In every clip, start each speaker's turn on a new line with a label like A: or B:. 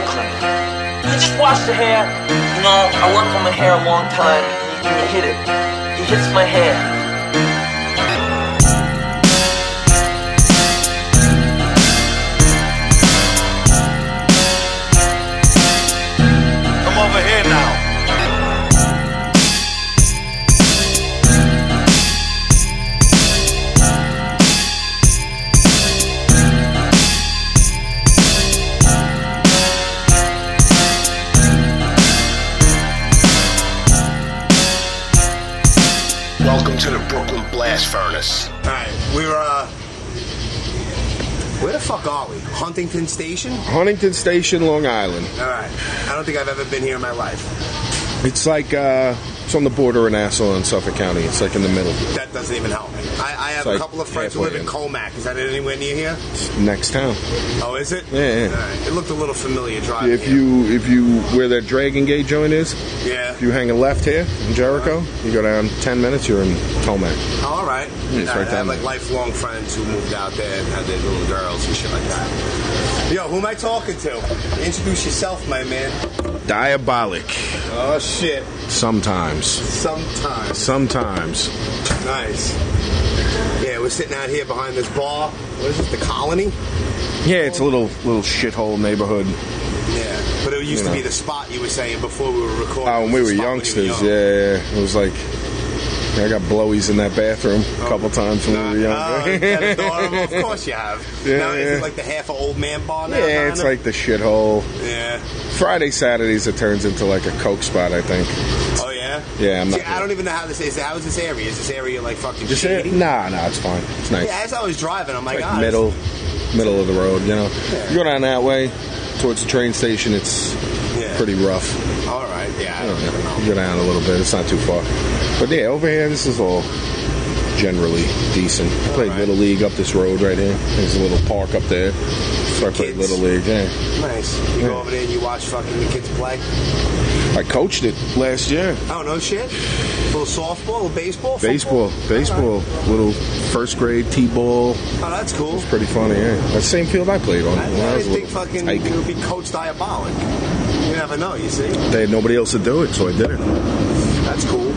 A: You just wash your hair. You know, I worked on my hair a long time. He hit it. He hits my hair.
B: Come over here now.
C: Welcome to the Brooklyn Blast Furnace.
D: All right, we're uh, where the fuck are we? Huntington Station. All
E: Huntington Station, Long Island.
D: right, I don't think I've ever been here in my life.
E: It's like uh, it's on the border of Nassau and Suffolk County. It's like in the middle,
D: That doesn't even help. I, I have
E: It's like
D: a couple of friends who
E: halfway
D: live in
E: in.
D: Colmac. Is that anywhere near here?
E: It's next town.
D: Oh, is it?
E: Yeah, yeah.
D: All right. It looked a little familiar driving.
E: If
D: here.
E: you if you where that Dragon Gate joint is,
D: yeah.
E: if you hang a left here in Jericho, you go down ten minutes, you're in Tomac.
D: Oh, all right.
E: Yeah, it's
D: I,
E: right
D: I
E: down
D: have like
E: there.
D: lifelong friends who moved out there and had their little girls and shit like that. Yo, who am I talking to? Introduce yourself, my man.
E: Diabolic.
D: Oh shit.
E: Sometimes.
D: Sometimes.
E: Sometimes.
D: Nice. Yeah, we're sitting out here behind this bar. What is this, the colony?
E: Yeah, it's a little little shithole neighborhood.
D: Yeah. But it used
E: You
D: to
E: know.
D: be the spot you were saying before we were recording.
E: Oh, when
D: It
E: we
D: was the
E: were
D: spot when you
E: youngsters,
D: were young.
E: yeah, yeah. It was like I got blowies in that bathroom a couple times when we were
D: Oh,
E: younger.
D: is that adorable? of course you have.
E: Yeah,
D: now is it
E: yeah.
D: like the half a old man bar now?
E: yeah, it's
D: kinda?
E: like the shithole.
D: Yeah.
E: Friday, Saturdays, it turns into like a coke spot, I think.
D: Oh yeah.
E: Yeah, I'm
D: See,
E: not-
D: I don't even know how this is. How is this area? Is this area like fucking
E: Just
D: shady?
E: nah, nah, it's fine. It's nice.
D: Yeah, as I was driving, I'm like,
E: like
D: ah, this-
E: middle, middle of the road. You know, you go down that way towards the train station. It's
D: Yeah.
E: pretty rough.
D: All right. Yeah. I don't
E: You
D: know.
E: go down a little bit. It's not too far. But yeah, over here, this is all generally decent. I played
D: Alright.
E: little league up this road right here. There's a little park up there. So I played
D: Kids.
E: little league. Yeah.
D: Nice. You go over there and you watch fucking the kids play.
E: I coached it last year.
D: Oh no shit. A little softball, a little baseball. football?
E: Baseball,
D: All
E: baseball,
D: right.
E: little first grade t-ball.
D: Oh, that's cool.
E: Pretty funny, yeah. That's the same field I played on.
D: I,
E: when
D: I
E: was
D: didn't think
E: little.
D: fucking
E: Tight.
D: it would be Coach Diabolic. You never know. You see,
E: They had nobody else to do it, so I did it.
D: that's cool.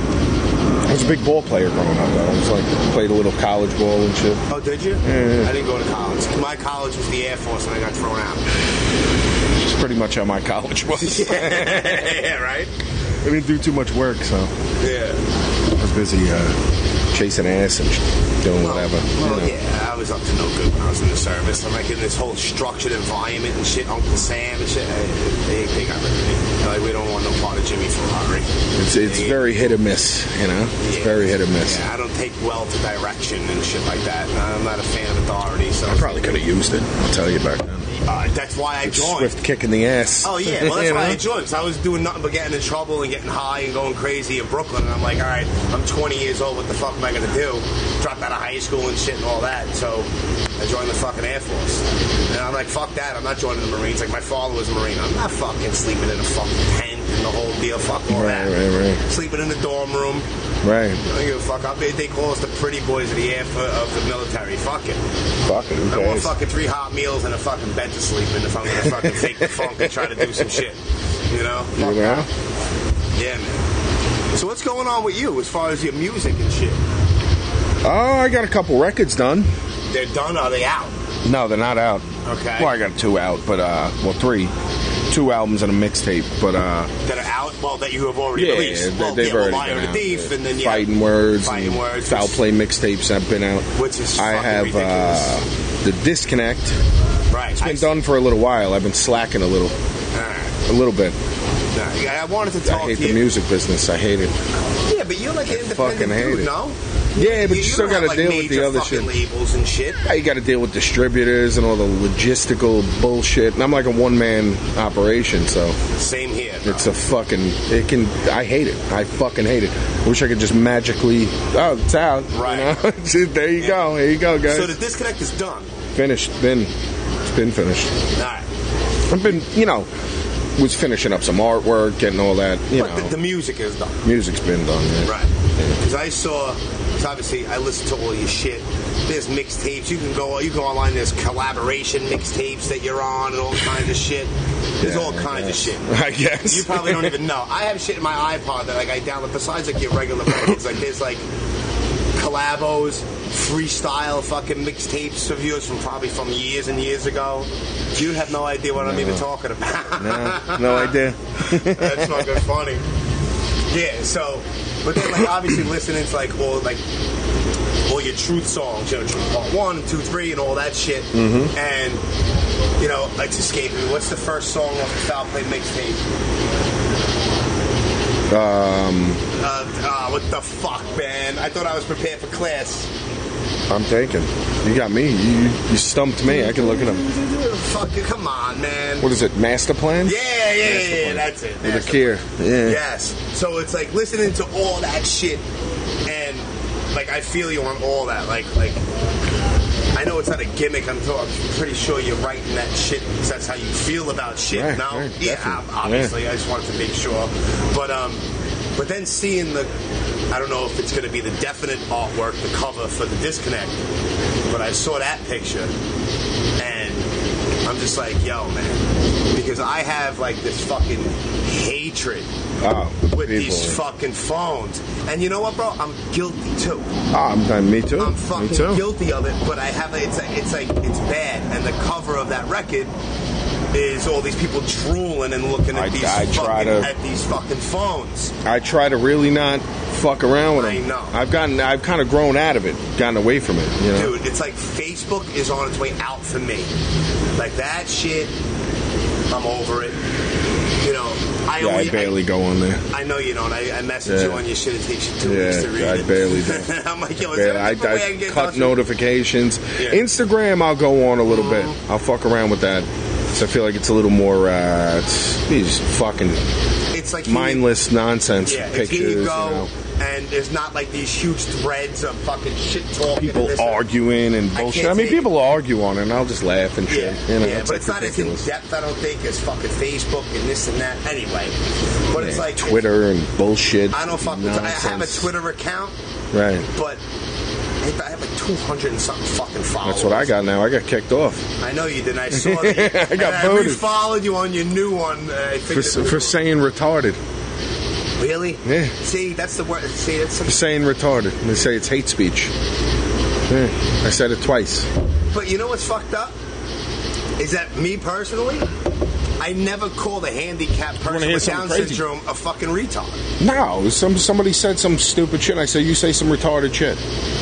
E: I was a big ball player growing up, though. I was like, played a little college ball and shit.
D: Oh, did you? I didn't go to college. My college was the Air Force, and I got thrown out.
E: It's pretty much how my college was.
D: yeah, right.
E: I didn't do too much work, so I
D: Yeah.
E: was busy uh, chasing ass and sh- doing whatever. you
D: Well,
E: know.
D: yeah, I was up to no good when I was in the service. I'm like in this whole structured environment and shit. Uncle Sam and shit. I- They, they got rid of me. They're Like we don't want no part of Jimmy Ferrari.
E: It's, it's
D: Yeah.
E: very hit or miss, you know? It's
D: Yeah.
E: very hit or miss.
D: Yeah, I don't take well to direction and shit like that. I'm not a fan of authority, so
E: I probably could have used it, I'll tell you back then.
D: uh, that's why I joined.
E: Swift kick in the ass.
D: Oh yeah, well that's
E: You
D: why I
E: know?
D: enjoyed because I was doing nothing but getting in trouble and getting high and going crazy in Brooklyn. And I'm like, all right, I'm 20 years old. What the fuck am I gonna do? Dropped out of high school and shit and all that. So I joined the fucking Air Force. And I'm like, fuck that. I'm not joining the Marines. Like my father was a Marine. I'm not fucking sleeping in a fucking tent and the whole deal. Fuck all
E: Right,
D: that.
E: right, right.
D: Sleeping in the dorm room.
E: Right.
D: I don't give a fuck. I, they, they call us the pretty boys of the air for, of the military. Fuck it.
E: Fuck it, who
D: I want
E: cares?
D: fucking three hot meals and a fucking bed to sleep in if I'm gonna fucking fake the funk and try to do some shit. You know?
E: You know?
D: Yeah, man. So what's going on with you as far as your music and shit?
E: Oh, I got a couple records done.
D: They're done? Are they out?
E: No, they're not out.
D: Okay.
E: Well, I got two out, but uh, well, three, two albums and a mixtape, but uh,
D: That are out? Well, that you have already released.
E: they-
D: well,
E: they've
D: yeah, well,
E: already
D: Liar
E: been
D: the
E: out.
D: Thief,
E: Yeah.
D: and then yeah,
E: fighting words,
D: Fighting
E: and
D: Words,
E: foul
D: which-
E: play mixtapes have been out.
D: Which is
E: I
D: fucking
E: have
D: ridiculous.
E: Uh, the disconnect.
D: right?
E: It's been
D: I-
E: done for a little while. I've been slacking a little,
D: All right.
E: a little bit.
D: All right. I wanted to
E: I
D: talk
E: hate
D: to
E: the
D: you.
E: music business. I hate it.
D: Yeah, but you're like an independent
E: fucking hate
D: dude,
E: it.
D: no?
E: Yeah, but you still
D: don't have,
E: gotta
D: like,
E: deal with the
D: major
E: other
D: fucking
E: shit.
D: labels and shit.
E: Yeah, you got to deal with distributors and all the logistical bullshit. And I'm like a one man operation, so.
D: Same here. no.
E: It's a fucking. It can. I hate it. I fucking hate it. I wish I could just magically. Oh, it's out. you
D: Right.
E: know? Just- there you go. Here you go, guys.
D: So the disconnect is done.
E: finished. Been. It's been finished.
D: All right.
E: I've been. You know, was finishing up some artwork and all that. You
D: but
E: know,
D: the, the music is done.
E: music's been done. Yeah.
D: Right. Because I saw So obviously, I listen to all your shit. There's mixtapes. You can go. You go online. There's collaboration mixtapes that you're on, and all kinds of shit. There's
E: Yeah,
D: all
E: I
D: kinds of
E: guess.
D: shit.
E: I guess.
D: You probably don't even know. I have shit in my iPod that like I download besides like your regular records. Like there's like collabos, freestyle fucking mixtapes of yours from probably from years and years ago. You have no idea what I'm even talking about.
E: No, no idea.
D: That's fucking funny. Yeah, so but then like obviously listening to like all like all your truth songs, you know, truth part one, two, three, and all that shit. And you know, it's escaping. me. What's the first song off the foul play mixtape? Um, uh, ah, what the fuck, man? I thought I was prepared for class.
E: I'm thinking. You got me. You, you stumped me. I can look at them.
D: Fuck you, come on, man.
E: What is it? Master plan?
D: Yeah, yeah, yeah, yeah, that's it.
E: With
D: That's the
E: a care. Yeah.
D: Yes. So it's like listening to all that shit, and like I feel you on all that. Like like I know it's not a gimmick. I'm, t- I'm pretty sure you're writing that shit because that's how you feel about shit.
E: Right,
D: now,
E: right,
D: yeah,
E: definitely.
D: ob- obviously. I just wanted to make sure, but um, but then seeing the, I don't know if it's going to be the definite artwork, the cover for the disconnect, but I saw that picture and I'm just like, yo, man, because I have like this fucking hatred
E: Oh,
D: with these
E: people.
D: fucking phones. And you know what, bro? I'm guilty too.
E: Ah, I'm done. Me too.
D: I'm
E: me
D: fucking
E: too.
D: guilty of it, but I have it's like, it's like it's bad. And the cover of that record is all these people drooling and looking at
E: I-
D: these
E: I
D: fucking,
E: try to-
D: at these fucking phones.
E: I try to really not fuck around with
D: I
E: them.
D: know.
E: I've gotten. I've kind of grown out of it. Gotten away from it. You know.
D: Dude, it's like Facebook is on its way out for me. Like that shit, I'm over it. You know, I
E: yeah,
D: only
E: I barely go on there.
D: I know you don't. I, I message
E: Yeah.
D: you on your shit. It takes you two
E: Yeah,
D: weeks to read
E: I
D: it.
E: barely do.
D: I'm like, yo, is
E: Yeah,
D: there
E: I,
D: a different way I
E: I
D: can get in touch
E: cut
D: with you?
E: notifications.
D: Yeah. Mm-hmm.
E: Instagram, I'll go on a little bit. I'll fuck around with that. 'Cause I feel like it's a little more, uh, it's these fucking
D: It's like
E: mindless nonsense
D: Here, yeah, it's
E: pictures.
D: here you
E: you
D: go,
E: know.
D: and there's not like these huge threads of fucking shit talking. and this
E: People
D: and-
E: arguing and
D: I
E: bullshit. I,
D: can't
E: mean,
D: take it.
E: people argue on it, and I'll just laugh and shit.
D: Yeah,
E: you know,
D: yeah,
E: it's
D: but
E: like
D: it's not
E: ridiculous.
D: as in depth, I don't think, as fucking Facebook and this and that. Anyway, but it's
E: Yeah,
D: like
E: Twitter and bullshit.
D: I don't fuck. with I have a
E: nonsense.
D: Twitter account,
E: Right.
D: but I think I have like 200 and something fucking followers.
E: That's what I got now. I got kicked off
D: I know you did. I saw that.
E: I got
D: and I
E: booted.
D: re-followed you on your new one. uh, I
E: for,
D: think it was-
E: for saying retarded.
D: Really?
E: Yeah.
D: See, that's the word. See, that's
E: For
D: some,
E: saying retarded. They say it's hate speech. Yeah, I said it twice.
D: but you know what's fucked up? Is that me personally? I never called a handicapped person
E: hear
D: with Down
E: something crazy?
D: syndrome a fucking retard,
E: No, some somebody said some stupid shit. I said you say some retarded shit.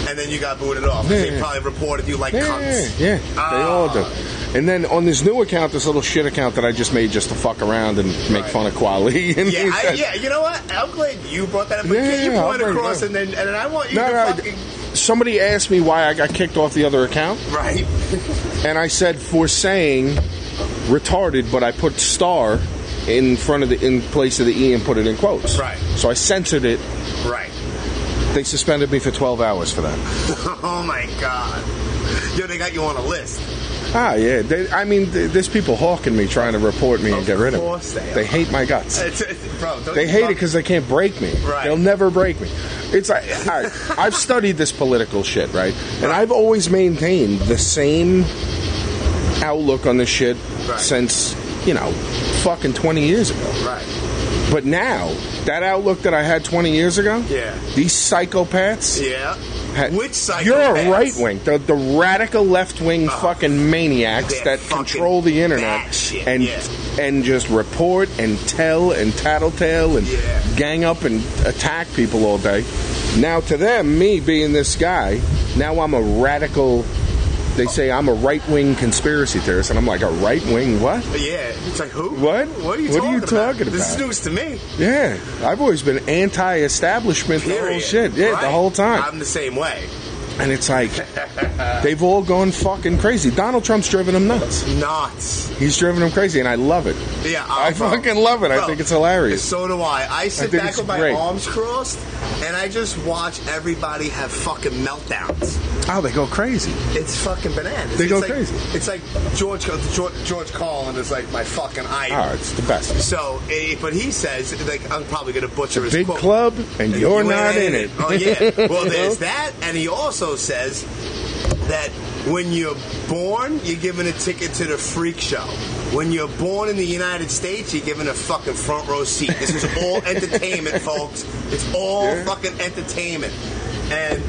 D: and then you got booted off. They
E: Yeah.
D: probably reported you like
E: Yeah,
D: cunts.
E: yeah, they all do.
D: Ah.
E: And then on this new account, this little shit account that I just made just to fuck around and make
D: Right.
E: fun of Quali. And
D: Yeah,
E: he
D: I,
E: said-
D: yeah, you know what? I'm glad you brought that up. But
E: Yeah,
D: yeah, you
E: yeah,
D: point
E: I'll bring it
D: across,
E: up.
D: and then and then I want you
E: No,
D: to
E: no,
D: fucking
E: somebody asked me why I got kicked off the other account,
D: right.
E: and I said for saying retarded, but I put star in front of the in place of the e and put it in quotes.
D: Right.
E: So I censored it.
D: Right.
E: They suspended me for 12 hours for that.
D: Oh my god. Yo, they got you on a list.
E: Ah, yeah. They, I mean, th- there's people hawking me, trying to report me and
D: Of
E: get rid of
D: course
E: me.
D: they
E: They
D: are.
E: hate my guts.
D: It's, it's, bro, don't
E: They
D: you
E: hate it
D: fuck-
E: because they can't break me.
D: Right.
E: They'll never break me. It's like I, I've studied this political shit, right? And I've always maintained the same outlook on this shit
D: Right.
E: since you know, fucking 20 years ago.
D: right.
E: But now that outlook that I had 20 years ago,
D: Yeah.
E: these psychopaths.
D: Yeah.
E: Ha-
D: Which side?
E: You're a right wing, the, the radical left wing fucking maniacs
D: Oh. they're
E: that
D: fucking
E: control the internet
D: that shit,
E: and
D: yeah.
E: and just report and tell and tattletale and
D: Yeah.
E: gang up and attack people all day. Now to them, me being this guy, now I'm a radical. They say I'm a right wing conspiracy theorist, and I'm like a right wing what?
D: Yeah. It's like who?
E: What?
D: What are you,
E: What
D: talking,
E: are you
D: about?
E: talking
D: This is
E: about?
D: news to me.
E: Yeah, I've always been anti-establishment the whole
D: Period.
E: shit. Yeah,
D: Right.
E: the whole time.
D: I'm the same way.
E: And it's like they've all gone fucking crazy. Donald Trump's driven them nuts.
D: Not.
E: He's driven them crazy, and I love it.
D: Yeah.
E: I
D: I'm from-
E: fucking love it. I
D: Bro,
E: think it's hilarious.
D: So do I. I sit
E: think
D: back
E: it's
D: with my
E: great.
D: arms crossed and I just watch everybody have fucking meltdowns.
E: Oh, they go crazy.
D: It's fucking bananas.
E: They
D: it's
E: go
D: like,
E: crazy.
D: It's like George George, George Carlin is like my fucking idol.
E: Oh, it's the best.
D: So, eh, but he says, like, I'm probably going to butcher his
E: Big
D: quote.
E: club, and
D: And
E: you're
D: you ain't
E: not in it.
D: Oh yeah. Well,
E: You know?
D: there's that, and he also says that when you're born, you're given a ticket to the freak show. When you're born in the United States, you're given a fucking front row seat. This is all entertainment, folks. It's all
E: Yeah.
D: fucking entertainment, and.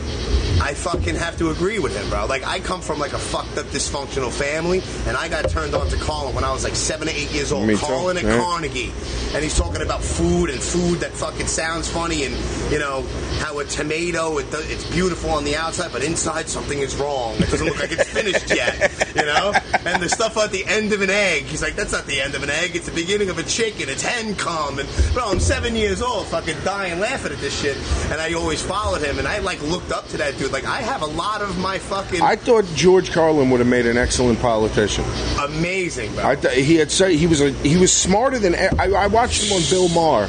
D: I fucking have to agree with him, bro. Like, I come from like a fucked up dysfunctional family, and I got turned on to Colin when I was like seven or eight years old.
E: Me too.
D: Colin and
E: Yeah.
D: Carn Carnegie, and he's talking about food and food that fucking sounds funny, and you know how a tomato it, do- it's beautiful on the outside, but inside something is wrong. It doesn't look like it's finished yet, you know. And the stuff at the end of an egg, he's like, that's not the end of an egg. It's the beginning of a chicken. It's hen cum. And bro, I'm seven years old, fucking dying laughing at this shit. And I always followed him, and I like looked up to that dude. Like I have a lot of my fucking
E: I thought George Carlin would have made an excellent politician.
D: amazing, bro.
E: I th- he had said he was a, he was smarter than e- I, I watched him on Bill Maher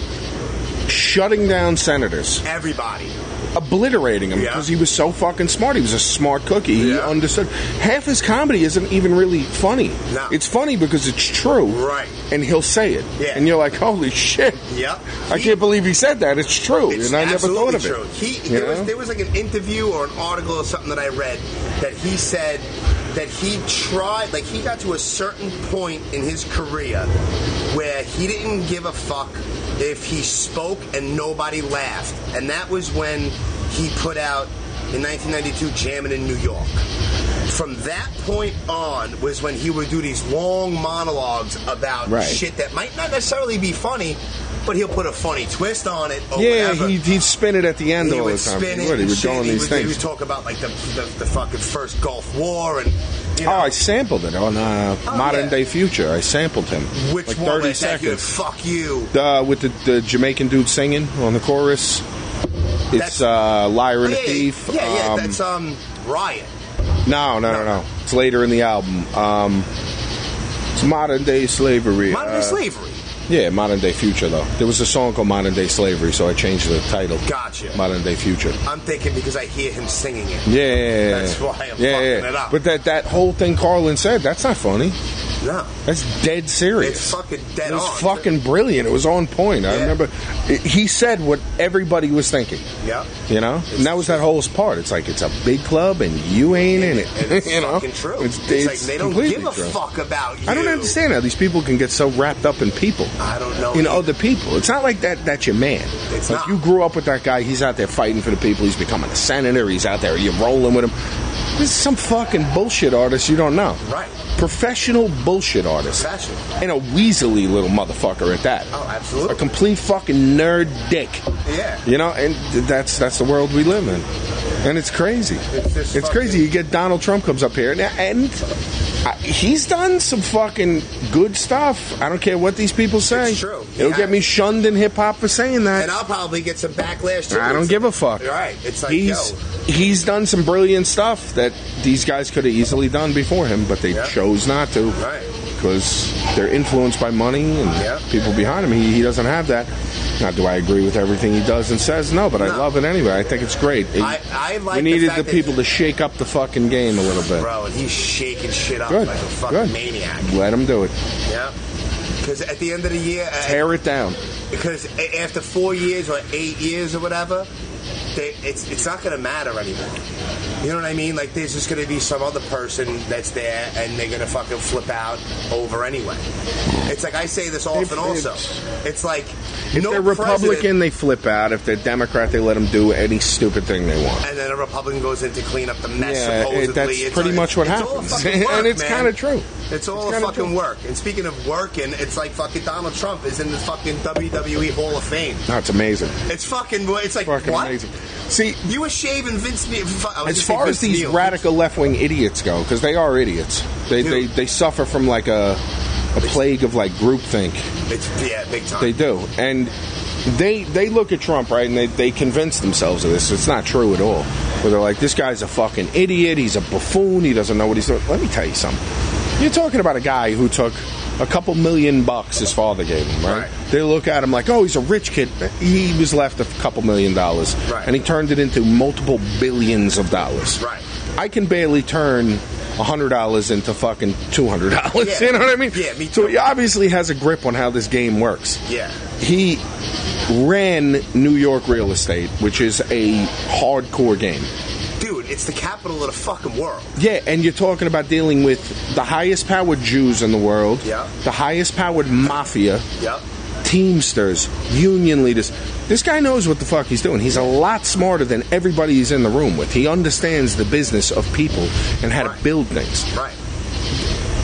E: shutting down senators,
D: Everybody.
E: obliterating him
D: Yeah.
E: because he was so fucking smart. He was a smart cookie. He
D: Yeah.
E: understood. Half his comedy isn't even really funny.
D: No.
E: It's funny because it's true,
D: Right.
E: And he'll say it,
D: Yeah.
E: and you're like, holy shit.
D: Yep.
E: I
D: He-
E: can't believe he said that. It's true,
D: It's
E: and I never
D: absolutely
E: thought of
D: true.
E: it.
D: He,
E: You
D: there, was,
E: know?
D: there was like an interview or an article or something that I read that he said that he tried, like he got to a certain point in his career where he didn't give a fuck if he spoke and nobody laughed, and that was when he put out in 1992 Jamming in New York. From that point on was when he would do these long monologues about
E: Right.
D: shit that might not necessarily be funny, but he'll put a funny twist on it or
E: yeah,
D: whatever.
E: he, he'd spin it at the end
D: He
E: all the
D: would
E: time.
D: spin it.
E: What, he
D: and
E: would
D: shit.
E: go on
D: He
E: these
D: would- He
E: things.
D: would talk about like the, the, the fucking first Gulf War and you know,
E: Oh, I sampled it on uh,
D: Oh,
E: Modern
D: yeah.
E: Day Future. I sampled him.
D: which
E: like
D: one
E: 30
D: was that? You'd
E: seconds.
D: Fuck you.
E: Uh, with the, the Jamaican dude singing on the chorus. It's
D: That's-
E: uh, Liar and
D: yeah,
E: a Thief.
D: yeah, yeah,
E: um,
D: that's um riot.
E: no, no, no, no. It's later in the album. Um, it's Modern Day Slavery.
D: Modern day
E: uh,
D: slavery.
E: Yeah, Modern Day Future, though. There was a song called Modern Day Slavery, so I changed the title.
D: Gotcha.
E: Modern Day Future.
D: I'm thinking because I hear him singing it.
E: Yeah, yeah, yeah, yeah.
D: That's why I'm
E: yeah,
D: fucking
E: yeah.
D: it up.
E: But that, that whole thing Carlin said, that's not funny.
D: No,
E: That's dead serious.
D: it's fucking dead
E: It was
D: on.
E: fucking brilliant. It was on point. I
D: Yeah.
E: remember it, he said what everybody was thinking.
D: Yeah.
E: You know, and that was that whole part. It's like it's a big club and you ain't in it.
D: And it's
E: you know,
D: fucking true.
E: It's,
D: It's,
E: it's
D: like they don't
E: completely
D: give a
E: true.
D: fuck about you.
E: I don't understand how these people can get so wrapped up in people.
D: I don't know.
E: In other people, it's not like that. That's your man.
D: It's
E: like
D: not.
E: you grew up with that guy. He's out there fighting for the people. He's becoming a senator. He's out there. You're rolling with him. This is some fucking bullshit artist you don't know.
D: Right.
E: Professional bullshit artist.
D: Professional.
E: And a weaselly little motherfucker at that.
D: Oh,
E: A
D: absolutely.
E: complete fucking nerd dick.
D: Yeah.
E: You know, and th- that's that's the world we live in, and it's crazy.
D: It's just fucking-
E: crazy. You get Donald Trump comes up here, and, and I, he's done some fucking good stuff. I don't care what these people say.
D: It's true.
E: It'll
D: Yeah.
E: get me shunned in hip hop for saying that.
D: and I'll probably get some backlash. Too.
E: I don't
D: It's-
E: give a fuck.
D: Right. It's like
E: he's
D: yo,
E: he's done some brilliant stuff that these guys could have easily done before him, but they
D: Yeah.
E: chose not to.
D: Right.
E: Because they're influenced by money and
D: Yeah.
E: people behind him. He, he doesn't have that. Now, do I agree with everything he does and says? No, but I
D: No.
E: love it anyway. I think it's great. It-
D: I- I like the
E: we needed
D: fact
E: the,
D: that-
E: people to shake up the fucking game a little bit.
D: bro, and he's shaking shit up
E: Good.
D: like a fucking
E: Good.
D: maniac.
E: Let them do it.
D: Yeah. Because at the end of the year, uh,
E: Tear it down.
D: because a- after four years or eight years or whatever, they, it's it's not gonna matter anymore. You know what I mean? Like there's just gonna be some other person that's there, and they're gonna fucking flip out over anyway. It's like I say this often.
E: If- if-
D: also, it's like
E: If
D: no
E: they're
D: president-
E: Republican, they flip out. If they're Democrat, they let them do any stupid thing they want.
D: and then a Republican goes in to clean up the mess.
E: Yeah,
D: supposedly,
E: it- that's
D: It's-
E: pretty
D: it's-
E: much what
D: it's all
E: happens,
D: fucking work,
E: and it's
D: man.
E: kind of true.
D: It's all
E: kinda
D: fucking
E: true.
D: work. And speaking of working, it's like fucking Donald Trump is in the fucking WWE Hall of Fame.
E: No, it's amazing.
D: It's fucking. It's like
E: Fucking
D: what?
E: amazing. See,
D: You were shaving Vince Neil. I was
E: as
D: just saying
E: far as
D: Vince
E: these
D: Neil.
E: radical left wing idiots go, because they are idiots, they,
D: Dude.
E: they they suffer from like a a plague of like groupthink.
D: It's, yeah, big time.
E: They do, and they they look at Trump right, and they they convince themselves of this. It's not true at all. Where they're like, this guy's a fucking idiot. He's a buffoon. He doesn't know what he's doing. Let me tell you something. You're talking about a guy who took a couple million bucks his father gave him, right?
D: Right.
E: They look at him like, oh, he's a rich kid. He was left a couple million dollars,
D: Right.
E: and he turned it into multiple billions of dollars.
D: Right.
E: I can barely turn hundred dollars into fucking two hundred dollars.
D: Yeah.
E: You know what I mean?
D: Yeah, me
E: So
D: too.
E: he obviously has a grip on how this game works.
D: Yeah.
E: He ran New York real estate, which is a hardcore game.
D: Dude, it's the capital of the fucking world.
E: Yeah, and you're talking about dealing with the highest powered Jews in the world,
D: Yeah.
E: the highest powered mafia,
D: Yep.
E: Teamsters, union leaders. This guy knows what the fuck he's doing. He's a lot smarter than everybody he's in the room with. He understands the business of people and how
D: Right.
E: to build things.
D: Right.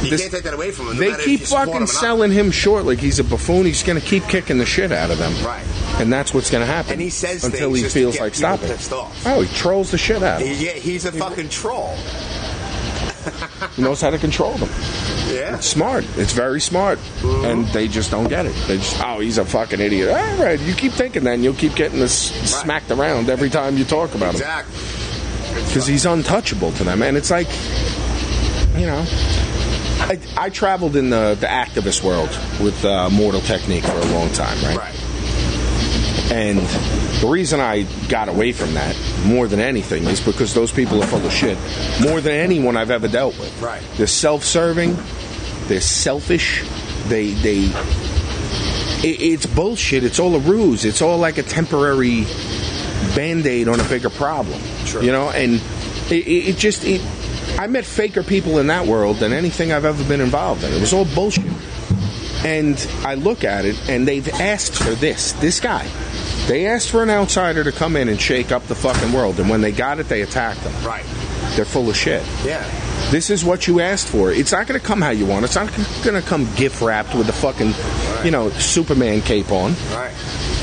D: You
E: This-
D: can't take that away from him. No
E: They
D: matter if
E: keep
D: you support him or
E: fucking
D: not.
E: selling him short like he's a buffoon. He's going to keep kicking the shit out of them.
D: Right.
E: And that's what's going to happen.
D: And he says
E: until
D: things
E: he
D: just to
E: feels
D: get
E: like
D: people
E: stopping.
D: pissed off.
E: Oh, he trolls the shit out of them.
D: Yeah, he's a fucking troll.
E: He knows how to control them.
D: Yeah.
E: It's smart. It's very smart. And
D: Mm-hmm.
E: they just don't get it. They just, oh, he's a fucking idiot. All right, you keep thinking that and you'll keep getting this smacked around every time you talk about him.
D: Exactly.
E: Because he's untouchable to them. And it's like, you know. I, I traveled in the, the activist world with uh, Mortal Technique for a long time, right?
D: Right.
E: And the reason I got away from that more than anything is because those people are full of shit more than anyone I've ever dealt with.
D: Right.
E: They're self-serving. They're selfish. They they. It, it's bullshit. It's all a ruse. It's all like a temporary band-aid on a bigger problem.
D: Sure.
E: You know, and it, it it just it. I met faker people in that world than anything I've ever been involved in. It was all bullshit. And I look at it, and they've asked for this. This guy. They asked for an outsider to come in and shake up the fucking world, and when they got it, they attacked them.
D: Right.
E: They're full of shit.
D: Yeah.
E: This is what you asked for. It's not going to come how you want. It's not going to come gift wrapped with a fucking, you know, Superman cape on.
D: Right.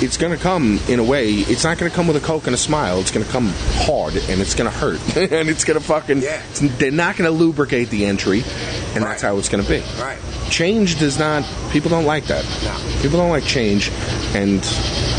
E: It's going to come in a way. It's not going to come with a coke and a smile. It's going to come hard and it's going to hurt and it's going to fucking.
D: Yeah.
E: They're not going to lubricate the entry, and that's
D: Right.
E: how it's going to be.
D: Right.
E: Change does not. People don't like that.
D: No.
E: People don't like change, and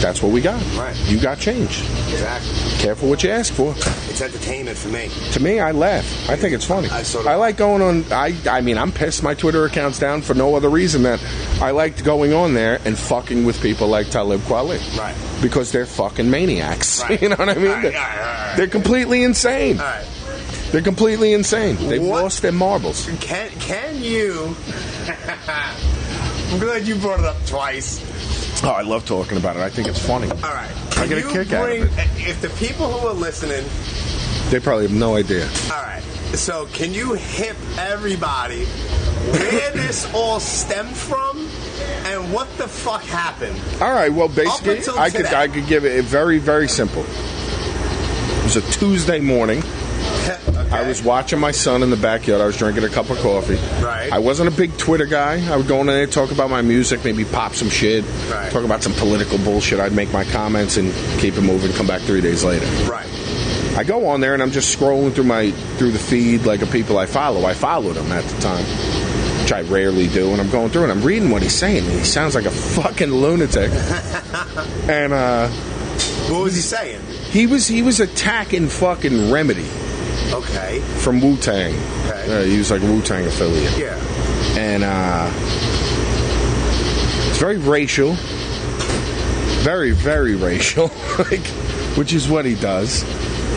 E: that's what we got.
D: Right.
E: You got change.
D: Exactly.
E: Careful what you ask for.
D: It's entertainment for me.
E: To me, I laugh. I think it's funny.
D: I sort of-
E: like going on. I I mean, I'm pissed. My Twitter account's down for no other reason that I liked going on there and fucking with people like Talib Kweli.
D: Right.
E: Because they're fucking maniacs.
D: Right.
E: you know what I mean?
D: All right,
E: They're-
D: all right, all right, all
E: They're completely insane.
D: All right.
E: They're completely insane. They've
D: What?
E: lost their marbles.
D: Can can you? I'm glad you brought it up twice.
E: Oh, I love talking about it. I think it's funny.
D: All right.
E: I get a
D: you
E: kick out of
D: If the people who are listening,
E: They probably have no idea.
D: all right. So can you hip everybody where this all stemmed from and what the fuck happened?
E: All right. Well, basically,
D: until
E: I could
D: today.
E: I could give it very very simple. It was a Tuesday morning.
D: Okay.
E: I was watching my son in the backyard. I was drinking a cup of coffee.
D: Right.
E: I wasn't a big Twitter guy. I would go in there, talk about my music, maybe pop some shit,
D: Right.
E: talk about some political bullshit. I'd make my comments and keep it moving. Come back three days later.
D: right.
E: I go on there and I'm just scrolling through my through the feed like of people I follow. I followed him at the time, which I rarely do. And I'm going through and I'm reading what he's saying. And he sounds like a fucking lunatic. and uh,
D: What was he saying?
E: he was he was attacking fucking Remedy
D: Okay.
E: from Wu Tang.
D: Okay.
E: Uh, he was like a Wu Tang affiliate.
D: Yeah.
E: And uh, it's very racial. Very, very racial. like, which is what he does.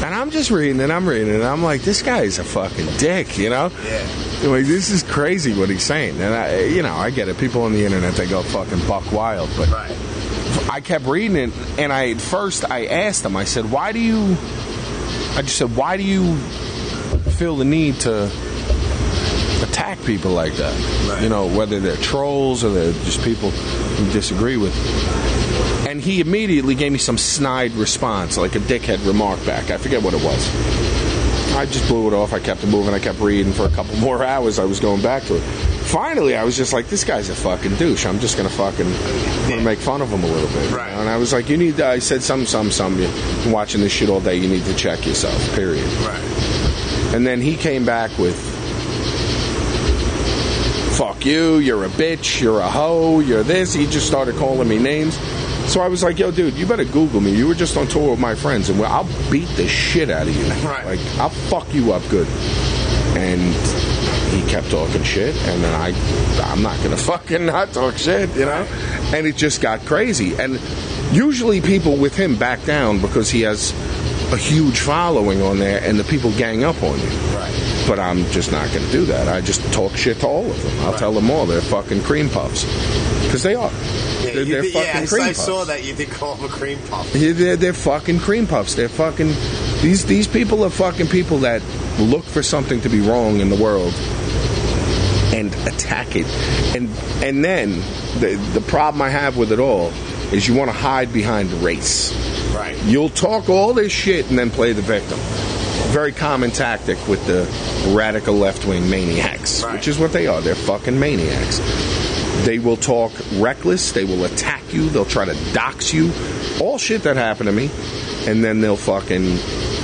E: And I'm just reading and I'm reading and I'm like, this guy is a fucking dick, you know?
D: Yeah.
E: Like, this is crazy what he's saying. And I, you know, I get it. People on the internet, they go fucking buck wild. But
D: Right.
E: I kept reading it, and I at first I asked him. I said, "Why do you?" I just said, "Why do you feel the need to attack people like that?
D: Right.
E: You know, whether they're trolls or they're just people you disagree with." And he immediately gave me some snide response, like a dickhead remark back. I forget what it was. I just blew it off. I kept it moving. I kept reading for a couple more hours. I was going back to it. Finally, I was just like, "This guy's a fucking douche. I'm just gonna fucking I'm gonna make fun of him a little bit." you
D: Right.
E: know? And I was like, "You need." To, I said, "Some, some, some. You've been watching this shit all day. You need to check yourself." Period.
D: Right.
E: And then he came back with, fuck you, you're a bitch, you're a hoe, you're this. He just started calling me names. So I was like, yo, dude, you better Google me. You were just on tour with my friends, and I'll beat the shit out of you.
D: Right.
E: Like, I'll fuck you up good. And he kept talking shit, and then I, I'm not gonna fucking not talk shit, you know? And it just got crazy. And usually people with him back down because he has a huge following on there, and the people gang up on you.
D: Right.
E: But I'm just not going to do that. I just talk shit to all of them. I'll tell them all they're fucking cream puffs because they are.
D: Yeah,
E: they're
D: you
E: they're
D: did-
E: fucking
D: yeah, I s-
E: cream
D: I
E: puffs.
D: saw that you did call him a cream puff.
E: Yeah, They're, they're fucking cream puffs. They're fucking these these people are fucking people that look for something to be wrong in the world and attack it. And and then the the problem I have with it all is you want to hide behind race.
D: Right.
E: You'll talk all this shit and then play the victim. Very common tactic with the radical left wing maniacs,
D: Right.
E: which is what they are. They're fucking maniacs. They will talk reckless, they will attack you, they'll try to dox you. All shit that happened to me, and then they'll fucking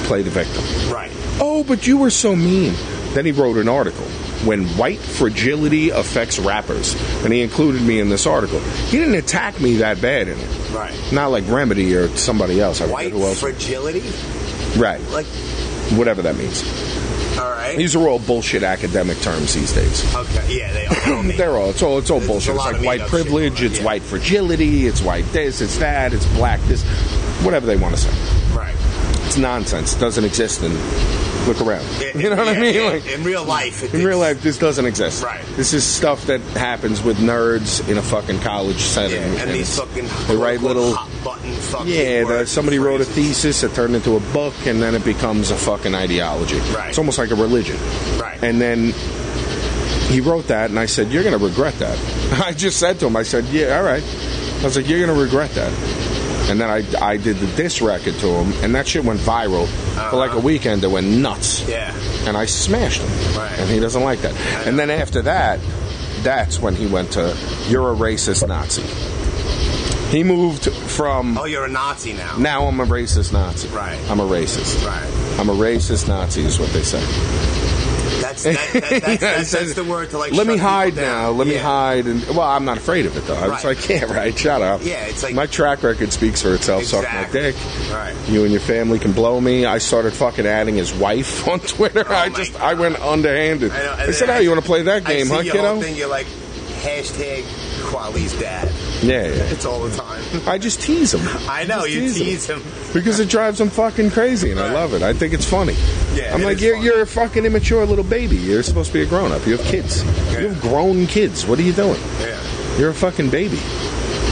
E: play the victim.
D: Right.
E: Oh, but you were so mean. Then he wrote an article. When white fragility affects rappers. And he included me in this article. He didn't attack me that bad in it.
D: Right.
E: Not like Remedy or somebody else. I forget
D: White
E: who else.
D: fragility?
E: Right.
D: Like,
E: Whatever that means.
D: all right.
E: These are all bullshit academic terms these days.
D: okay. Yeah, they are.
E: They're all it's all it's all
D: There's a
E: bullshit. It's
D: lot
E: like
D: of
E: white
D: made-up shit
E: privilege,
D: going on,
E: it's
D: yeah.
E: white fragility, it's white this, it's that, it's black this, whatever they want to say.
D: right.
E: It's nonsense. It doesn't exist and look around.
D: It-
E: you know what I
D: yeah,
E: mean?
D: yeah,
E: Like
D: in real life, it
E: in
D: is-
E: real life this doesn't exist.
D: Right.
E: This is stuff that happens with nerds in a fucking college setting.
D: Yeah, and these fucking
E: they write
D: quote-unquote
E: little
D: hot button fucking
E: Yeah, the,
D: words
E: somebody
D: and
E: wrote a
D: phrases.
E: thesis, it turned into a book, and then it becomes a fucking ideology.
D: Right.
E: It's almost like a religion.
D: Right.
E: And then he wrote that, and I said, You're going to regret that. I just said to him, I said, Yeah, all right. I was like, You're going to regret that. And then I, I did the diss record to him, and that shit went viral for
D: Uh-huh.
E: like a weekend. It went nuts.
D: Yeah.
E: And I smashed him.
D: Right.
E: And he doesn't like that. And then after that, that's when he went to, You're a racist Nazi. He moved from
D: Oh, you're a Nazi now.
E: now I'm a racist Nazi.
D: Right.
E: I'm a racist.
D: Right.
E: I'm a racist Nazi is what they say.
D: That's that, that, that's, that's, that's,
E: Says,
D: the word to like.
E: Let
D: shut
E: me
D: people
E: hide
D: down.
E: now. Let me
D: Yeah.
E: hide. And well, I'm not afraid of it though. I was
D: Right.
E: like, yeah, right. Shut up.
D: Yeah, it's like-
E: my track record speaks for itself. Suck my
D: Exactly.
E: dick.
D: Right.
E: You and your family can blow me. I started fucking adding his wife on Twitter.
D: Oh,
E: I
D: my
E: just
D: God.
E: I went underhanded.
D: I know, and
E: they said,
D: then
E: "Oh,
D: I-
E: you want to play that game,
D: I see
E: huh,
D: your
E: kiddo?"
D: Whole thing, you're like hashtag Quali's dad.
E: Yeah, yeah.
D: It's all the time.
E: I just tease him.
D: I know
E: Just
D: you tease him.
E: because it drives him fucking crazy, and I
D: Right.
E: love it. I think it's funny.
D: Yeah,
E: I'm
D: it
E: like,
D: is
E: you're
D: funny.
E: you're a fucking immature little baby. You're supposed to be a grown up. You have kids. You
D: Yeah.
E: have grown kids. What are you doing?
D: Yeah.
E: You're a fucking baby.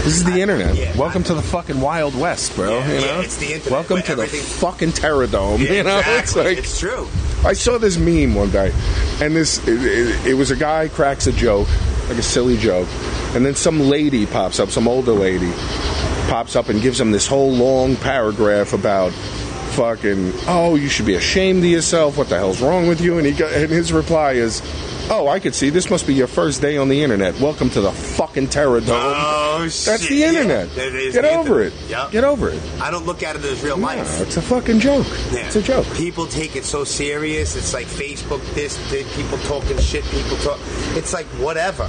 E: This is the internet.
D: yeah,
E: Welcome
D: I-
E: to the fucking wild west, bro.
D: Yeah,
E: you
D: yeah,
E: know,
D: it's the internet,
E: Welcome
D: but
E: to the
D: everything-
E: fucking terror dome.
D: Yeah,
E: you know,
D: exactly.
E: it's like
D: it's true.
E: I saw this meme one day, and this it, it, it was a guy cracks a joke, like a silly joke, and then some lady pops up, some older lady pops up and gives him this whole long paragraph about fucking oh you should be ashamed of yourself what the hell's wrong with you and he go, and his reply is oh I could see this must be your first day on the internet welcome to the fucking terror dome
D: Oh shit!
E: that's the
D: yeah.
E: internet
D: That is
E: get
D: the
E: over
D: internet.
E: it
D: Yup.
E: get over it
D: I don't look at it as real
E: no,
D: life.
E: it's a fucking joke
D: Yeah.
E: it's a joke
D: People take it so serious. It's like Facebook this, th- people talking shit, people talk. It's like whatever.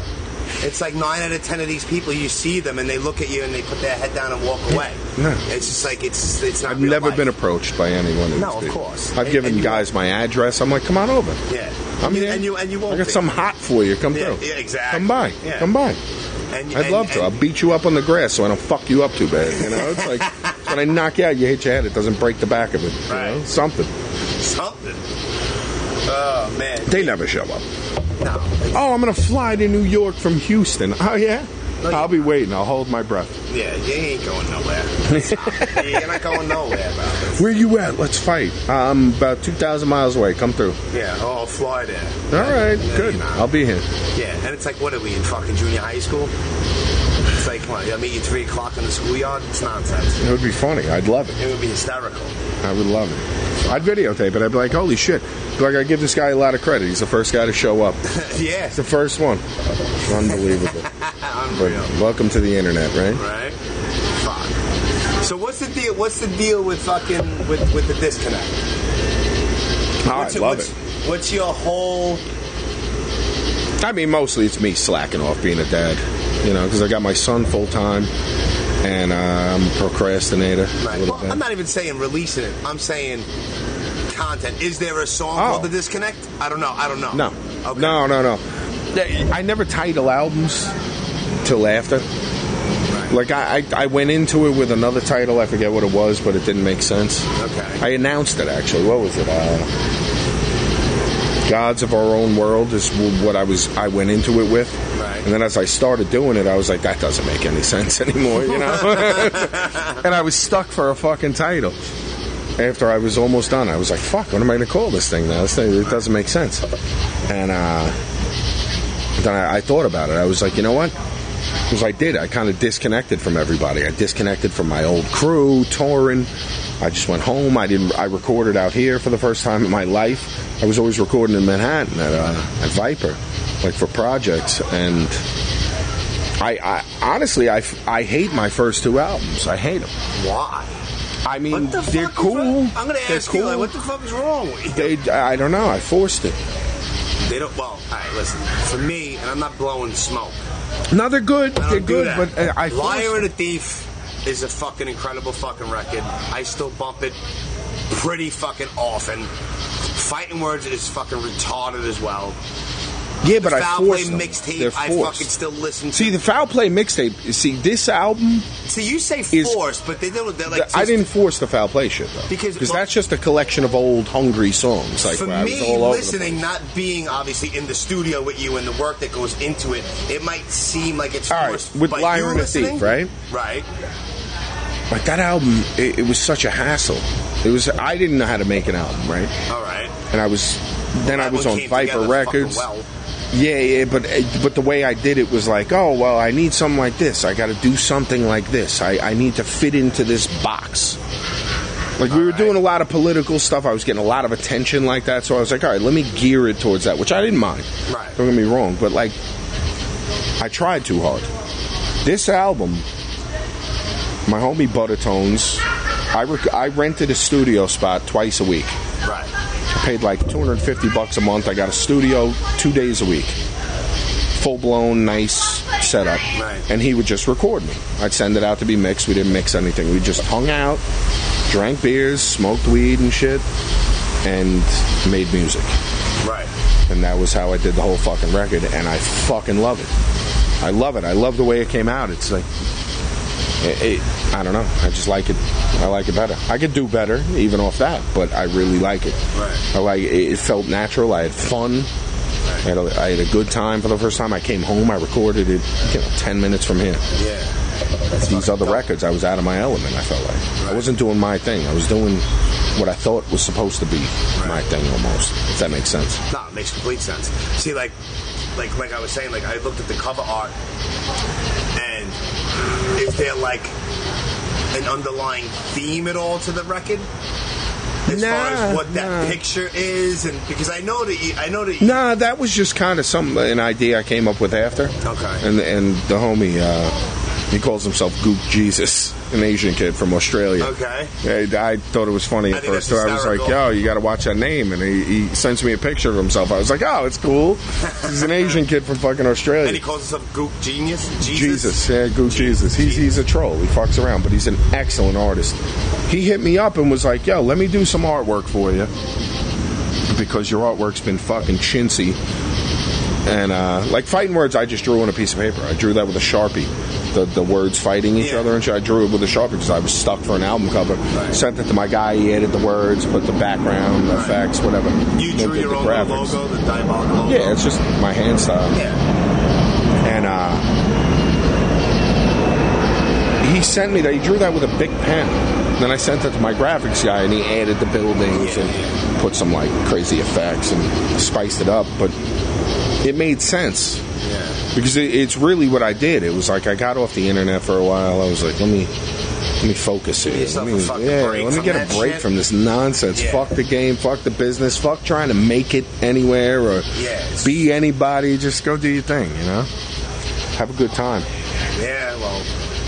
D: It's like nine out of ten of these people, you see them and they look at you and they put their head down and walk away.
E: No.
D: It's just like it's it's not.
E: I've
D: real
E: never
D: life.
E: been approached by anyone.
D: No, of course.
E: I've
D: And-
E: given
D: and you-
E: guys my address. I'm like, come on over.
D: Yeah.
E: I'm
D: You-
E: here.
D: and you and you won't.
E: I got
D: be.
E: something hot for you. Come
D: Yeah,
E: through.
D: yeah, exactly.
E: Come by.
D: Yeah.
E: Come by.
D: And-
E: I'd
D: and-
E: love
D: and-
E: to. I'll beat you up on the grass so I don't fuck you up too bad. You know, it's like it's when I knock you out, you hit your head. It doesn't break the back of it. you
D: Right.
E: know? Something.
D: something. Oh man.
E: They never show up.
D: No.
E: Oh, I'm gonna fly to New York from Houston. Oh yeah.
D: No, you-
E: I'll be waiting. I'll hold my breath.
D: Yeah, you ain't going nowhere. Stop. You're not going nowhere, bro.
E: Where you at? Let's fight. I'm about two thousand miles away. Come through.
D: Yeah. Oh, Florida.
E: All right.
D: No,
E: Good.
D: you're not.
E: I'll be here.
D: Yeah, and it's like, what are we in fucking junior high school? It's like, come on, I meet you three o'clock in the schoolyard. It's nonsense.
E: It would be funny. I'd love it.
D: It would be hysterical.
E: I would love it. I'd videotape it. I'd be like, holy shit. Be Like, I give this guy a lot of credit. He's the first guy to show up. He's
D: yeah,
E: the first one. Unbelievable. But
D: unreal,
E: welcome to the internet, right?
D: right? Fuck. So what's the deal? What's the deal with fucking with with the disconnect?
E: Oh, I
D: What's-
E: love
D: what's,
E: it.
D: What's your whole?
E: I mean, mostly it's me slacking off being a dad, you know, because I got my son full time and uh, I'm a procrastinator. a
D: Right.
E: little
D: Well,
E: bit.
D: I'm not even saying releasing it. I'm saying content. Is there a song
E: Oh.
D: called The Disconnect? I don't know. I don't know.
E: No.
D: Okay.
E: No, no, no. I never title albums till after. Like I, I, I went into it with another title. I forget what it was, but it didn't make sense.
D: Okay.
E: I announced it actually. What was it? Uh, Gods of Our Own World is w- what I was. I went into it with,
D: Right.
E: and then as I started doing it, I was like, that doesn't make any sense anymore, you know. and I was stuck for a fucking title. After I was almost done, I was like, "Fuck! What am I going to call this thing now? This thing it doesn't make sense." And uh, then I, I thought about it. I was like, you know what? Because I did. I kind of disconnected from everybody. I disconnected from my old crew, touring. I just went home. I didn't. I recorded out here for the first time in my life. I was always recording in Manhattan at uh, at Viper, like for projects. And I, I honestly, I, f- I hate my first two albums. I hate them.
D: Why?
E: I mean,
D: What the
E: they're
D: fuck is wrong-
E: cool.
D: I'm gonna
E: They're
D: ask you, like, what the fuck is wrong with you?
E: They, I don't know. I forced it.
D: They don't. Well, all right, listen. For me, and I'm not blowing smoke.
E: No, they're good.
D: I
E: They're
D: don't do
E: good,
D: that.
E: but uh, I forced
D: Liar and a Thief is a fucking incredible fucking record. I still bump it pretty fucking often. Fighting Words is fucking retarded as well.
E: Yeah, but
D: the
E: I
D: Foul
E: forced
D: Play
E: them. They're
D: mixtape, I
E: forced.
D: fucking still listen to.
E: See the foul play mixtape. See this album.
D: See, you say
E: is-
D: forced, but they don't. They're like
E: I
D: just-
E: didn't force the foul play shit though,
D: Because-
E: that's just a collection of old hungry songs. Like
D: for
E: where I was
D: me,
E: all over the
D: listening,
E: place.
D: not being obviously in the studio with you and the work that goes into it, it might seem like it's
E: All right,
D: forced.
E: with
D: but
E: Liar
D: you're
E: and a Thief,
D: listening-
E: right?
D: Right.
E: But that album, it, it was such a hassle. It was. I didn't know how to make an album, right?
D: All right.
E: And I was. Then I
D: That
E: was
D: one
E: on
D: came
E: Viper
D: together fucking
E: Records.
D: well.
E: Yeah, yeah, but eh, but the way I did it was like, oh well, I need something like this. I got to do something like this. I, I need to fit into this box. Like we were doing a lot of political stuff. I was getting a lot of attention like that, so I was like, all right, let me gear it towards that, which I didn't mind.
D: Right.
E: Don't get me wrong, but like, I tried too hard. This album, my homie Buttertones, I rec- I rented a studio spot twice a week.
D: Right.
E: I paid like 250 bucks a month. I got a studio two days a week, full blown, nice setup.
D: Right.
E: And he would just record me. I'd send it out to be mixed. We didn't mix anything. We just hung out, drank beers, smoked weed and shit, and made music.
D: Right.
E: And that was how I did the whole fucking record. And I fucking love it. I love it. I love the way it came out. It's like. It, it, I don't know. I just like it. I like it better. I could do better even off that, but I really like it.
D: Right.
E: I like it, it felt natural. I had fun. I had, a, I had a good time for the first time. I came home. I recorded it, you know, ten minutes from here.
D: Yeah.
E: These other records, I was out of my element. I felt like I wasn't doing my thing. I was doing what I thought was supposed to be my thing, almost. If that makes sense.
D: No, it makes complete sense. See, like, like, like I was saying, like I looked at the cover art, and is there like an underlying theme at all to the record? As far
E: Nah,
D: as what that
E: nah.
D: picture is, and because I know that you, I know that you,
E: Nah, that was just kind of some an idea I came up with after.
D: Okay.
E: And and the homie, uh, he calls himself Goop Jesus, an Asian kid from Australia.
D: Okay.
E: I, I thought it was funny
D: I
E: at
D: think
E: first. So
D: that's
E: I was like,
D: hysterical.
E: "Yo, you got to watch that name." And he, he sends me a picture of himself. I was like, "Oh, it's cool. He's an Asian kid from fucking Australia."
D: and he calls himself Goop Genius.
E: Jesus, yeah, Goop Jesus. He's he's a troll. He fucks around, but he's an excellent artist. He hit me up and was like, "Yo, let me do some artwork for you because your artwork's been fucking chintzy." And uh, like fighting words, I just drew on a piece of paper. I drew that with a sharpie. The, the words fighting each
D: Yeah.
E: other and shit. I drew it with a sharpie because I was stuck for an album cover. Sent it to my guy. He added the words, put the background effects, whatever.
D: You
E: Then
D: drew
E: did
D: your
E: the
D: own
E: graphics.
D: logo, the diabolic logo.
E: Yeah, it's just my hand style
D: yeah.
E: and uh, he sent me that. He drew that with a big pen. Then I sent it to my graphics guy, and he added the buildings and put some like crazy effects and spiced it up. But it made sense
D: Yeah.
E: because it, it's really what I did. It was like I got off the internet for a while. I was like, let me let me focus here.
D: yourself
E: Let
D: a
E: me,
D: fucking
E: yeah,
D: break
E: let me
D: from
E: get
D: that
E: a break
D: shit.
E: from this nonsense.
D: Yeah.
E: Fuck the game. Fuck the business. Fuck trying to make it anywhere or
D: Yeah, it's-
E: be anybody. Just go do your thing. You know, have a good time.
D: Yeah. Well,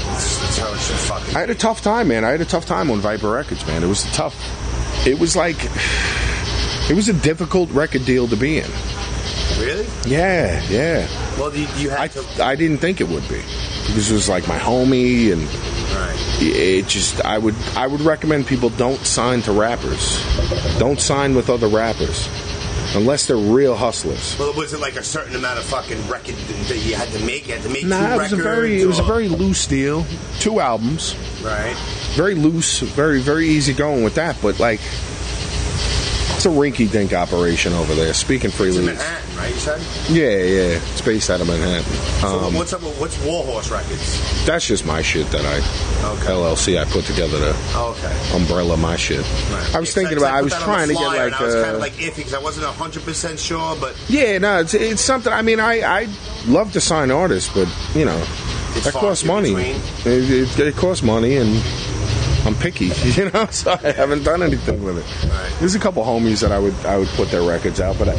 D: that's, that's how it should fucking.
E: I had a tough time, man. I had a tough time on Viper Records, man. It was tough. It was like it was a difficult record deal to be in.
D: really?
E: Yeah, yeah.
D: Well, you, you
E: I
D: had to.
E: I didn't think it would be because it was like my homie, and
D: all right.
E: it just I would I would recommend people don't sign to rappers. Don't sign with other rappers. unless they're real hustlers.
D: Well, was it like a certain amount of fucking record that you had to make? You had to make
E: Nah,
D: two
E: it was a
D: records.
E: very it was a
D: or-
E: very loose deal. Two albums,
D: right.
E: very loose, very very easy going with that. But like, it's a rinky dink operation over there. Speaking
D: It's in
E: freely,
D: Manhattan, right? You said.
E: yeah, yeah, it's based out of Manhattan. Um,
D: So what's up? with- What's Warhorse Records?
E: That's just my shit that I
D: Okay.
E: LLC I put together to
D: Oh, okay.
E: umbrella my shit.
D: Right.
E: I was
D: Yeah, 'cause
E: thinking
D: 'cause
E: about. I
D: put
E: was
D: that on
E: trying
D: the
E: to get
D: flyer, and
E: like.
D: I was
E: uh,
D: kind of like iffy because I wasn't hundred percent sure, but
E: Yeah, no, it's, it's something. I mean, I I love to sign artists, but you know,
D: It's
E: that
D: far
E: costs
D: and few
E: money.
D: between.
E: It, it, it costs money, and I'm picky, you know. So I haven't done anything with it.
D: Right.
E: There's a couple homies that I would I would put their records out, but I,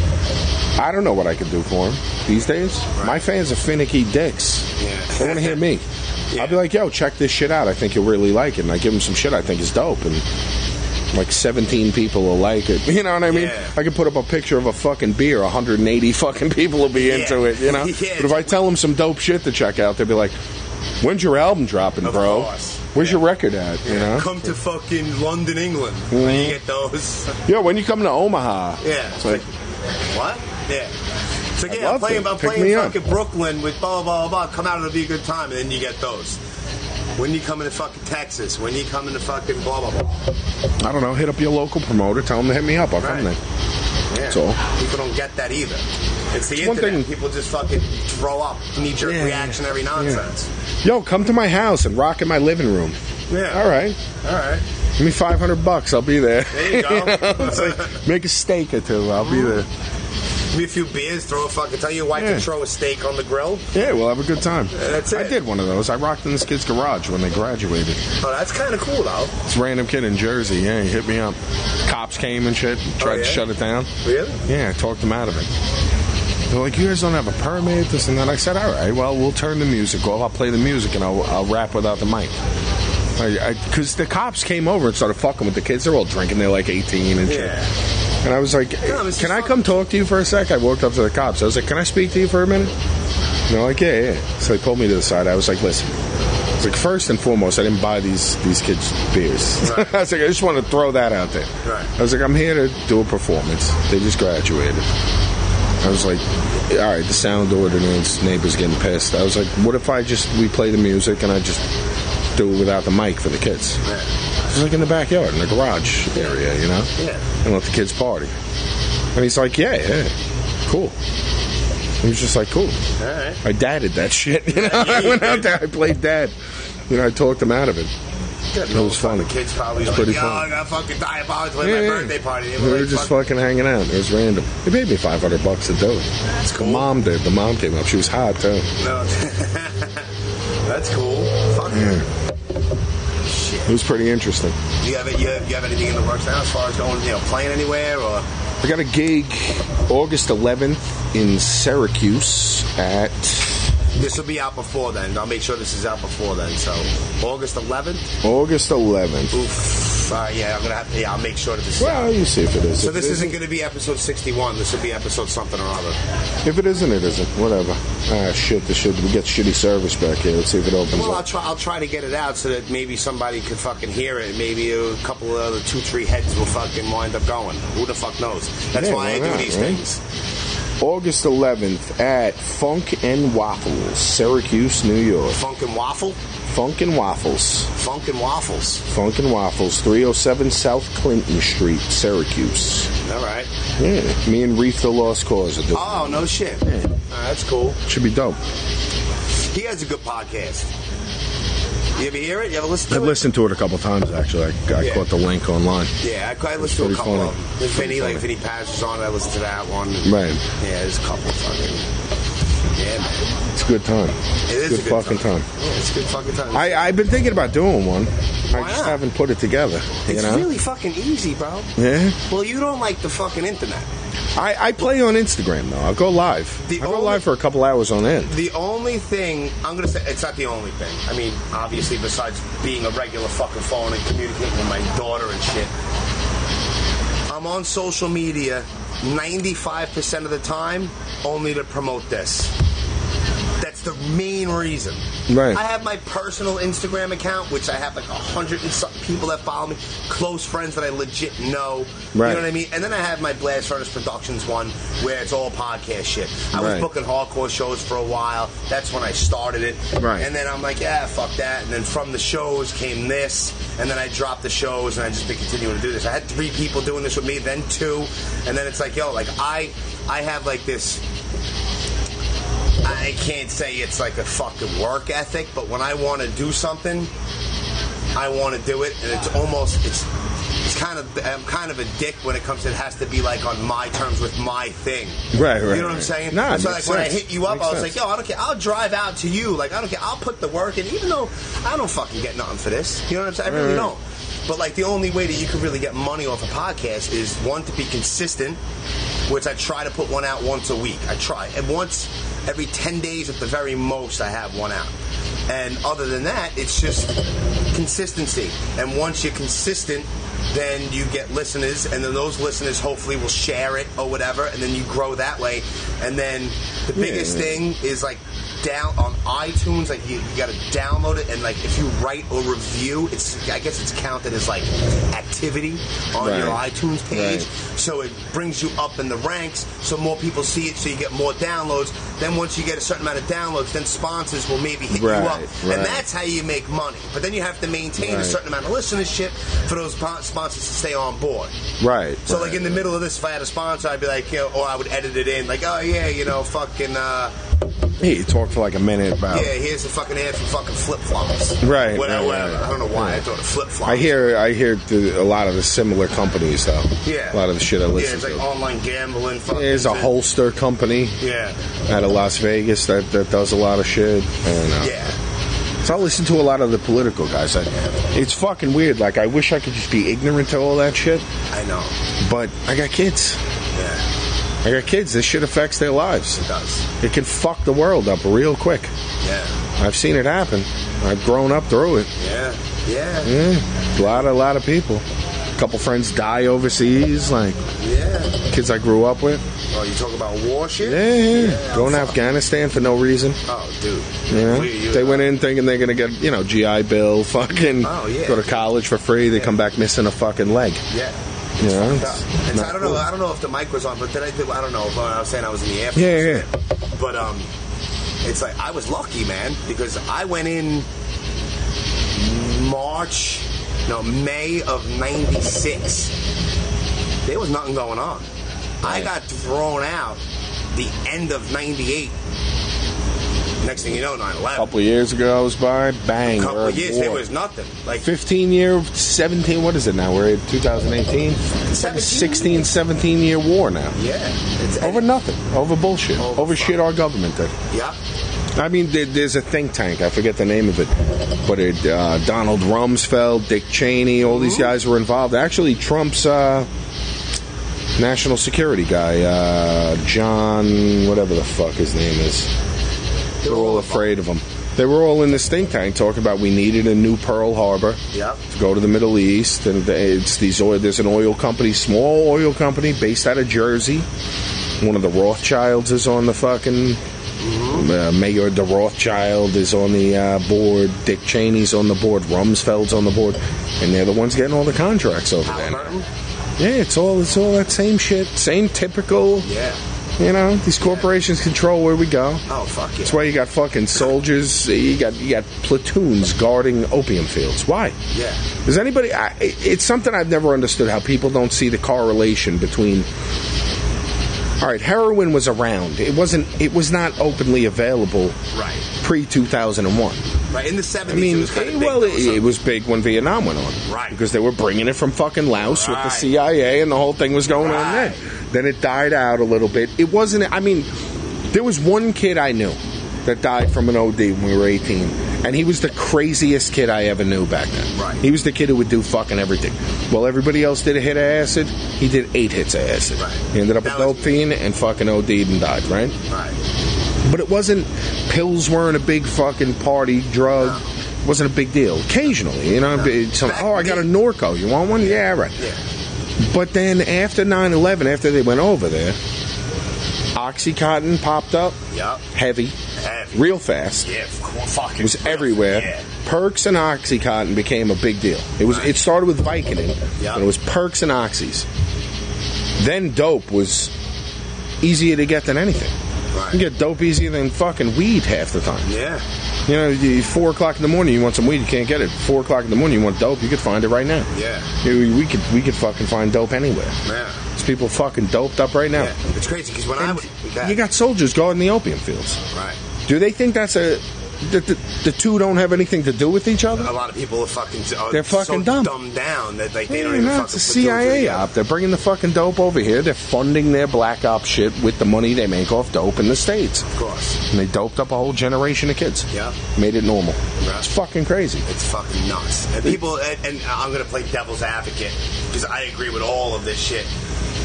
E: I don't know what I could do for them these days. My fans are finicky dicks.
D: Yeah.
E: They want to hear me.
D: Yeah.
E: I'll be like, yo, check this shit out. I think you'll really like it. And I give them some shit I think is dope. And like 17 people will like it. You know what I mean?
D: Yeah.
E: I could put up a picture of a fucking beer. 180 fucking people will be into it, you know?
D: Yeah.
E: But if I tell them some dope shit to check out, they'll be like, when's your album dropping,
D: Of
E: bro?
D: course.
E: Where's your record at, you know? Mm-hmm.
D: come to fucking London, England. And you get those.
E: Yo, when you come to Omaha.
D: Yeah.
E: It's like,
D: what? Yeah. So
E: I'd
D: yeah, I'm
E: love
D: playing,
E: to.
D: I'm
E: Pick
D: playing
E: me up.
D: fucking Brooklyn with blah blah blah blah. Come out, it'll be a good time, and then you get those. When you coming to fucking Texas? When you coming to fucking blah blah blah?
E: I don't know, hit up your local promoter, tell them to hit me up. I'll
D: Right.
E: come there.
D: Yeah.
E: So-
D: people don't get that either. It's the
E: one
D: internet.
E: thing-
D: People just fucking throw up knee jerk
E: Yeah.
D: reactionary nonsense.
E: Yo, come to my house and rock in my living room.
D: Yeah.
E: All right.
D: All right.
E: Give me 500 bucks, I'll be there.
D: There you go.
E: It's like, make a steak or two, I'll be there.
D: Give me a few beers, throw a fucking. Tell your wife
E: Yeah.
D: to throw a steak on the grill.
E: Yeah, we'll have a good time.
D: that's
E: I
D: it.
E: did one of those. I rocked in this kid's garage when they graduated.
D: Oh, that's kind of cool though.
E: This random kid in Jersey, yeah, he hit me up. Cops came and shit, tried
D: Oh, yeah?
E: to shut it down.
D: Really?
E: Yeah, I talked him out of it. They're like, you guys don't have a permit, this and that. I said, all right, well, we'll turn the music off. I'll play the music and I'll, I'll rap without the mic. Because the cops came over and started fucking with the kids. They're all drinking. They're like 18 and shit.
D: Yeah.
E: And I was like,
D: No, this is
E: "Can I
D: fun.
E: come talk to you for a sec?" I walked up to the cops. I was like, "Can I speak to you for a minute?" And they're like, "Yeah, yeah." So they pulled me to the side. I was like, "Listen." I was like, first and foremost, I didn't buy these these kids beers.
D: Right.
E: I was like, I just want to throw that out there.
D: Right.
E: I was like, I'm here to do a performance. They just graduated. I was like, all right, the sound ordinance, neighbors getting pissed. I was like, what if I just we play the music and I just do it without the mic for the kids? It's like in the backyard, in the garage area, you know?
D: Yeah.
E: And let the kids party. And he's like, yeah, yeah, cool. He was just like, cool.
D: All right.
E: I dadded that shit, you know? I went out there, I played dad. You know, I talked him out of it.
D: That
E: was funny.
D: The kids probably
E: It's
D: like,
E: pretty
D: yo,
E: funny.
D: I got fucking diabolics at my birthday party.
E: We were just fucking hanging out. It was random. They paid me 500 bucking to do it.
D: That's
E: The
D: cool.
E: mom did. The mom came up. She was hot, too.
D: No. That's cool. Fuck
E: It
D: Shit.
E: was pretty interesting.
D: Do you have it? You have, you have anything in the works now as far as going, you know, playing anywhere or?
E: I got a gig August 11th in Syracuse at.
D: This will be out before then. I'll make sure this is out before then. So August 11th.
E: August 11th.
D: Oof. Uh, yeah, I'm gonna have to. Yeah, I'll make sure that this is
E: Well,
D: out.
E: you see if it is.
D: So
E: If
D: this
E: it
D: isn't gonna be episode 61. This will be episode something or other.
E: If it isn't, it isn't. Whatever. Ah, shit. This shit. We get shitty service back here. Let's see if it opens
D: Well, I'll
E: up.
D: try. I'll try to get it out so that maybe somebody could fucking hear it. Maybe a couple of other two, three heads will fucking wind up going. Who the fuck knows? That's
E: Yeah,
D: why I
E: why
D: do
E: not,
D: these
E: right?
D: things.
E: August 11th at Funk and Waffles, Syracuse, New York.
D: Funk and waffle,
E: Funk and Waffles.
D: funk and waffles.
E: Funk and Waffles, 307 South Clinton Street, Syracuse.
D: All right.
E: Yeah. Me and Reef the Lost Cause are doing
D: Oh no shit. All right, that's cool.
E: it. Should be dope.
D: He has a good podcast. You ever hear it? You ever listen to
E: I've
D: it?
E: listened to it a couple times, actually. I, I
D: Yeah.
E: caught the link online.
D: Yeah, I, I
E: It's
D: listened to
E: pretty
D: a couple
E: funny.
D: of them. There's Vinny, like Vinny Paz was on. I listened to that one.
E: Right.
D: Yeah, there's a couple fucking. Yeah, man.
E: It's a good time.
D: It is
E: good
D: a good
E: fucking time.
D: Yeah, it's a good fucking time.
E: I, I've been thinking about doing one. I
D: Why
E: just
D: not?
E: haven't put it together.
D: it's
E: you know?
D: really fucking easy, bro.
E: yeah.
D: Well, you don't like the fucking internet.
E: I, I play on Instagram though. I'll go live.
D: The
E: I'll go
D: only-
E: live for a couple hours on end.
D: The only thing I'm gonna say, it's not the only thing. I mean, obviously, besides being a regular fucking phone and communicating with my daughter and shit, I'm on social media 95% of the time only to promote this. That's the the main reason.
E: Right.
D: I have my personal Instagram account, which I have like a hundred and something people that follow me, close friends that I legit know.
E: Right.
D: You know what I mean? And then I have my Blast Furnace Productions one, where it's all podcast shit. I was
E: Right.
D: booking hardcore shows for a while. That's when I started it.
E: Right.
D: And then I'm like, yeah, fuck that. And then from the shows came this, and then I dropped the shows, and I just been continuing to do this. I had three people doing this with me, then two, and then it's like, yo, like I, I have like this. I can't say it's like a fucking work ethic, but when I want to do something, I want to do it, and it's almost it's it's kind of I'm kind of a dick when it comes to it has to be like on my terms with my thing.
E: Right, right,
D: You know what I'm
E: right.
D: saying?
E: Nah, it
D: so like
E: makes
D: when I
E: sense.
D: hit you up,
E: Makes
D: I was
E: sense.
D: like, yo, I don't care. I'll drive out to you. Like I don't care. I'll put the work in, even though I don't fucking get nothing for this. You know what I'm saying? I really
E: Right, right.
D: don't. But like the only way that you can really get money off a podcast is one to be consistent, which I try to put one out once a week. I try and once every ten days at the very most I have one out. And other than that, it's just consistency. And once you're consistent, then you get listeners, and then those listeners hopefully will share it or whatever, and then you grow that way. And then the biggest
E: yeah.
D: thing is like down on iTunes, like you, you gotta download it, and like if you write or review, it's I guess it's counted as like activity on your
E: Right.
D: iTunes page.
E: Right.
D: So it brings you up in the ranks, so more people see it, so you get more downloads. Then once you get a certain amount of downloads, then sponsors will maybe hit
E: Right,
D: you up,
E: right.
D: and that's how you make money. But then you have to maintain a
E: Right.
D: certain amount of listenership for those po- sponsors to stay on board.
E: Right.
D: So like in the middle of this, if I had a sponsor, I'd be like, you know, or I would edit it in, like, oh yeah, you know, fucking, uh,
E: yeah, you talk for like a minute about.
D: yeah, here's a fucking ad for fucking flip flops,
E: Oh. Right,
D: Whatever,
E: right,
D: whatever.
E: right.
D: I don't know why I thought of flip flops.
E: I hear I hear the, a lot of the similar companies though.
D: Yeah.
E: A lot of the shit I
D: yeah,
E: listen
D: it's like
E: to.
D: online gambling. Fucking
E: There's a
D: shit.
E: holster company
D: yeah,
E: out of Las Vegas that, that does a lot of shit. And, uh,
D: yeah,
E: So I listen to a lot of the political guys. I, it's fucking weird. Like I wish I could just be ignorant to all that shit,
D: I know.
E: but I got kids.
D: Yeah,
E: I got kids. This shit affects their lives.
D: it does.
E: It can fuck the world up real quick.
D: Yeah,
E: I've seen it happen. I've grown up through it.
D: yeah, yeah,
E: Yeah, a lot, a lot of people. A couple friends die overseas. Like
D: yeah.
E: kids I grew up with.
D: Oh, you talk about war shit?
E: Yeah, yeah. going to
D: I'm fu-
E: Afghanistan for no reason.
D: Oh, dude.
E: You know?
D: We- you-
E: They went in thinking they're gonna get you know GI Bill, fucking
D: Oh, yeah.
E: go to college for free. They come back missing a fucking leg.
D: Yeah.
E: You know,
D: It's
E: it's
D: fucked up. It's-
E: not
D: I don't know.
E: cool.
D: I don't know if the mic was on, but then I did, I don't know. But I was saying I was in the air. Force.
E: Yeah, yeah.
D: But um, it's like I was lucky, man, because I went in March, no May of '96. There was nothing going on. I got thrown out the end of '98. Next thing you know, 9/11.
E: A couple of years ago, I was by bang.
D: couple
E: we're
D: of
E: at
D: years,
E: war.
D: there was nothing. Like
E: 15 year, 17. What is it now? We're in 2018. It's like a
D: 17?
E: 16, 17 year war now.
D: yeah, it's
E: Over nothing. Over bullshit.
D: Over
E: Over, shit
D: fuck.
E: our government did.
D: Yeah,
E: I mean, there, there's a think tank. I forget the name of it, but it uh, Donald Rumsfeld, Dick Cheney, all these guys were involved. Actually, Trump's uh, national security guy, uh, John, whatever the fuck his name is, they were all afraid of him. They were all in this think tank talking about we needed a new Pearl Harbor
D: Yep.
E: to go to the Middle East, and they- it's these oil. There's an oil company, small oil company based out of Jersey. One of the Rothschilds is on the fucking uh, Mayor de Rothschild is on the uh, board. Dick Cheney's on the board. Rumsfeld's on the board, and they're the ones getting all the contracts over there. now.
D: Halliburton.
E: Yeah, it's all it's all that same shit, same typical.
D: Yeah.
E: You know, these corporations control where we go.
D: Oh fuck yeah.
E: That's why you got fucking soldiers. You got you got platoons guarding opium fields. Why?
D: Yeah.
E: Does anybody? I, it- it's something I've never understood how people don't see the correlation between. All right, heroin was around. It wasn't. It was not openly available
D: Right.
E: pre two thousand and one.
D: Right. In the
E: I
D: seventies,
E: mean,
D: it was kind
E: eh,
D: of
E: well,
D: big, though,
E: it,
D: so-
E: it was big when Vietnam went on,
D: Right.
E: Because they were bringing it from fucking Laos with the
D: Right.
E: CIA, and the whole thing was going on
D: Right.
E: then. Then it died out a little bit. It wasn't. I mean, there was one kid I knew that died from an OD when we were eighteen, and he was the craziest kid I ever knew back then.
D: Right.
E: He was the kid who would do fucking everything. While everybody else did a hit of acid, he did eight hits of acid.
D: Right.
E: He ended up
D: That
E: a
D: was-
E: dope fiend and fucking OD'd and died. Right
D: Right.
E: but it wasn't pills weren't a big fucking party drug wasn't a big deal occasionally you know it'd be some,
D: Back
E: oh i got a norco you want one yeah right
D: Yeah.
E: but then after 9-11 after they went over there oxycontin popped up
D: Yup.
E: heavy
D: Heavy.
E: real fast.
D: Yeah, of course, fucking.
E: was everywhere.
D: Yeah.
E: Perks and OxyContin became a big deal. It was it started with Vicodin,
D: Yeah.
E: and it was Perks and Oxys. Then dope was easier to get than anything.
D: Right.
E: You can get dope easier than fucking weed half the time.
D: Yeah.
E: You know, you, four o'clock in the morning, you want some weed, you can't get it. Four o'clock in the morning, you want dope, you could find it right now.
D: Yeah.
E: You know, we could we could fucking find dope anywhere.
D: Yeah.
E: There's people fucking doped up right now.
D: Yeah. It's crazy because when I was.
E: You got soldiers guarding the opium fields.
D: Right.
E: Do they think that's a that the, the two don't have anything to do with each other?
D: A lot of people are fucking. Are
E: They're fucking
D: so
E: dumb.
D: dumbed down that like, they don't
E: Yeah,
D: even
E: no,
D: fucking.
E: it's
D: put
E: a
D: two and two
E: CIA
D: together.
E: op. They're bringing the fucking dope over here. They're funding their black op shit with the money they make off dope in the states.
D: Of course.
E: And they doped up a whole generation of kids.
D: Yeah.
E: Made it normal.
D: Right.
E: It's fucking crazy.
D: It's fucking nuts. And people, and, and I'm gonna play devil's advocate because I agree with all of this shit.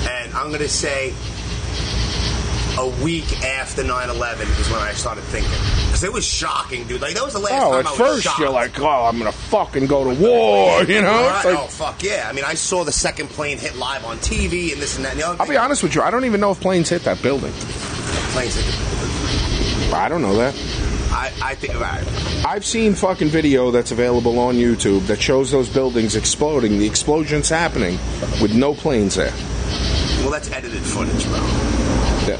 D: And I'm gonna say, a week after 9/11 is when I started thinking because it was shocking, dude. Like that was the last
E: Oh,
D: time
E: at
D: I was
E: first
D: shocked.
E: you're like, oh, I'm gonna fucking go to war, you know?
D: Right?
E: It's like-
D: oh fuck yeah! I mean, I saw the second plane hit live on TV and this and that. And the other
E: I'll be
D: thing.
E: honest with you, I don't even know if planes hit that building.
D: Planes hit-
E: I don't know that.
D: I, I think. all right.
E: I've seen fucking video that's available on YouTube that shows those buildings exploding, the explosions happening with no planes there.
D: Well, that's edited footage, bro.
E: That-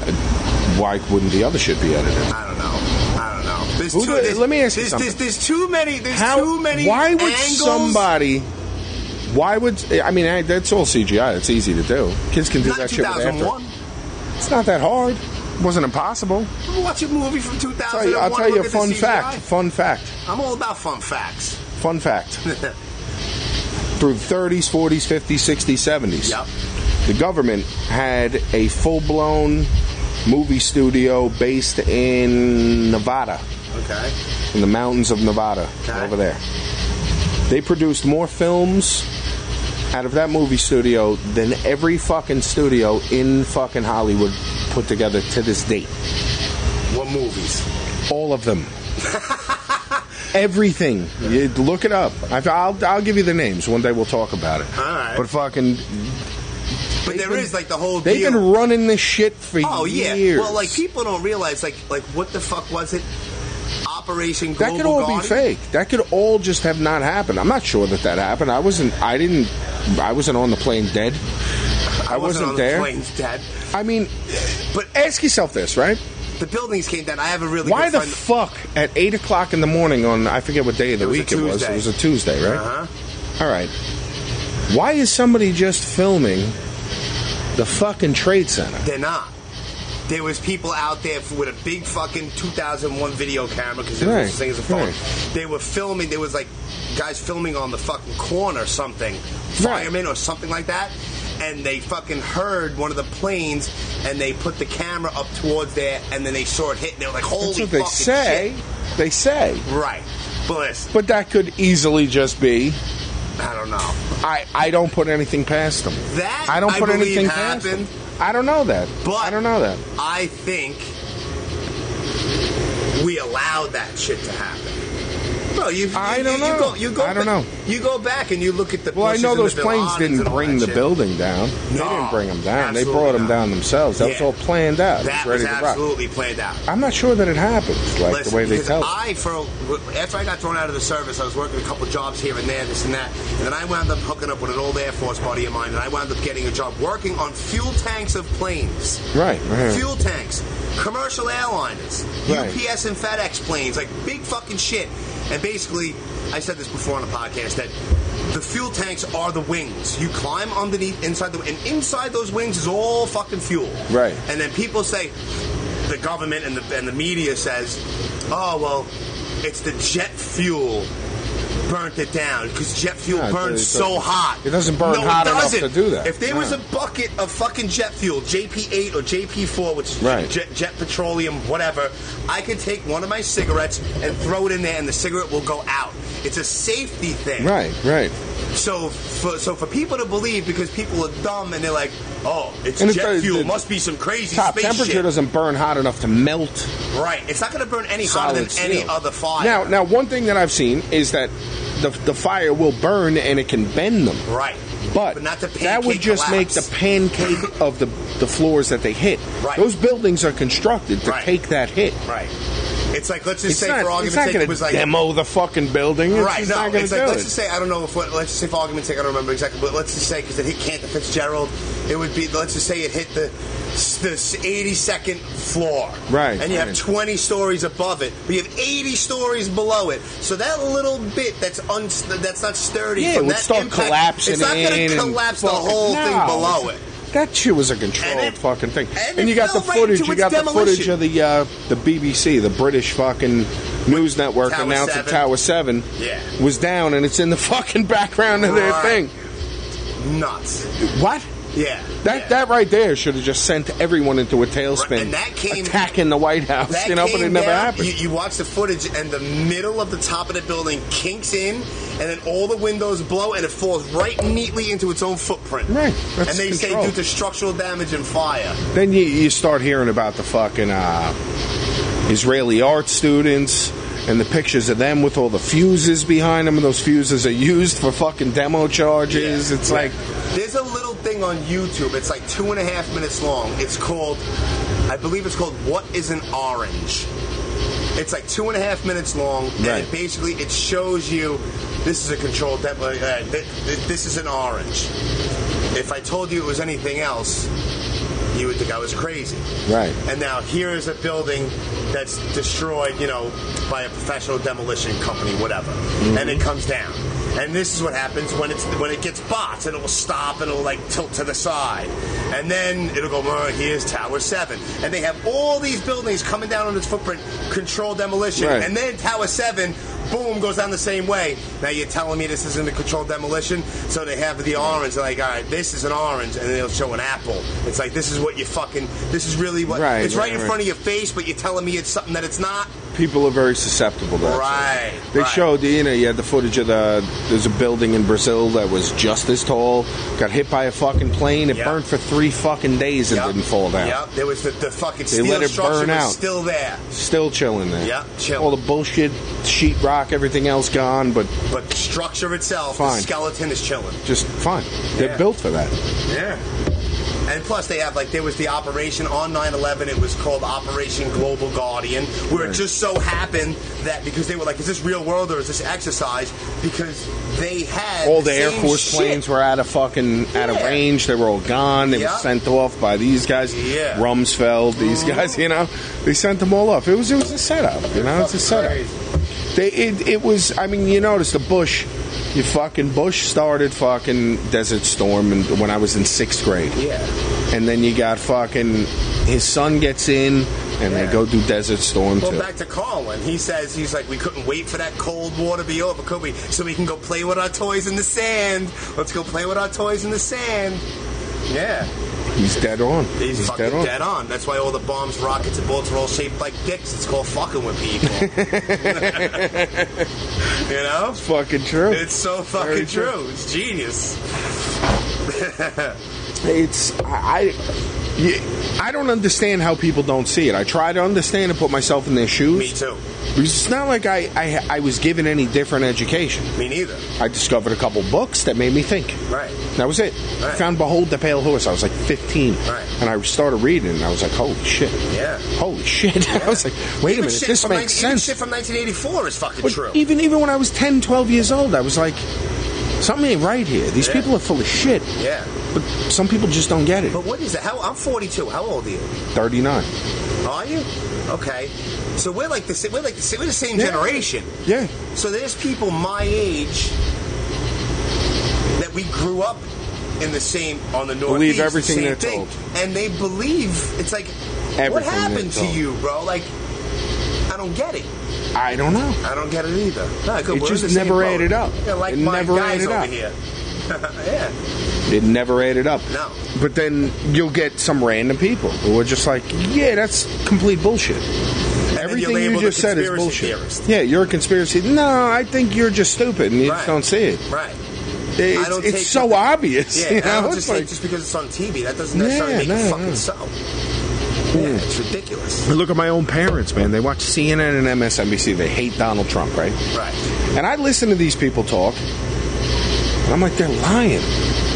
E: Why wouldn't the other shit be edited?
D: I don't know. I don't know. There's
E: Who
D: too,
E: the-
D: there's,
E: let me ask you
D: there's,
E: something.
D: There's, there's too many. There's
E: How-
D: too many.
E: Why would
D: angles.
E: somebody? Why would I mean? I- That's all CGI. It's easy to do. Kids can do
D: Not
E: that shit with After.
D: 2001.
E: It's not that hard. It wasn't impossible.
D: Watch a movie from 2001.
E: I'll tell you, I'll tell you a
D: look at the
E: fun
D: CGI.
E: fact. Fun fact.
D: I'm all about fun facts.
E: Fun fact.
D: yep.
E: Through the 30s, 40s, 50s, 60s, 70s, the government had a full-blown movie studio based in Nevada,
D: Okay.
E: in the mountains of Nevada,
D: Okay.
E: over there. They produced more films out of that movie studio than every fucking studio in fucking Hollywood put together to this date.
D: What movies?
E: All of them. Everything. You look it up. I've, I'll, I'll give you the names. One day we'll talk about it.
D: All right.
E: But fucking,
D: But there is
E: been-
D: like the whole
E: they've
D: deal.
E: been running this shit for
D: oh yeah.
E: years.
D: Well, like people don't realize like like what the fuck was it? Operation
E: that
D: Global
E: could all
D: Guardian?
E: be fake. That could all just have not happened. I'm not sure that that happened. I wasn't. I didn't. I wasn't on the plane dead. I,
D: I wasn't,
E: wasn't,
D: on
E: there.
D: The planes, Dad.
E: I mean,
D: But
E: ask yourself this, right?
D: the buildings came down. I have a really
E: Why
D: good
E: the
D: friend.
E: fuck at eight o'clock in the morning on I forget what day of the
D: It was a
E: week it was. It
D: Tuesday.
E: was a Tuesday, right?
D: Uh-huh.
E: All right. Why is somebody just filming the fucking Trade Center?
D: They're not. There was people out there f- with a big fucking 2001 video camera because there
E: Right,
D: was things a phone.
E: right.
D: They were filming. There was like guys filming on the fucking corn or something,
E: Right.
D: firemen or something like that. And they fucking heard one of the planes, and they put the camera up towards there, and then they saw it hit. And they were like, "Holy
E: That's what they
D: fucking
E: say. They say.
D: shit!" Right. But listen,
E: But that could easily just be
D: I don't know.
E: I, I don't put anything past them.
D: That,
E: I don't
D: I
E: put
D: believe,
E: anything
D: happened.
E: past them. I don't know that.
D: But
E: I don't know that.
D: I think we allowed that shit to happen. Bro, you, you-
E: I
D: you-
E: don't
D: you
E: know.
D: go, you go
E: I don't
D: ba-
E: know.
D: You go back and you look at the.
E: Well, I
D: Bushes
E: know
D: and the
E: those
D: Bin
E: planes
D: Ladens
E: didn't
D: and all
E: bring
D: that
E: the
D: shit.
E: building down.
D: No,
E: they didn't bring them down. They
D: absolutely
E: brought them
D: not.
E: down themselves. That was
D: Yeah.
E: all planned
D: That
E: out. it was
D: was
E: ready to rock.
D: absolutely planned out.
E: I'm not sure that it happens like
D: Listen,
E: the way they
D: because
E: tell. it.
D: I for a- after I got thrown out of the service, I was working a couple jobs here and there, this and that, and then I wound up hooking up with an old Air Force buddy of mine, and I wound up getting a job working on fuel tanks of planes.
E: Right. right.
D: fuel tanks, commercial airliners,
E: Right.
D: UPS and FedEx planes, like big fucking shit. And basically, I said this before on the podcast that the fuel tanks are the wings. You climb underneath, inside the, and inside those wings is all fucking fuel.
E: Right.
D: And then people say, the government and the and the media says, oh well, it's the jet fuel. Burnt it down because jet fuel
E: Yeah, it-
D: burns
E: it-
D: so hot.
E: it doesn't burn
D: no, it
E: hot enough
D: doesn't.
E: to do that.
D: If there was
E: No.
D: a bucket of fucking jet fuel, JP8 or JP4, which is
E: Right.
D: jet, jet petroleum, whatever, I could take one of my cigarettes and throw it in there, and the cigarette will go out. It's a safety thing.
E: Right, right.
D: So, for, so for people to believe because people are dumb and they're like, "Oh, it's
E: And it's
D: jet
E: the-
D: fuel.
E: the-
D: must be some crazy
E: Top
D: space
E: temperature
D: shit."
E: doesn't burn hot enough to melt
D: right? It's not going to burn any hotter
E: solid
D: than
E: steel.
D: any other fire.
E: Now, now, one thing that I've seen is that the the fire will burn and it can bend them.
D: right?
E: But,
D: not the
E: that would
D: pancake
E: just
D: collapse.
E: make the pancake of the the floors that they hit.
D: Right.
E: Those buildings are constructed to
D: Right.
E: take that hit.
D: right. It's like let's just
E: It's
D: say
E: not,
D: for
E: it's
D: argument's
E: not
D: sake,
E: going
D: it was
E: to
D: like
E: demo the fucking building. It's,
D: Right.
E: he's
D: No,
E: not going
D: it's
E: to
D: like
E: do
D: let's
E: it.
D: just say I don't know if what, let's just say for argument's sake I don't remember exactly, but let's just say because it hit Cantor Fitzgerald, it would be let's just say it hit the the 82nd floor.
E: Right,
D: And you have
E: right.
D: 20 stories above it, but you have 80 stories below it. So that little bit that's un, that's not sturdy.
E: Yeah, it
D: from
E: would
D: that
E: start
D: impact,
E: collapsing
D: It's not
E: in
D: going to
E: and
D: collapse the
E: fucking-
D: whole
E: No.
D: thing below it.
E: That shit was a controlled
D: And it-
E: fucking thing.
D: and it
E: And, you got the
D: fell right into
E: footage. you
D: its
E: got the footage
D: demolition.
E: of the uh, the BBC, the British fucking news network,
D: Tower
E: announced that
D: 7.
E: Tower Seven
D: Yeah.
E: was down, and it's in the fucking background of their
D: Right.
E: thing.
D: Nuts.
E: What?
D: Yeah.
E: That
D: yeah.
E: that right there should have just sent everyone into a tailspin.
D: Right, and that came-
E: attacking the White House,
D: That
E: you know, but
D: came
E: it never
D: down,
E: happened.
D: You, you watch the footage, and the middle of the top of the building kinks in, and then all the windows blow, and it falls right neatly into its own footprint.
E: Right,
D: And
E: that's
D: they say
E: control.
D: due to structural damage and fire.
E: then you, you start hearing about the fucking uh, Israeli art students and the pictures of them with all the fuses behind them, and those fuses are used for fucking demo charges.
D: Yeah,
E: It's
D: yeah.
E: like
D: there's a little thing on YouTube. It's like two and a half minutes long. It's called, I believe it's called "What Is an Orange." It's like two and a half minutes long, and
E: Right.
D: it basically it shows you this is a controlled demo. Uh, th- th- this is an orange. If I told you it was anything else, you would think I was crazy.
E: right.
D: And now here is a building that's destroyed, you know, by a professional demolition company, whatever. And it comes down. And this is what happens when it's when it gets bots, and it will stop, and it'll like tilt to the side, and then it'll go. "Well, here's Tower Seven, and they have all these buildings coming down on its footprint, controlled demolition,
E: Right.
D: and then Tower Seven, boom, goes down the same way. Now you're telling me this isn't a controlled demolition? So they have the orange, they're like, all right, this is an orange, and they'll show an apple. It's like this is what you fucking, this is really what
E: Right,
D: it's right,
E: right,
D: in
E: right.
D: front of your face, but you're telling me it's something that it's not.
E: people are very susceptible to that.
D: Right,
E: They
D: right.
E: showed, you know, you had the footage of the. There's a building in Brazil that was just as tall, got hit by a fucking plane, it
D: Yep.
E: burned for three fucking days and
D: Yep.
E: didn't fall down.
D: Yep, there was the, the fucking
E: They
D: steel
E: let it
D: structure
E: burn
D: was
E: out.
D: still there,
E: Still chilling there.
D: Yep, chilling.
E: All the bullshit, sheetrock, everything else gone, but
D: but the structure itself, the
E: Fine.
D: skeleton is chilling.
E: just fine. They're
D: Yeah.
E: built for that.
D: Yeah. And plus, they have like there was the operation on 9/11. It was called Operation Global Guardian, where it
E: Right.
D: just so happened that because they were like, "Is this real world or is this exercise?" Because they had
E: All the Air
D: same
E: Force
D: shit.
E: planes were out of fucking out of
D: Yeah.
E: range. They were all gone. They
D: Yep.
E: were sent off by these guys.
D: Yeah. Mm-hmm.
E: Rumsfeld, these guys. You know, they sent them all off. It was it was a setup. You know, it's a
D: Fucking
E: setup.
D: crazy.
E: They, it, it was. I mean, you notice the Bush, you fucking Bush started fucking Desert Storm, and when I was in sixth grade.
D: Yeah.
E: And then you got fucking his son gets in, and they
D: Yeah.
E: go do Desert Storm
D: Well,
E: too.
D: back to Colin. He says he's like, we couldn't wait for that cold war to be over, could we? So we can go play with our toys in the sand. Let's go play with our toys in the sand. Yeah,
E: he's dead on.
D: he's, fucking dead on. That's why all the bombs, rockets, and bullets are all shaped like dicks. It's called fucking with people. you know,
E: Fucking true.
D: it's so fucking
E: Very
D: true.
E: true.
D: It's genius.
E: it's I, I I don't understand how people don't see it. I try to understand and put myself in their shoes.
D: Me too.
E: Because it's not like I, I I was given any different education.
D: Me neither.
E: I discovered a couple books that made me think.
D: Right.
E: That was it.
D: Right.
E: I found Behold the Pale Horse. I was like 15.
D: Right.
E: And I started reading it and I was like, holy shit.
D: Yeah.
E: Holy shit. I was like, wait a
D: Even
E: minute,
D: shit
E: this
D: from
E: makes
D: 19 even
E: sense. e-
D: shit from 1984 is fucking
E: But
D: true.
E: Even even when I was 10, 12 years old, I was like, something ain't right here. These
D: Yeah.
E: people are full of shit.
D: yeah.
E: But some people just don't get it.
D: But what is that? How I'm 42. How old are you?
E: 39.
D: Are you? Okay. So we're like the sa- we're like the, sa- we're the same
E: Yeah.
D: generation.
E: Yeah.
D: So there's people my age that we grew up in the same on the northeast.
E: Believe
D: the
E: everything
D: same
E: they're
D: thing.
E: told.
D: and they believe it's like what
E: Everything
D: happened
E: they're
D: to
E: told.
D: you, bro? Like I don't get it.
E: I don't know.
D: I don't get it either. No, good,
E: It
D: we're in
E: just
D: the same
E: never
D: boat.
E: added up.
D: Yeah, like
E: It
D: my
E: never
D: guys
E: added
D: over
E: up.
D: here. yeah.
E: It never added up.
D: No.
E: But then you'll get some random people who are just like, yeah, that's complete bullshit.
D: then you're
E: Everything you
D: labeled a
E: just said is
D: conspiracy
E: bullshit.
D: theorist.
E: Yeah, you're a conspiracy. No, I think you're just stupid and you
D: Right.
E: just don't see it.
D: Right.
E: It's,
D: I don't
E: it's
D: take
E: so
D: nothing-
E: obvious.
D: Yeah,
E: you
D: I
E: know?
D: don't
E: It's
D: just
E: like-
D: think just because it's on TV that doesn't necessarily
E: Yeah, Hmm.
D: make it
E: no,
D: fucking
E: no.
D: so. Yeah, it's ridiculous.
E: I look at my own parents, man. They watch CNN and MSNBC. They hate Donald Trump, right?
D: Right.
E: And I listen to these people talk, and I'm like, they're lying.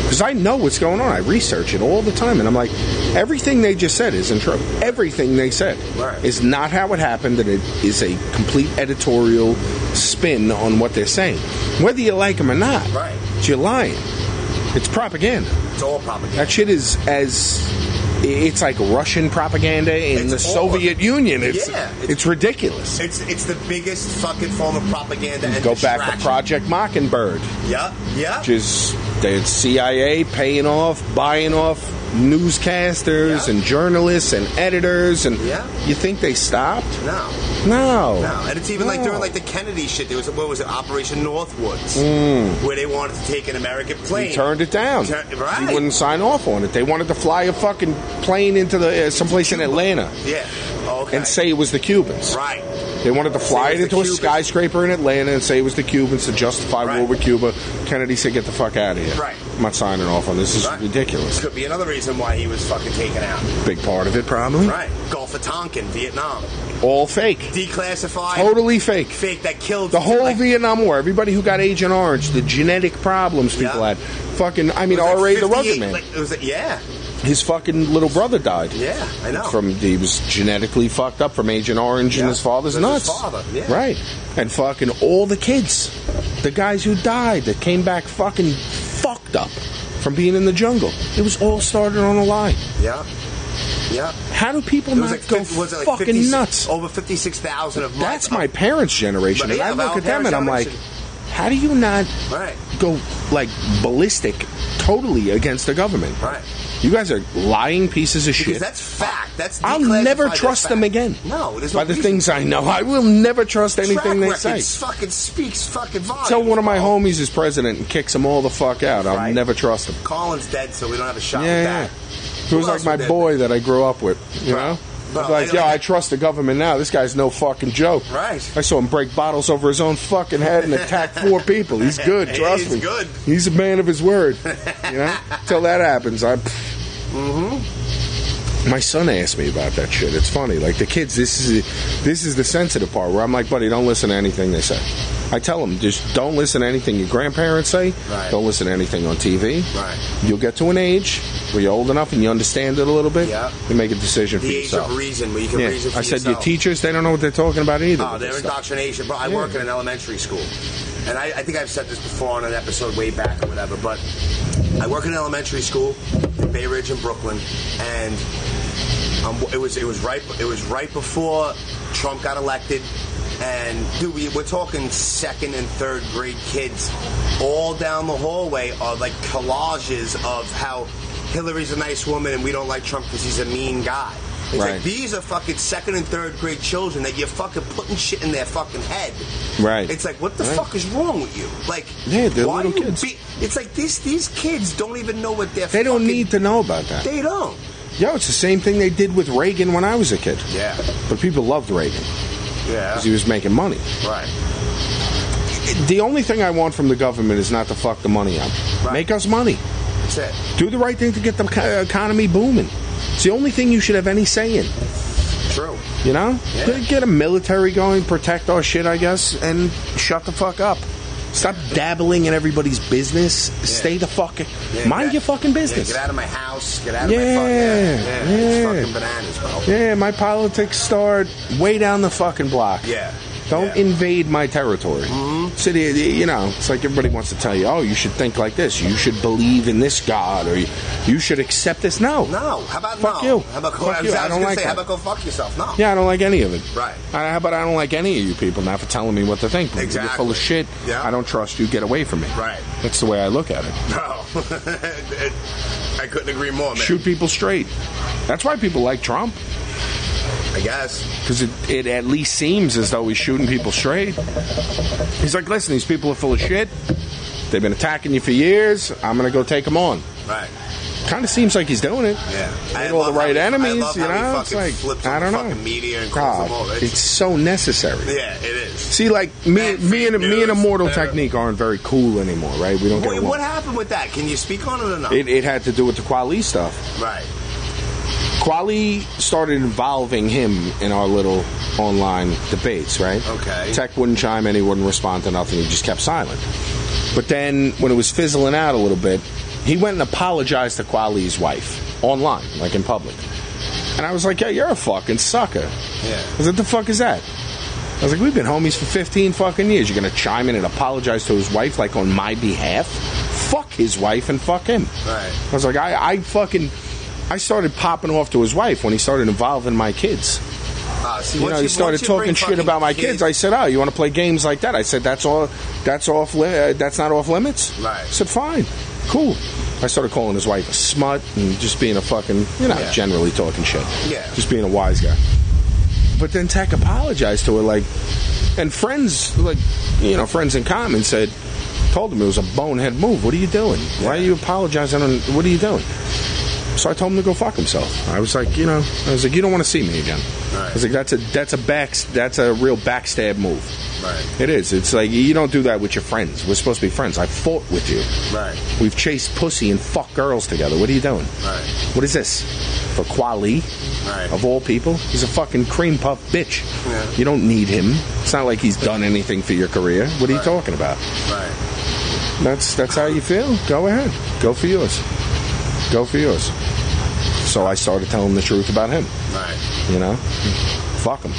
E: Because I know what's going on. I research it all the time. And I'm like, everything they just said isn't true. Everything they said
D: Right.
E: is not how it happened. And it is a complete editorial spin on what they're saying. Whether you like them or not,
D: Right.
E: you're lying. It's propaganda.
D: It's all propaganda.
E: That shit is as it's like Russian propaganda in
D: It's
E: the
D: all-
E: Soviet Union. It's
D: Yeah,
E: it's,
D: it's-
E: ridiculous.
D: It's it's the biggest fucking form of propaganda. And
E: Go back to
D: distraction.
E: Project Mockingbird,
D: Yeah, yeah.
E: which is the CIA paying off, buying off newscasters
D: Yeah.
E: and journalists and editors, and
D: Yeah.
E: you think they stopped?
D: No,
E: No,
D: no. And it's even like during like the Kennedy shit. There was what was it? Operation Northwoods, where they wanted to take an American plane.
E: Hmm. He turned it down.
D: Tur- right.
E: He wouldn't sign off on it. They wanted to fly a fucking plane into the uh, someplace in Atlanta
D: Yeah. Okay.
E: and say it was the Cubans.
D: right.
E: They wanted to fly
D: Say
E: it
D: it was the
E: into a
D: Cubans.
E: skyscraper in Atlanta and say it was the Cubans to justify
D: Right.
E: war with Cuba. Kennedy said, "Get the fuck out of here."
D: Right.
E: I'm not signing off on this. This is
D: Right.
E: ridiculous.
D: Could be another reason why he was fucking taken out.
E: Big part of it, probably.
D: Right. Gulf of Tonkin, Vietnam,
E: All fake.
D: declassified,
E: Totally fake.
D: fake that killed
E: The whole
D: like,
E: Vietnam War. Everybody who got Agent Orange, the genetic problems people
D: Yeah.
E: had. Fucking, I mean,
D: it was like
E: R.A. the
D: 58
E: Rugged Man.
D: Like, it was like, yeah,
E: His fucking little brother died.
D: yeah. I know.
E: From he was genetically fucked up from Agent Orange and
D: Yeah,
E: his father's
D: that's
E: nuts.
D: his father, yeah.
E: Right. And fucking all the kids. The guys who died that came back fucking fucked up from being in the jungle. It was all started on a lie.
D: yeah, yeah.
E: How do people
D: It
E: not
D: was like,
E: go
D: 50, was it like
E: fucking
D: 56
E: nuts?
D: Over fifty-six thousand of
E: That's
D: month-
E: my parents' generation.
D: But yeah,
E: and I
D: our
E: look at them
D: parents'
E: and I'm like,
D: generation.
E: how do you not
D: Right.
E: go like ballistic totally against the government?
D: Right.
E: You guys are lying pieces of
D: Because
E: shit.
D: that's fact. That's
E: I'll
D: declassified
E: never
D: as
E: trust
D: fact.
E: them again.
D: No, there's no
E: by the
D: reason.
E: things I know, I will never trust
D: Track
E: anything they say.
D: record fucking speaks fucking volumes.
E: Tell one of my
D: bro.
E: homies is president and kicks him all the fuck out. I'll
D: Right.
E: never trust him.
D: Colin's dead, so we don't have a shot
E: Yeah,
D: with
E: yeah.
D: that.
E: He was
D: Who
E: like
D: else
E: my
D: would that
E: boy that I grew up with. You
D: Right.
E: know.
D: Bro,
E: He's
D: I
E: like,
D: don't
E: yeah,
D: know.
E: I trust the government now. This guy's no fucking joke.
D: Right.
E: I saw him break bottles over his own fucking head and attack four people. He's good. Trust
D: He's
E: me.
D: good.
E: He's a man of his word. You know. Till that happens, I. Mm-hmm.
D: Mm-hmm.
E: My son asked me about that shit. It's funny. Like the kids, this is this is the sensitive part where I'm like, buddy, don't listen to anything they say. I tell them just don't listen to anything your grandparents say.
D: Right.
E: Don't listen to anything on TV.
D: Right.
E: You'll get to an age where you're old enough and you understand it a little bit.
D: Yeah.
E: You make a decision for
D: The age
E: yourself.
D: of reason, where you can
E: Yeah.
D: reason for
E: I said your
D: yourself.
E: teachers, they don't know what they're talking about either.
D: Oh,
E: with
D: they're
E: this stuff.
D: indoctrination. Bro, I work in an elementary school. And I, I think I've said this before on an episode way back or whatever, but I work in an elementary school in Bay Ridge in Brooklyn, and um, it was it was right it was right before Trump got elected, and dude, we, we're talking second and third grade kids. All down the hallway are like collages of how Hillary's a nice woman and we don't like Trump because he's a mean guy. It's
E: Right.
D: like these are fucking second and third grade children that you're fucking putting shit in their fucking head.
E: Right.
D: It's like what the
E: Right.
D: fuck is wrong with you? Like
E: Yeah, they're
D: why
E: little
D: you
E: kids.
D: Be- it's like these these kids don't even know what they're.
E: They don't
D: fucking-
E: need to know about that.
D: They don't.
E: Yo, it's the same thing they did with Reagan when I was a kid.
D: Yeah.
E: But people loved Reagan
D: Yeah.
E: because he was making money.
D: Right.
E: The only thing I want from the government is not to fuck the money up.
D: Right.
E: Make us money.
D: That's it.
E: Do the right thing to get the co- economy booming. It's the only thing you should have any say in.
D: True.
E: You know?
D: Yeah.
E: Get- Get a military going, protect our shit, I guess, and shut the fuck up. Stop dabbling in everybody's business. Stay the fucking.
D: Yeah,
E: mind
D: get-
E: your fucking business.
D: Yeah, get out of my house. Get out of
E: Yeah,
D: my fucking. Yeah. It's
E: yeah.
D: fucking bananas, bro.
E: Yeah, my politics start way down the fucking block.
D: Yeah.
E: Don't
D: Yeah. Mm-hmm.
E: invade my territory. City, you know, it's like everybody wants to tell you, oh, you should think like this. You should believe in this God, or you, you should accept this. No.
D: No. How about
E: Fuck
D: no?
E: you.
D: How about go?
E: Fuck
D: I was,
E: you.
D: I
E: I
D: was
E: don't
D: gonna
E: like
D: say,
E: that.
D: how about go fuck yourself? No.
E: Yeah, I don't like any of it.
D: Right.
E: I, how about I don't like any of you people now for telling me what to think? because You're full
D: Exactly.
E: of shit.
D: Yeah.
E: I don't trust you. Get away from me.
D: Right.
E: That's the way I look at it.
D: Bro, It- I couldn't agree more, man.
E: Shoot people straight. That's why people like Trump
D: I guess.
E: because it, it at least seems as though he's shooting people straight. He's like, listen, these people are full of shit. They've been attacking you for years. I'm gonna go take them on.
D: Right.
E: Kind of seems like he's doing it.
D: Yeah. I
E: Made all the
D: love how
E: right
D: he- I
E: enemies.
D: love
E: you
D: how he
E: know, it's
D: fucking
E: like
D: flips
E: I
D: on the
E: don't know.
D: fucking media and calls them
E: God,
D: all. It's-
E: it's so necessary.
D: Yeah, it is.
E: See, like
D: Bad
E: me, me and
D: fake
E: me and
D: news.
E: Immortal
D: Yeah.
E: Technique aren't very cool anymore, right? We don't get
D: Wait, what
E: along.
D: happened with that? Can you speak on it or not?
E: It, it had to do with the Quali stuff.
D: right.
E: Quali started involving him in our little online debates, right?
D: Okay.
E: Tech wouldn't chime in, he wouldn't respond to nothing, he just kept silent. But then when it was fizzling out a little bit, He went and apologized to Quali's wife online, like in public. And I was like, yeah, you're a fucking sucker.
D: Yeah.
E: I was like, the fuck is that? I was like, we've been homies for 15 fucking years. You're going to chime in and apologize to his wife, like on my behalf? Fuck his wife and fuck him.
D: Right.
E: I was like, I, I fucking. I started popping off to his wife when he started involving my kids.
D: Uh, see,
E: You
D: once
E: know, he
D: once
E: started
D: you
E: talking
D: bring
E: shit
D: fucking
E: about my kids. I said, "Oh, you want to play games like that?" I said, "That's all. That's off. Li- uh, that's not off limits."
D: Right.
E: I said, "Fine, cool." I started calling his wife a smut and just being a fucking, you know,
D: Yeah.
E: generally talking shit.
D: Yeah.
E: Just being a wise guy. But then Tech apologized to her, like, and friends, like, you know, friends in common said, told him it was a bonehead move. What are you doing? Why are you apologizing? On, what are you doing? So I told him to go fuck himself. I was like, you know, I was like, you don't want to see me again. I was like, that's a that's a back that's a real backstab move.
D: Right.
E: It is. It's like you don't do that with your friends. We're supposed to be friends. I fought with you.
D: Right.
E: We've chased pussy and fucked girls together. What are you doing?
D: Right.
E: What is this? For Quali,
D: Right.
E: of all people, he's a fucking cream puff bitch.
D: Yeah.
E: You don't need him. It's not like he's done anything for your career. What are you
D: Right.
E: talking about?
D: Right.
E: That's that's how you feel. Go ahead. Go for yours. Go for yours. So I started telling the truth about him.
D: Right.
E: You know, fuck him.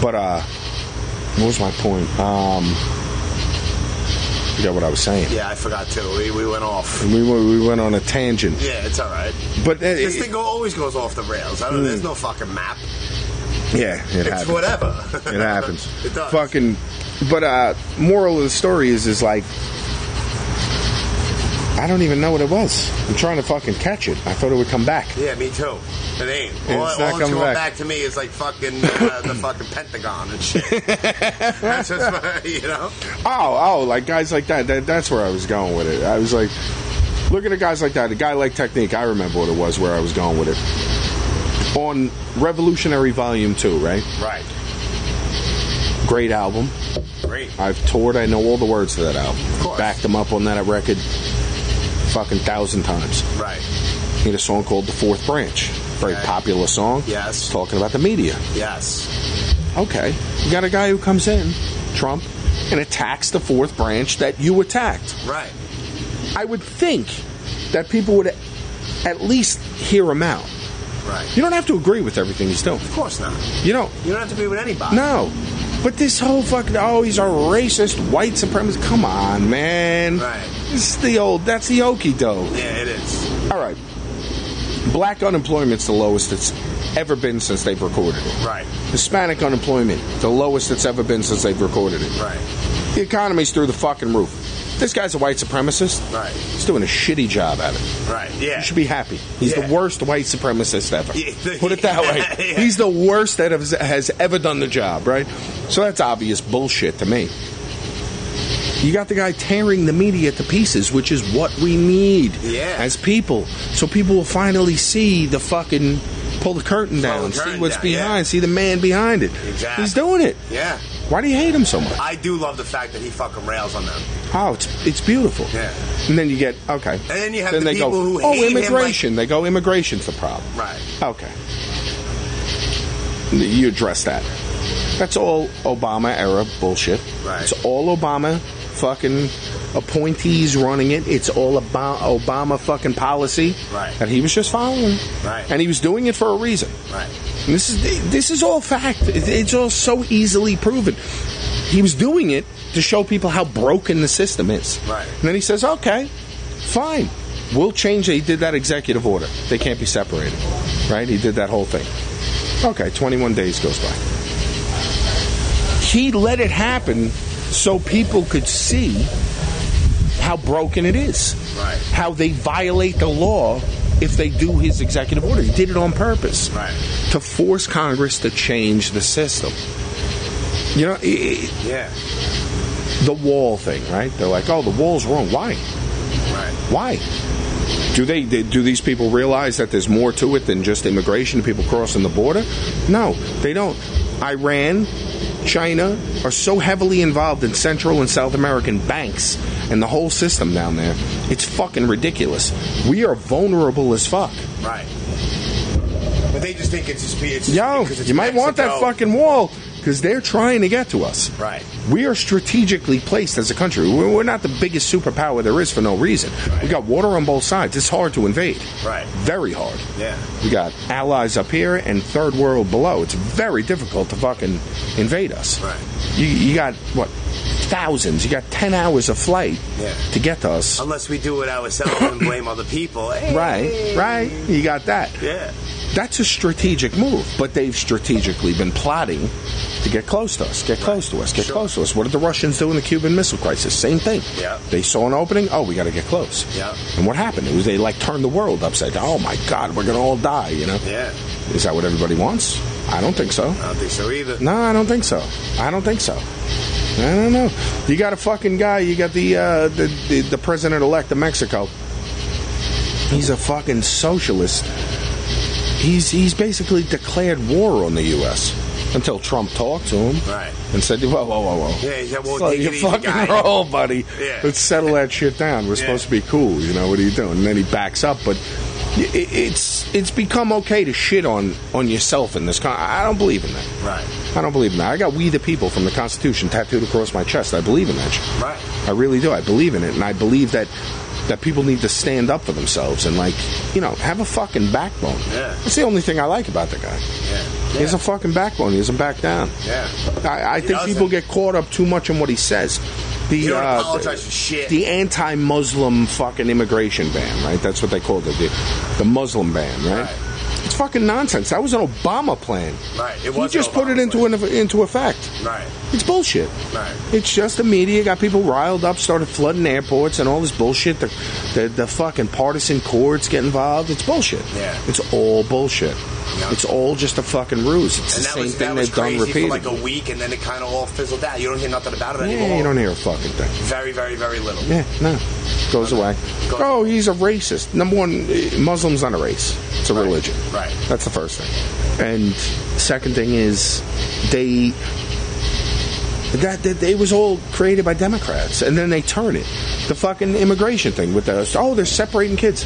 E: But uh, what was my point? Um, forgot what I was saying.
D: Yeah, I forgot too. We, we went off.
E: We went, we went on a tangent.
D: Yeah, it's all right.
E: But uh,
D: This
E: it-
D: thing always goes off the rails. I don't. There's no fucking map.
E: yeah, it
D: It's
E: happened.
D: whatever.
E: It happens.
D: it does.
E: Fucking. But uh, moral of the story is is like. I don't even know what it was. I'm trying to fucking catch it. I thought it would come back.
D: Yeah, me too. It ain't.
E: Yeah,
D: all
E: it's
D: all
E: not coming
D: going
E: back.
D: back. to me is like fucking uh, the fucking Pentagon and shit. That's just what, you know.
E: Oh, oh, like guys like that, that. That's where I was going with it. I was like, look at the guys like that. A guy like Technique. I remember what it was where I was going with it. On Revolutionary Volume Two, right?
D: Right.
E: Great album.
D: Great.
E: I've toured. I know all the words to that album.
D: course.
E: Backed them up on that record, fucking thousand times.
D: Right.
E: He had a song called "The Fourth Branch." Very
D: Okay.
E: popular song.
D: Yes.
E: Talking about the media.
D: Yes.
E: Okay. You got a guy who comes in, Trump, and attacks the fourth branch that you attacked.
D: Right.
E: I would think that people would at least hear him out.
D: Right.
E: You don't have to agree with everything he's doing.
D: Of course not.
E: You don't.
D: You don't have to be with anybody.
E: No. But this whole fucking oh he's a racist white supremacist. Come on, man.
D: Right.
E: This is the old. That's the okey doke.
D: Yeah, it is.
E: All right. Black unemployment's the lowest it's ever been since they've recorded it.
D: Right.
E: Hispanic unemployment, the lowest it's ever been since they've recorded it.
D: Right.
E: The economy's through the fucking roof. This guy's a white supremacist.
D: Right.
E: He's doing a shitty job at it.
D: Right. Yeah.
E: You should be happy. He's
D: Yeah.
E: the worst white supremacist ever.
D: Yeah.
E: Put it that way.
D: Yeah.
E: He's the worst that has, has ever done the job, right? So that's obvious bullshit to me. You got the guy tearing the media to pieces, which is what we need
D: Yeah.
E: as people. So people will finally see the fucking pull the
D: Pull the
E: curtain down, see
D: curtain
E: what's
D: down, yeah.
E: behind, see the man behind it.
D: Exactly.
E: He's doing it.
D: Yeah.
E: Why do you hate him so much?
D: I do love the fact that he fucking rails on them.
E: Oh, it's it's beautiful.
D: Yeah.
E: And then you get okay. And
D: then you have the people
E: go,
D: who
E: oh
D: hate him, like-
E: immigration. they go immigration's the problem.
D: Right.
E: Okay. You address that. That's all Obama era bullshit.
D: Right.
E: It's all Obama fucking appointees running it. It's all about Obama fucking policy
D: Right.
E: that he was just following.
D: Right.
E: And he was doing it for a reason.
D: Right.
E: And This is this is all fact. It- It's all so easily proven. He was doing it to show people how broken the system is.
D: Right.
E: And then he says, "Okay, fine, we'll change." it." He did that executive order. They can't be separated, right? He did that whole thing. Okay, 21 days goes by. He let it happen so people could see how broken it is.
D: Right.
E: How they violate the law if they do his executive order. He did it on purpose
D: Right.
E: to force Congress to change the system. You know, i- i-
D: Yeah.
E: the wall thing, right? They're like, "Oh, the wall's wrong. Why?
D: Right.
E: Why?" Do they they- do these people realize that there's more to it than just immigration and people crossing the border? No, they don't. Iran, China are so heavily involved in Central and South American banks and the whole system down there. It's fucking ridiculous. We are vulnerable as fuck.
D: Right. But they just think it's just it's
E: Yo,
D: because it's
E: you might want that
D: Mexico.
E: fucking wall. because they're trying to get to us.
D: Right.
E: We are strategically placed as a country. We're we're not the biggest superpower there is for no reason. We got water on both sides. It's hard to invade.
D: Right.
E: Very hard.
D: Yeah.
E: We got allies up here and third world below. It's very difficult to fucking invade us.
D: Right.
E: You, you got what? Thousands. You got ten hours of flight
D: Yeah.
E: to get to us.
D: Unless we do it ourselves and blame other people. Hey.
E: Right. Right. You got that.
D: Yeah.
E: That's a strategic move, but they've strategically been plotting to get close to us, get close to us, get
D: Sure.
E: close to us. What did the Russians do in the Cuban Missile Crisis? Same thing.
D: Yeah.
E: They saw an opening. Oh, we got to get close.
D: Yeah.
E: And what happened? It was they like turned the world upside down. Oh my God, we're gonna all die. You know.
D: Yeah.
E: Is that what everybody wants? I don't think so.
D: I don't think so either.
E: No, I don't think so. I don't think so. I don't know. You got a fucking guy. You got the uh, the, the the president elect of Mexico. He's a fucking socialist. He's he's basically declared war on the U.S. until Trump talked to him
D: Right.
E: and said, "Whoa, whoa, whoa, whoa."
D: Yeah, yeah, well,
E: Slow
D: take
E: your
D: it easy, guy.
E: fucking roll, buddy.
D: Yeah.
E: Let's settle that shit down. We're supposed to be cool, you know. What are you doing? And then he backs up, but i- i- it's it's become okay to shit on on yourself in this. Con- I don't believe in that.
D: Right.
E: I don't believe in that. I got "We the People" from the Constitution tattooed across my chest. I believe in that. shit.
D: Right.
E: I really do. I believe in it, and I believe that that people need to stand up for themselves and like you know have a fucking backbone.
D: Yeah.
E: That's the only thing I like about the guy.
D: Yeah.
E: He has a fucking backbone. He doesn't back down.
D: Yeah.
E: I, I think
D: doesn't.
E: people get caught up too much in what he says. The,
D: You don't
E: uh,
D: apologize for shit.
E: The anti-Muslim fucking immigration ban, right? That's what they called it. The, the Muslim ban, right?
D: Right.
E: It's fucking nonsense. That was an Obama plan.
D: Right, it
E: He
D: was
E: just
D: an
E: put it
D: Obama
E: into an, into effect.
D: Right.
E: It's bullshit.
D: Right.
E: It's just the media got people riled up, started flooding airports and all this bullshit. The, the, the fucking partisan courts get involved. It's bullshit.
D: Yeah.
E: It's all bullshit.
D: Yeah.
E: It's all just a fucking ruse. It's
D: And
E: the
D: that
E: same
D: was, that
E: thing
D: was
E: they've done
D: crazy for
E: repeatedly.
D: like a week, and then it kind of all fizzled out. You don't hear nothing about it anymore.
E: yeah, you don't hear a fucking thing.
D: Very, very, very little.
E: Yeah, no. Goes away.
D: Goes
E: oh, he's a racist. Number one, eh, Muslim's not a race. It's a religion.
D: right.
E: That's the first thing. And second thing is they that, that it was all created by Democrats, and then they turn it. The fucking immigration thing with the oh, they're separating kids.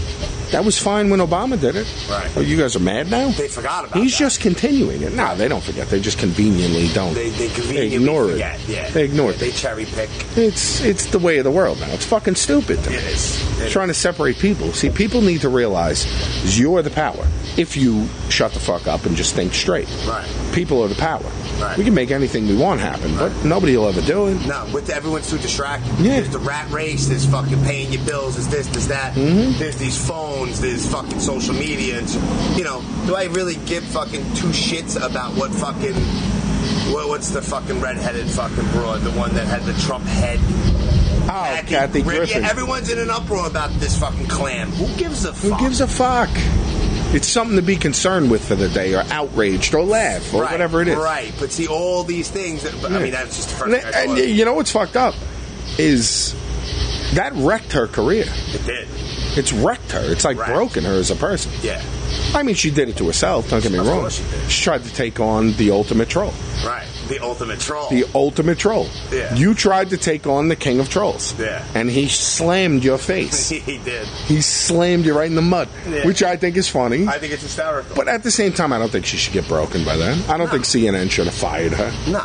E: That was fine when Obama did it.
D: Right.
E: Oh, you guys are mad now.
D: They forgot about
E: He's
D: that.
E: just continuing it. No, they don't forget. They just conveniently don't.
D: They, they conveniently
E: ignore
D: forget.
E: it.
D: Yeah.
E: They ignore it.
D: They cherry pick.
E: It's it's the way of the world now. It's fucking stupid. To me.
D: It is. It
E: trying to separate people. See, people need to realize is you're the power. If you shut the fuck up and just think straight,
D: Right.
E: People are the power.
D: Right.
E: We can make anything we want happen, but nobody will ever do it.
D: No, with everyone's too distracted.
E: Yeah.
D: There's the rat race. There's fucking paying your bills. There's this. There's that.
E: Mm-hmm.
D: There's these phones. There's fucking social media. It's, you know, do I really give fucking two shits about what fucking what, what's the fucking redheaded fucking broad, the one that had the Trump head?
E: Oh,
D: Kathy
E: Kathy
D: Griff-
E: Griffin.
D: Yeah, everyone's in an uproar about this fucking clam. Who gives a
E: Who
D: fuck?
E: gives a fuck? It's something to be concerned with for the day, or outraged, or laugh, or
D: Right,
E: whatever it is.
D: Right, but see all these things. That, but, I mean, that's just the first
E: And,
D: thing I
E: and
D: thought.
E: you know what's fucked up is that wrecked her career.
D: It did.
E: It's wrecked her. It's like
D: Right.
E: broken her as a person.
D: Yeah.
E: I mean, she did it to herself. Don't get me
D: Of
E: wrong.
D: course she did.
E: tried to take on the ultimate troll.
D: Right. The ultimate troll.
E: The ultimate troll.
D: Oh. Yeah.
E: You tried to take on the king of trolls.
D: Yeah.
E: And he slammed your face.
D: he did.
E: he slammed you right in the mud,
D: Yeah.
E: which I think is funny.
D: I think it's hysterical.
E: but at the same time, I don't think she should get broken by that. I don't think CNN should have fired her
D: no,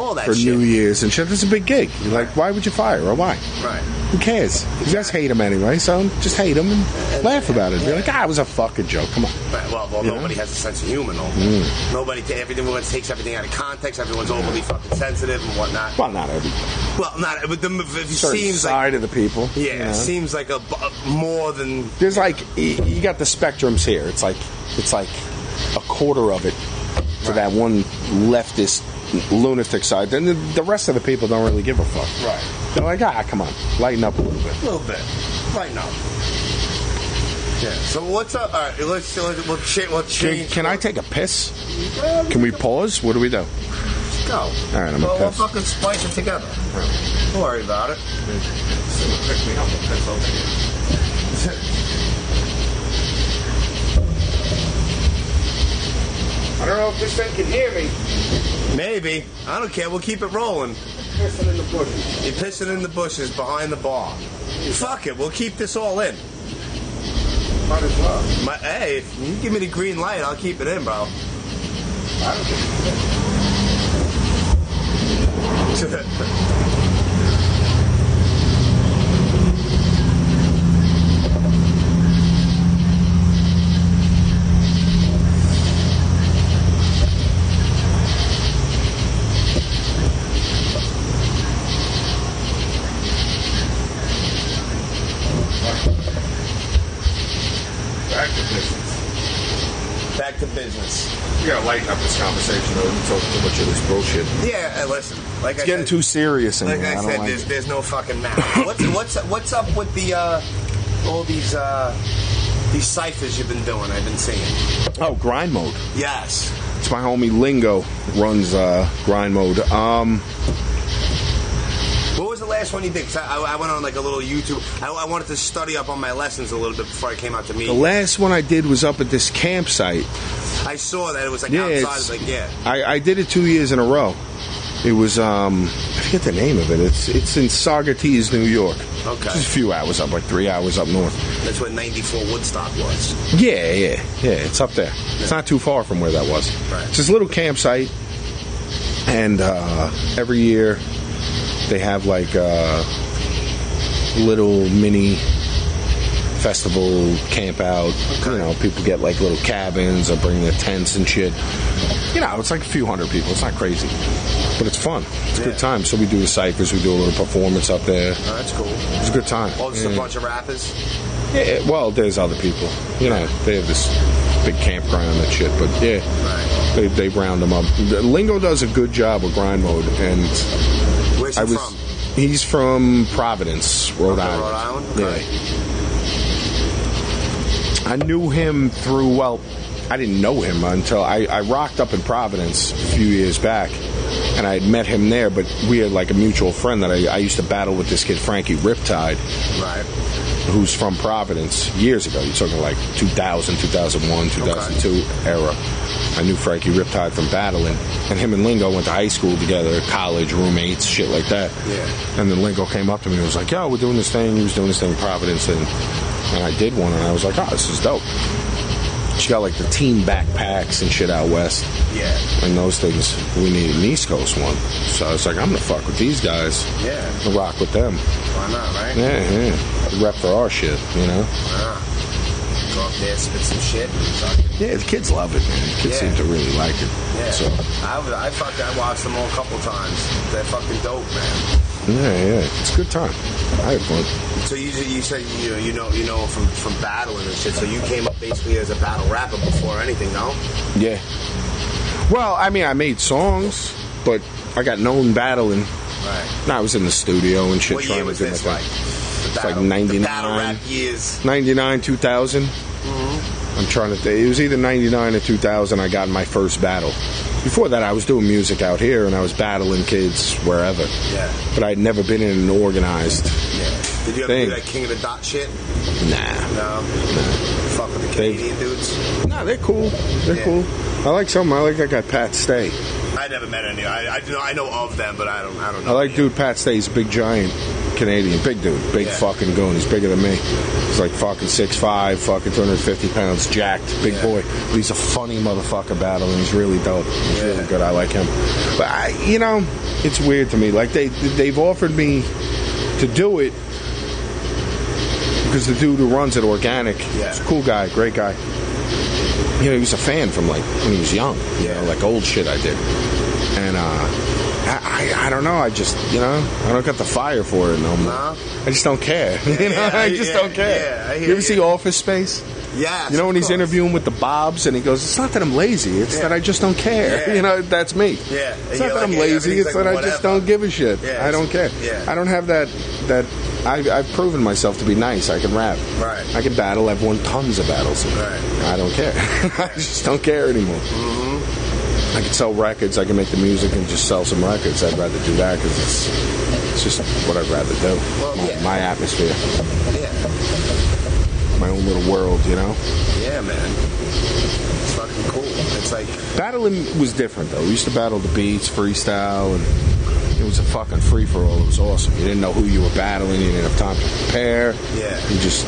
D: all that
E: for
D: shit.
E: New Year's and shit. That's a big gig. You're like, why would you fire her? Why?
D: Right.
E: Who cares? You guys hate him anyway, so just hate him and laugh about it. Be like, ah, it was a fucking joke. Come on.
D: Right, Well, well
E: Yeah.
D: nobody has a sense of humor. No.
E: Mm.
D: Nobody. ta- Everything. Everyone takes everything out of context. Everyone's overly fucking sensitive and whatnot.
E: Well, not every
D: Well, not. But the, it
E: certain
D: seems like.
E: side of the people.
D: Yeah,
E: you know?
D: it seems like a, bu- more than.
E: there's like y- you got the spectrums here. It's like it's like a quarter of it for that one leftist lunatic side. Then the, the rest of the people don't really give a fuck.
D: Right.
E: They're like, ah, come on, lighten up a little bit.
D: A little bit. Right now. Yeah. So what's up? All right. Let's. let's we'll, cha- we'll
E: Can,
D: change.
E: can I take a piss? Can we pause? What do we do?
D: Go. All
E: right, I'm gonna
D: well, we'll
E: piss.
D: fucking splice it together. Don't worry about it.
E: I don't know if this thing can hear me.
D: Maybe. I don't care. We'll keep it rolling.
E: Pissing in the bushes.
D: You're pissing in the bushes behind the bar. Fuck it. We'll keep this all in.
E: Might as well.
D: My, hey, if you give me the green light, I'll keep it in, bro.
E: I don't give a
B: Back to business.
D: Back to business.
B: We gotta lighten up this conversation, though. We talk too much of this bullshit.
D: Yeah, and listen. Like I
E: It's getting
D: said,
E: too serious in
D: Like
E: here.
D: I,
E: I, don't
D: said,
E: like
D: there's
E: it.
D: there's no fucking map. what's what's what's up with the uh, all these uh, these ciphers you've been doing? I've been seeing.
E: Oh, grind mode.
D: Yes.
E: It's my homie Lingo runs uh, grind mode. Um,
D: What was the last one you did? 'Cause I, I, I went on like a little YouTube. I, I wanted to study up on my lessons a little bit before I came out to meet.
E: the
D: you.
E: last one I did was up at this campsite.
D: I saw that it was like
E: Yeah, it's-
D: outside. Like yeah,
E: I, I did it two years in a row. It was um, I forget the name of it. It's it's in Saugerties, New York.
D: Okay.
E: just a few hours up, like three hours up north.
D: that's what '94 Woodstock was.
E: Yeah, yeah, yeah. It's up there. It's not too far from where that was.
D: Right.
E: It's this little campsite, and uh, every year they have like uh, little mini festival camp out. You know, people get like little cabins or bring their tents and shit. You know, it's like a few hundred people. It's not crazy, but it's fun. It's a
D: Yeah.
E: good time. So we do the ciphers. We do a little performance up there.
D: Oh, that's cool.
E: It's a good time.
D: Oh, just
E: Yeah.
D: a bunch of rappers.
E: Yeah, well, there's other people. You know, they have this big campground and shit, but yeah,
D: Right.
E: they, they round them up. Lingo does a good job with grind mode, and
D: Where's he
E: I was.
D: from?
E: He's from Providence, Rhode
D: Okay,
E: Island.
D: Rhode Island? Okay.
E: Yeah. I knew him through, well, I didn't know him until I, I rocked up in Providence a few years back, and I had met him there, but we had like a mutual friend that I, I used to battle with this kid, Frankie Riptide
D: Right.
E: who's from Providence years ago. You're talking like 2000, 2001, 2002 era. I knew Frankie Riptide from battling, and him and Lingo went to high school together, college roommates, shit like that.
D: Yeah.
E: And then Lingo came up to me and was like, "Yo, we're doing this thing." He was doing this thing in Providence, and and I did one, and I was like, "Oh, this is dope." She got like the team backpacks and shit out west.
D: Yeah.
E: And those things, we needed an East Coast one. So I was like, I'm gonna fuck with these guys.
D: Yeah.
E: And rock with them.
D: Why not? Right.
E: Yeah, yeah. Rep for our shit, you know?
D: Ah. Go up there, spit some shit. Fuck it.
E: Yeah, the kids love it, man. The kids
D: Yeah.
E: seem to really like it.
D: Yeah.
E: So,
D: I, was- I fucked. I watched them all a couple times. They're fucking dope, man.
E: yeah, yeah. It's a good time. I had fun.
D: So you you said you you know you know from from battling and shit. So you came up basically as a battle rapper before anything, no?
E: Yeah. Well, I mean, I made songs, but I got known battling.
D: Right.
E: I was in the studio and shit
D: what
E: trying
D: year was
E: to do
D: this
E: my
D: like?
E: thing.
D: The
E: like 99.
D: The battle rap years.
E: 99, 2000.
D: Mm-hmm.
E: I'm trying to think. It was either 99 or 2000 I got in my first battle. Before that, I was doing music out here and I was battling kids wherever.
D: Yeah.
E: But I'd never been in an organized.
D: Yeah. Did you ever
E: Thing.
D: do that King of the Dot shit?
E: Nah.
D: No. Fuck with the
E: They-
D: Canadian dudes.
E: No, they're cool. They're
D: Yeah.
E: cool. I like some. I like that guy Pat Stay.
D: I never met any. I I know I know of them, but I don't I don't
E: I
D: know.
E: like dude Pat Stay. He's a big giant Canadian, big dude, big
D: Yeah.
E: fucking goon. He's bigger than me. He's like fucking 6'5", fucking two hundred fifty pounds, jacked, big
D: Yeah.
E: boy. But he's a funny motherfucker battle, and he's really dope. He's really
D: Yeah.
E: good. I like him. But I, you know, it's weird to me. Like they they've offered me to do it because the dude who runs it, Organic,
D: Yeah.
E: he's a cool guy, great guy. You know, he was a fan from like when he was young. You
D: Yeah.
E: know, like old shit I did. And uh, I, I, I don't know. I just, you know, I don't got the fire for it no more.
D: Huh?
E: I just don't care. you know,
D: yeah,
E: I
D: I-
E: just
D: yeah,
E: don't care.
D: yeah, I hear
E: you ever
D: you.
E: see Office Space?
D: Yes.
E: You know
D: of
E: when he's
D: course.
E: interviewing with the Bobs and he goes, "It's not that I'm lazy. It's
D: Yeah.
E: that I just don't care."
D: Yeah.
E: You know, that's me.
D: Yeah.
E: It's
D: Yeah,
E: not that
D: like,
E: I'm lazy.
D: everything's
E: It's
D: like,
E: that I just
D: whatever.
E: don't give a shit.
D: Yeah,
E: I
D: it's-
E: don't care.
D: yeah.
E: I don't have that. That I've, I've proven myself to be nice. I can rap.
D: Right.
E: I can battle. I've won tons of battles.
D: Right.
E: I don't care. I just don't care anymore. Mm-hmm. I can sell records. I can make the music and just sell some records. I'd rather do that because it's it's just what I'd rather do.
D: Well,
E: my,
D: yeah.
E: my atmosphere,
D: Yeah.
E: my own little world. You know.
D: Yeah, man. It's fucking cool. It's like
E: Battling was different though. We used to battle the beats, freestyle, and It was a fucking free for all. It was awesome. You didn't know who you were battling. You didn't have time to prepare.
D: Yeah.
E: You just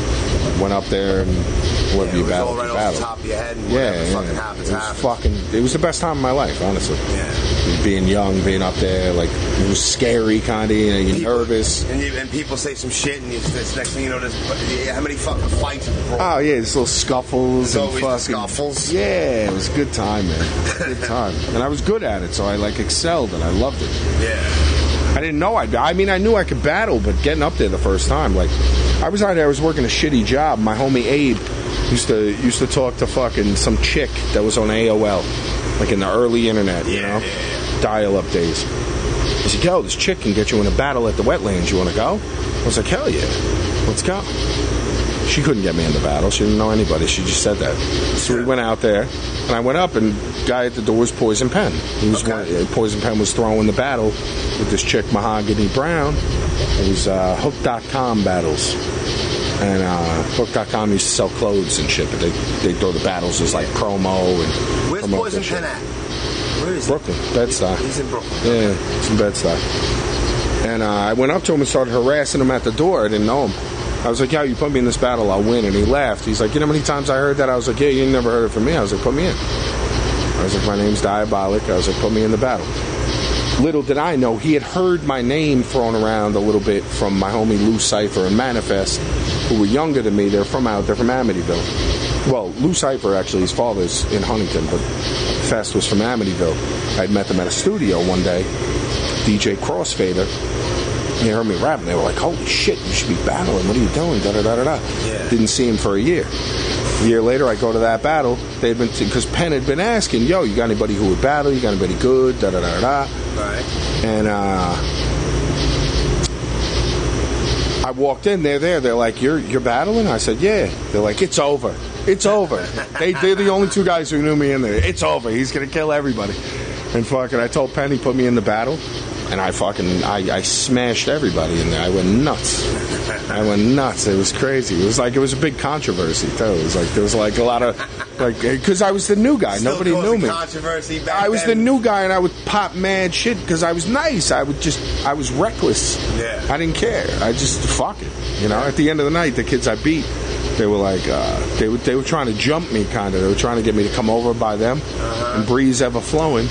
E: went up there and
D: Yeah,
E: whatever
D: it
E: you
D: was
E: battled,
D: all right off
E: you battled.
D: the top of your head and
E: yeah,
D: whatever
E: yeah.
D: fucking happens,
E: it was
D: happens.
E: fucking. It was the best time of my life, honestly.
D: Yeah.
E: Being young, being up there, like it was scary, kind of. You know, you're
D: People-
E: nervous.
D: And, you, and people say some shit, and it's, it's next thing you know, there's, yeah, how many fucking fights?
E: Oh yeah, there's little scuffles
D: There's
E: and
D: always
E: fucking
D: the scuffles.
E: Yeah, it was a good time, man. Good time, and I was good at it, so I like excelled and I loved it.
D: Yeah.
E: I didn't know I. I mean, I knew I could battle, but getting up there the first time, like, I was out there. I was working a shitty job. My homie Abe used to used to talk to fucking some chick that was on AOL, like in the early internet, you
D: Yeah,
E: know,
D: yeah,
E: dial up days. He's like, yo, this chick can get you in a battle at the wetlands. You want to go? I was like, hell yeah, let's go she couldn't get me into battle. She didn't know anybody. She just said that. So we went out there, and I went up, and guy at the door was Poison Pen. He was
D: Okay.
E: one, uh, Poison Pen was throwing the battle with this chick Mahogany Brown. It was uh, Hook.com battles, and uh, Hook.com used to sell clothes and shit, but they they throw the battles as like promo and
D: Where's
E: promote
D: Poison
E: their shit.
D: Pen at? Where is he?
E: Brooklyn, Bed-Stuy.
D: He's in Brooklyn.
E: Yeah, some bed stuff. And uh, I went up to him and started harassing him at the door. I didn't know him. I was like, "Yo, you put me in this battle, I'll win." And he laughed. He's like, "You know how many times I heard that?" I was like, "Yeah, you never heard it from me." I was like, "Put me in." I was like, "My name's Diabolic." I was like, "Put me in the battle." Little did I know, he had heard my name thrown around a little bit from my homie Lou Cipher and Manifest, who were younger than me. They're from out, they're from Amityville. Well, Lou Cipher actually, his father's in Huntington, but Fest was from Amityville. I'd met them at a studio one day, DJ Crossfader. They heard me rapping. They were like, "Holy shit, you should be battling. What are you doing?" Da da da da da.
D: Yeah.
E: Didn't see him for a year. A year later, I go to that battle. They'd been because Penn had been asking, "Yo, you got anybody who would battle? You got anybody good?" Da da da da. da."
D: All right.
E: and uh, I walked in. They're there. They're like, "You're you're battling?" I said, "Yeah." They're like, "It's over. It's over." they they're the only two guys who knew me in there. It's over. He's gonna kill everybody. And fucking, I told Penny put me in the battle, and I fucking I, I smashed everybody in there. I went nuts. I went nuts. It was crazy. It was like it was a big controversy too. It was like there was like a lot of like because I was the new guy.
D: Still
E: Nobody
D: causing
E: knew me.
D: Controversy back
E: I was the
D: then.
E: new guy, and I would pop mad shit because I was nice. I would just, I was reckless.
D: Yeah.
E: I didn't care. I just fuck it. You know, at the end of the night, the kids I beat, they were like, uh, they were they were trying to jump me, kind of. They were trying to get me to come over by them.
D: Uh-huh.
E: And Breeze ever flowing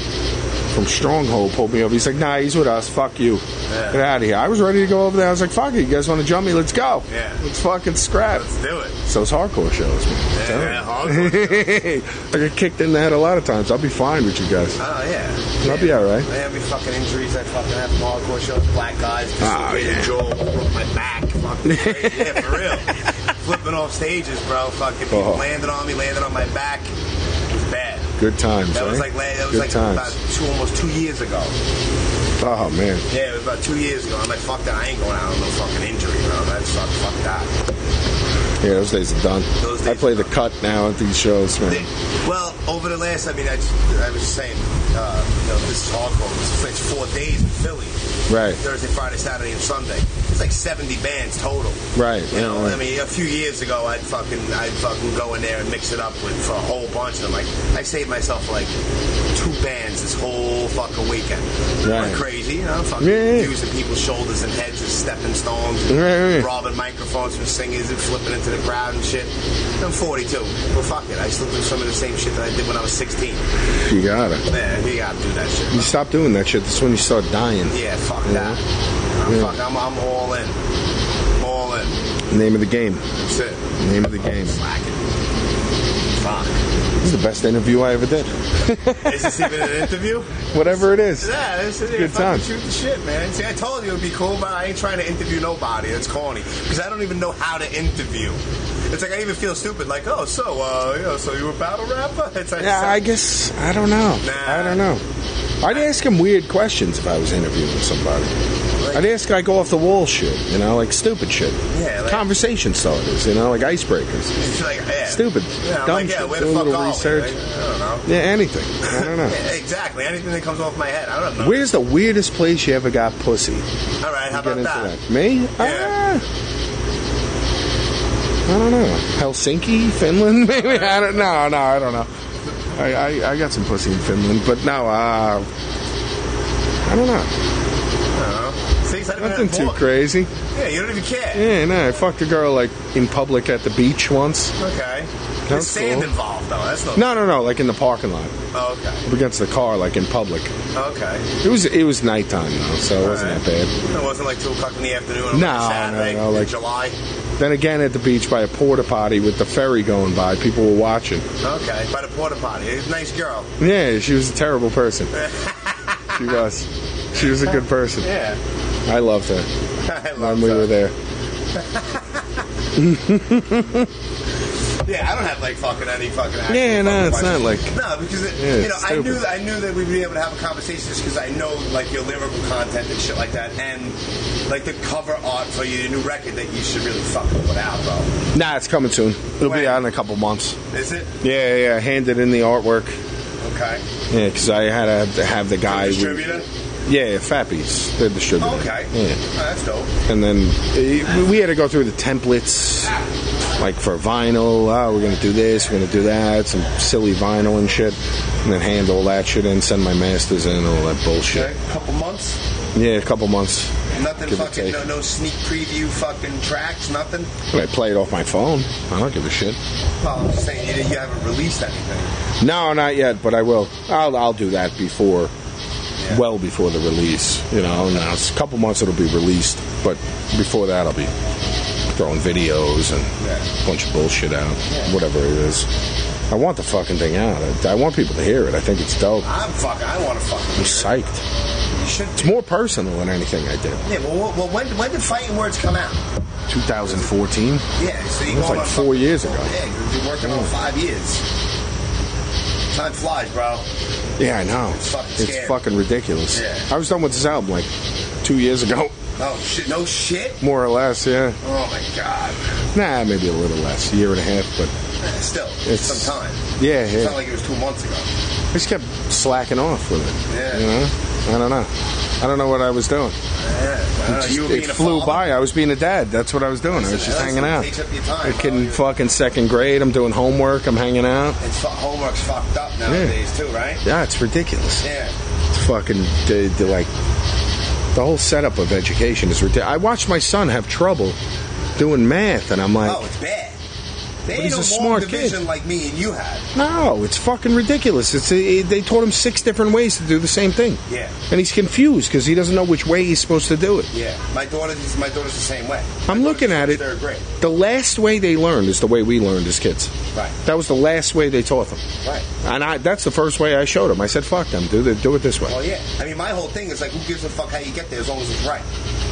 E: from Stronghold pulled me over. He's like, Nah, he's with us. Fuck you. Get out of here. I was ready to go over there. I was like, Fuck it. You guys want to jump me? Let's go.
D: Yeah.
E: Let's fucking scrap.
D: Let's do it.
E: So it's hardcore shows. Man. I'm telling
D: Yeah,
E: you.
D: hardcore
E: I get kicked in the head a lot of times. I'll be fine with you guys.
D: Oh yeah.
E: I'll be all right.
D: I have any fucking injuries I fucking have from hardcore shows, black guys, dislocated
E: Ah, yeah.
D: jaw, broke my back, fucking crazy. yeah, for real. Flipping off stages, bro. Fucking people
E: Oh.
D: landed on me, landed on my back. It was bad.
E: Good times.
D: That was
E: right?
D: like la- that was
E: Good
D: like
E: times.
D: about two almost two years ago.
E: Oh man.
D: Yeah, it was about two years ago. I'm like, fuck that, I ain't going out on no fucking injury, bro. That's fuck, fuck that.
E: Yeah, those days are done.
D: Those days
E: I play
D: are
E: the
D: done.
E: cut now at these shows, man.
D: Well, over the last, I mean, I, just, I was just saying, uh, you know, this is hardcore. It's, it's four days in Philly.
E: Right.
D: Thursday, Friday, Saturday, and Sunday. It's like 70 bands total.
E: Right,
D: You know,
E: yeah, right.
D: I mean, a few years ago, I'd fucking, I'd fucking go in there and mix it up with a whole bunch of them. Like, I saved myself like two bands this whole fucking weekend.
E: Right.
D: Am I crazy, you know, fucking
E: Yeah, yeah.
D: using people's shoulders and heads as stepping stones, and
E: Right, right.
D: robbing microphones from singers and flipping into the crowd and shit. I'm 42. Well, fuck it. I still do some of the same shit that I did when I was 16.
E: You gotta.
D: Man, you gotta do that shit.
E: You stop doing that shit. That's when you start dying.
D: Yeah, fuck
E: Yeah.
D: that. I'm,
E: Yeah.
D: fuck, I'm, I'm all in. I'm all in.
E: Name of the game.
D: That's it.
E: Name of the game.
D: Slacking. Fuck.
E: This is the best interview I ever did.
D: Is this even an interview?
E: Whatever it is.
D: Yeah, this is
E: Good
D: fucking
E: time.
D: Shoot the shit, man. See, I told you it would be cool, but I ain't trying to interview nobody. It's corny because I don't even know how to interview. It's like I even feel stupid. Like, oh, so, uh, you know, so you a battle rapper? It's like,
E: Yeah, I guess I don't know.
D: Nah.
E: I don't know. I'd ask him weird questions if I was interviewing somebody. I'd ask like off the wall shit, you know, like stupid shit.
D: Yeah, like-
E: Conversation starters, you know, like icebreakers.
D: It's like, yeah.
E: Stupid.
D: Yeah, I'm
E: Dumb
D: like, yeah,
E: shit.
D: where
E: Do
D: the
E: a
D: fuck
E: little
D: are
E: research.
D: We? Like, I don't know.
E: Yeah, anything. I don't know.
D: Yeah, exactly. Anything that comes off my head, I don't know.
E: Where's the weirdest place you ever got pussy?
D: All right, how
E: Get
D: about
E: into
D: that?
E: that. Me?
D: Yeah.
E: Ah, I don't know. Helsinki, Finland, maybe. I don't. No, no, I don't know. I, I, I got some pussy in Finland, but no. Uh, I don't know.
D: things that have been
E: Nothing too
D: important.
E: crazy.
D: Yeah, you don't even care.
E: Yeah, no, I fucked a girl like in public at the beach once.
D: Okay. There's
E: That's
D: sand
E: cool.
D: involved though. That's not.
E: No, no, no, like in the parking lot,
D: Oh, okay.
E: up against the car, like in public.
D: Okay.
E: It was it was nighttime though, so it wasn't that
D: It wasn't like two o'clock in the afternoon on
E: No,
D: a Saturday
E: no, no,
D: in
E: like-
D: July.
E: bad. Then again, at the beach by a porta potty with the ferry going by, people were watching.
D: Okay. By the porta potty. It's a Nice girl.
E: Yeah, she was a terrible person. she was. She was a good person.
D: Yeah.
E: I loved her
D: I
E: when
D: love
E: we
D: that.
E: were there.
D: Yeah, I don't have like fucking any fucking. actual
E: Yeah, no,
D: fucking
E: it's not
D: questions.
E: like-
D: No, because it,
E: Yeah,
D: you know,
E: it's
D: I knew
E: stupid.
D: I knew that we'd be able to have a conversation just because I know like your lyrical content and shit like that, and like the cover art for your new record that you should really fucking put out, bro.
E: Nah, it's coming soon. It'll
D: When?
E: be out in a couple months.
D: Is it
E: Yeah, yeah, yeah. Handed in the artwork.
D: okay?
E: Yeah, because I had to have, to have the guy.
D: Distributor.
E: Yeah, yeah, Fappies. They're distributed.
D: Okay.
E: Yeah.
D: Oh, that's dope.
E: And then eh, we had to go through the templates, like for vinyl. Oh, we're gonna do this. We're gonna do that. Some silly vinyl and shit. And then hand all that shit in. Send my masters in. All that bullshit.
D: Okay. Couple months.
E: Yeah, a couple months.
D: Nothing
E: Give or
D: fucking.
E: take.
D: No, no sneak preview. Fucking tracks. Nothing.
E: But I play it off my phone. I don't give a shit.
D: Well, I'm just saying you, you haven't released anything.
E: No, not yet, but I will. I'll, I'll do that before, well before the release. You know, now it's a couple months it'll be released, but before that I'll be throwing videos and
D: Yeah.
E: a bunch of bullshit out, whatever it is. I want the fucking thing out. I, I want people to hear it. I think it's dope.
D: I'm fucking. I want to fucking.
E: I'm psyched.
D: You should.
E: It's more personal than anything I did.
D: Yeah. Well, well when, when did Fighting Words come out?
E: 2014.
D: Yeah, so you
E: It was
D: going
E: like
D: on
E: four
D: fucking-
E: years ago. Mm.
D: Yeah, you've been working on five years. Time flies, bro.
E: Yeah, I know.
D: It's fucking
E: It's
D: scary.
E: fucking ridiculous.
D: Yeah.
E: I was done with this album like two years ago,
D: Oh shit! No shit.
E: more or less. Yeah.
D: Oh my god.
E: Nah, maybe a little less, a year and a half, but.
D: Eh, Still,
E: It's-
D: some time.
E: Yeah,
D: It's
E: yeah.
D: not like it was two months ago.
E: I just kept slacking off with it.
D: Yeah.
E: You know? I don't know. I don't know what I was doing.
D: Yeah, I don't know, Uh,
E: It
D: you
E: just-
D: were being
E: it
D: a
E: flew
D: father.
E: by. I was being a dad. That's what I was doing. I was
D: Listen,
E: just
D: that's
E: hanging
D: what
E: out.
D: takes up your time,
E: I can
D: bro.
E: fucking second grade. I'm doing homework. I'm hanging out.
D: It's fu- homework's fucked up nowadays too, right?
E: Yeah, it's ridiculous.
D: Yeah.
E: It's fucking the, the, like the whole setup of education is ridiculous. I watched my son have trouble doing math, and I'm like,
D: Oh, it's bad. They
E: But
D: ain't no
E: he's a
D: long
E: smart kid.
D: division like me and you had.
E: No, it's fucking ridiculous. It's they taught him six different ways to do the same thing.
D: Yeah.
E: And he's confused because he doesn't know which way he's supposed to do it.
D: Yeah. My daughter's my daughter's the same way.
E: I'm
D: My
E: looking at
D: daughter's
E: it.
D: Third grade.
E: The last way they learned is the way we learned as kids.
D: Right.
E: That was the last way they taught them.
D: Right.
E: And I, that's the first way I showed them. I said, "Fuck them. Do the, do it this way.
D: Well, yeah. I mean, my whole thing is like, who gives a fuck how you get there as long as it's right.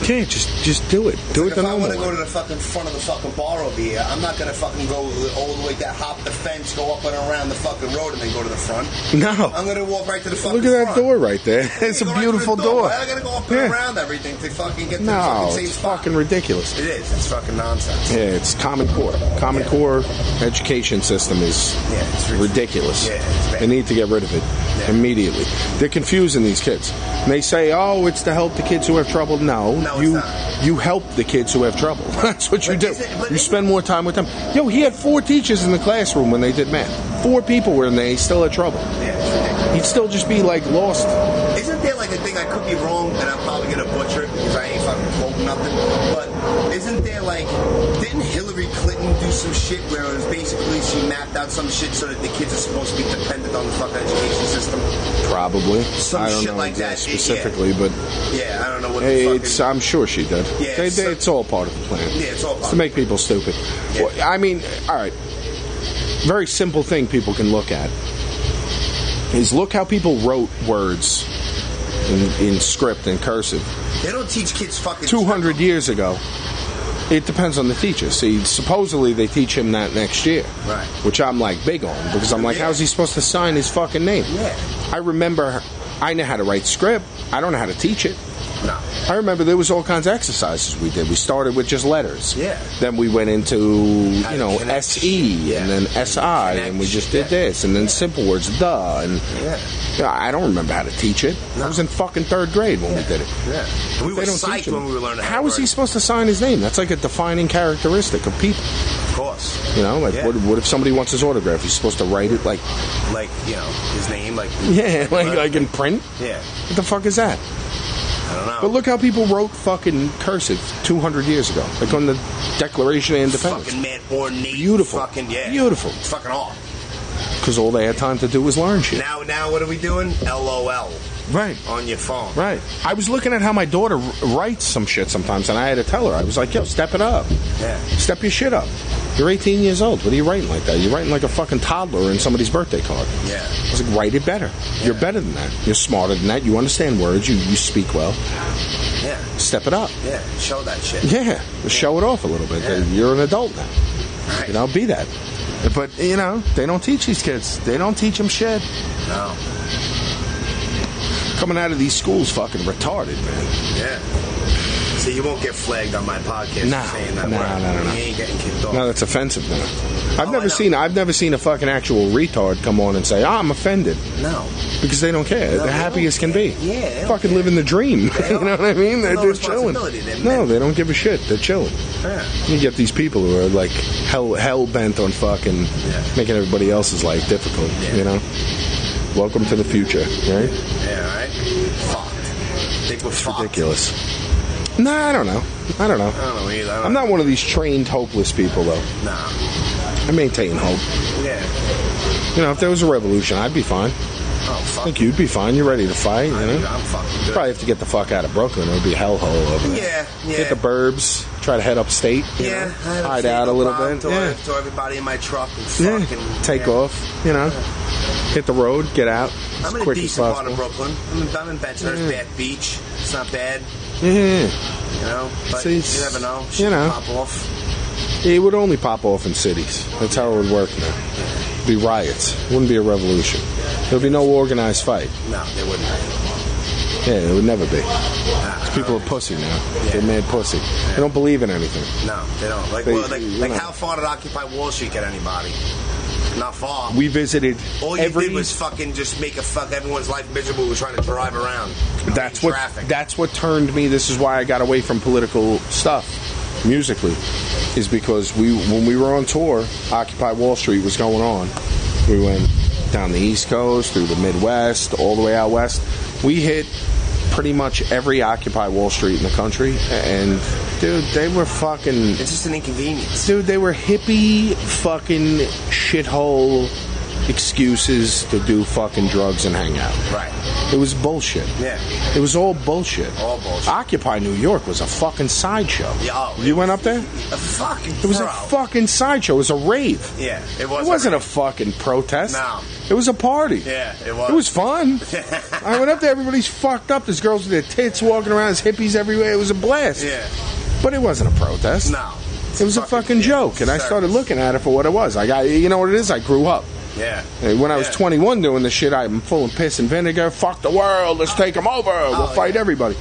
E: Yeah, just just do it. do
D: Like,
E: it the
D: if I
E: normal
D: want to
E: way."
D: go to the fucking front of the fucking bar over here, I'm not gonna fucking go all the way down, hop the fence, go up and around the fucking road, and then go to the front.
E: No.
D: I'm gonna walk right to the fucking.
E: Look at that
D: front.
E: door right there.
D: Yeah,
E: It's a
D: go right to the
E: beautiful door.
D: Why I gotta go up
E: Yeah.
D: and around everything to fucking get to the
E: No,
D: fucking same
E: it's
D: spot.
E: fucking ridiculous.
D: It is. It's fucking nonsense.
E: Yeah, it's Common Core. Common Core education system is
D: Yeah, it's rid-
E: ridiculous.
D: Yeah, it's bad.
E: they need to get rid of it immediately. They're confusing these kids. And they say, "Oh, it's to help the kids who have trouble." No,
D: No, it's
E: you
D: not.
E: you help the kids who have trouble. That's what you
D: But
E: do.
D: is it- but
E: you
D: is it-
E: spend more time with them. Yo, he had four teachers in the classroom when they did math. Four people were in there. He still had trouble.
D: Yeah, it's ridiculous.
E: He'd still just be like lost.
D: Isn't there like a thing I could be wrong and I'm probably gonna butcher it because I ain't fucking quoting nothing? But isn't there like didn't Hillary Clinton do some shit where it was basically she mapped out some shit so that the kids are supposed to be dependent on the fucking education system?
E: Probably.
D: Some
E: I don't
D: shit
E: know
D: like that, yeah.
E: specifically, but
D: Yeah, I don't know what the fucking
E: It's, uh, I'm sure she did.
D: Yeah,
E: they,
D: it's-
E: they, it's all part of the plan.
D: Yeah, it's all part
E: to
D: of
E: make people stupid.
D: Yeah.
E: Well, I mean, all right. Very simple thing people can look at is look how people wrote words in, in script and cursive.
D: they don't teach kids fucking
E: 200 years ago. It depends on the teacher. See, supposedly they teach him that next year,
D: Right.
E: Which I'm like big on because I'm like,
D: Yeah.
E: how's he supposed to sign his fucking name?
D: Yeah.
E: I remember, I know how to write script. I don't know how to teach it.
D: No.
E: I remember there was all kinds of exercises we did. We started with just letters.
D: Yeah.
E: Then we went into
D: How to
E: you know
D: connect.
E: SE and then SI and we just did
D: Yeah.
E: this and then simple words duh and
D: Yeah.
E: Yeah, I don't remember how to teach it. I was in fucking third grade when we did it.
D: Yeah. We were psyched
E: him.
D: when we were learning how
E: How
D: to
E: is he
D: write.
E: supposed to sign his name? That's like a defining characteristic of people.
D: Of course.
E: You know, like
D: Yeah.
E: what, what if somebody wants his autograph? He's supposed to write it like
D: Like, you know, his name, like
E: yeah, like like in print.
D: Yeah.
E: What the fuck is that?
D: I don't know.
E: But look how people wrote fucking cursive 200 years ago, like on the Declaration of
D: fucking
E: Independence,
D: man, ornate,
E: Beautiful.
D: fucking yeah,
E: Beautiful.
D: It's fucking all.
E: because all they had time to do was learn shit.
D: Now, now, what are we doing? LOL
E: Right.
D: on your phone.
E: Right. I was looking at how my daughter r- writes some shit sometimes, and I had to tell her. I was like, yo, step it up.
D: Yeah.
E: Step your shit up. You're 18 years old. What are you writing like that? You're writing like a fucking toddler in somebody's birthday card.
D: Yeah.
E: I was like, write it better. You're better than that. You're smarter than that. You understand words. You, you speak well.
D: Yeah,
E: Step it up.
D: yeah. Show that shit.
E: Yeah. Show it off a little bit. that You're an adult now.
D: Right.
E: You know, be that. But, you know, they don't teach these kids. They don't teach them shit.
D: No.
E: Coming out of these schools fucking retarded, man.
D: Yeah. So you won't get flagged on my podcast
E: Nah.
D: for saying that
E: Nah,
D: word.
E: nah, nah, nah.
D: You ain't getting kicked off.
E: No, that's offensive now. I've
D: Oh, I
E: never
D: know.
E: seen I've never seen a fucking actual retard come on and say, "Ah, I'm offended.
D: no.
E: Because they don't care.
D: No,
E: They're
D: they
E: happy
D: don't
E: as can
D: care.
E: be.
D: Yeah, they don't
E: Fucking
D: care.
E: living the dream.
D: They
E: you
D: are.
E: know what I mean? They're
D: No
E: just chilling.
D: responsibility. They're
E: No,
D: men.
E: they don't give a shit. They're chilling.
D: Yeah.
E: You get these people who are like hell hell bent on fucking making everybody else's life difficult.
D: Yeah.
E: You know. Welcome to the future,
D: Yeah,
E: right?
D: all right. Fucked. Think we're fucked.
E: Ridiculous. Nah, I don't know. I don't know.
D: I don't know either. I don't
E: I'm not one of these trained hopeless people though.
D: Nah.
E: I maintain hope.
D: Yeah.
E: You know, if there was a revolution, I'd be fine.
D: Oh, fuck.
E: I think you'd be fine. You're ready to fight. You
D: I
E: know,
D: am fucking good.
E: probably have to get the fuck out of Brooklyn. It'd be a hellhole over there.
D: Yeah, yeah.
E: Get the burbs. Try to head upstate. You
D: yeah,
E: know,
D: I haven't
E: hide
D: seen
E: out a
D: no
E: little
D: problem
E: bit.
D: To,
E: Yeah,
D: to everybody in my truck and
E: yeah.
D: fucking
E: Take
D: yeah.
E: off. You know, hit the road. Get out as
D: I'm in a
E: quick as
D: decent part
E: possible.
D: of Brooklyn. I'm in, I'm in Bensonhurst, Bath Beach. It's not bad,
E: Yeah, yeah,
D: you know. But
E: See, it's-
D: you never know.
E: you
D: Shit
E: know.
D: pop off.
E: yeah. It would only pop off in cities. That's how it would work now. It'd be riots. It wouldn't be a revolution. There'd be no organized fight.
D: No, they wouldn't.
E: Yeah, it would never be.
D: Nah.
E: People are pussy now.
D: Ah. Yeah.
E: They're mad pussy. They don't believe in anything.
D: No, they don't. Like,
E: They-
D: well, like,
E: you
D: like
E: know.
D: how far did Occupy Wall Street get anybody? Not far.
E: We visited
D: All you
E: every
D: did was fucking just make a fuck everyone's life miserable. We're trying to drive around.
E: that's
D: In
E: what
D: traffic.
E: that's what turned me this is why i got away from political stuff musically is because we when we were on tour occupy wall street was going on we went down the east coast through the midwest all the way out west we hit pretty much every occupy wall street in the country and dude they were fucking
D: It's just an inconvenience.
E: Dude, they were hippie fucking shithole excuses to do fucking drugs and hang out.
D: Right.
E: It was bullshit.
D: Yeah.
E: It was all bullshit.
D: All bullshit.
E: Occupy New York was a fucking sideshow.
D: Yeah, oh,
E: you
D: it
E: went
D: was-
E: up there?
D: A fucking.
E: It was a
D: bro.
E: fucking sideshow. It was a rave.
D: Yeah, it
E: It
D: was.
E: wasn't a fucking protest.
D: No.
E: It was a party.
D: Yeah, it was.
E: It was fun. I went up there, everybody's fucked up. There's girls with their tits walking around, there's hippies everywhere. It was a blast.
D: Yeah.
E: But it wasn't a protest.
D: No. It's
E: It was a fucking
D: yeah,
E: joke, and I
D: service.
E: started looking at it for what it was. I got, you know what it is? I grew up.
D: Yeah.
E: And When I was
D: Yeah.
E: 21 doing this shit, I'm full of piss and vinegar. Fuck the world. Let's take them over. we'll fight
D: Oh, yeah.
E: everybody.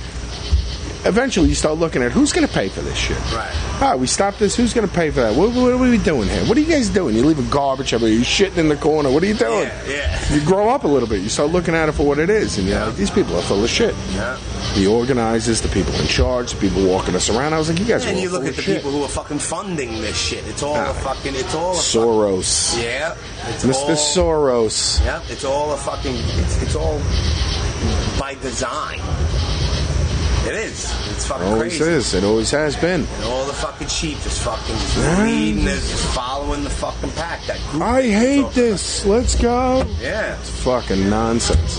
E: Eventually, you start looking at who's going to pay for this shit.
D: Right.
E: Ah, we stopped this. Who's going to pay for that? What, what are we doing here? What are you guys doing? You're leaving garbage everywhere. You're shitting in the corner. What are you doing?
D: Yeah, yeah.
E: You grow up a little bit. You start looking at it for what it is, and you're like, these people are full of shit.
D: Yeah.
E: The organizers, the people in charge, the people walking us around. I was like, you guys are
D: And
E: all
D: you look at
E: full of
D: the
E: shit.
D: people who are fucking funding this shit. It's all
E: Ah.
D: a fucking. It's all a fucking-
E: Soros.
D: Yeah. Oh. It's
E: Mr.
D: all-
E: Soros.
D: Yeah, it's all a fucking. It's, it's all by design. It is. It's
E: It
D: fucking
E: always
D: crazy.
E: is. It always has been.
D: And all the fucking sheep just fucking
E: Yeah.
D: leading, they're just following the fucking pack. That group.
E: I hate
D: It's all-
E: this. Let's go.
D: Yeah.
E: Fucking nonsense.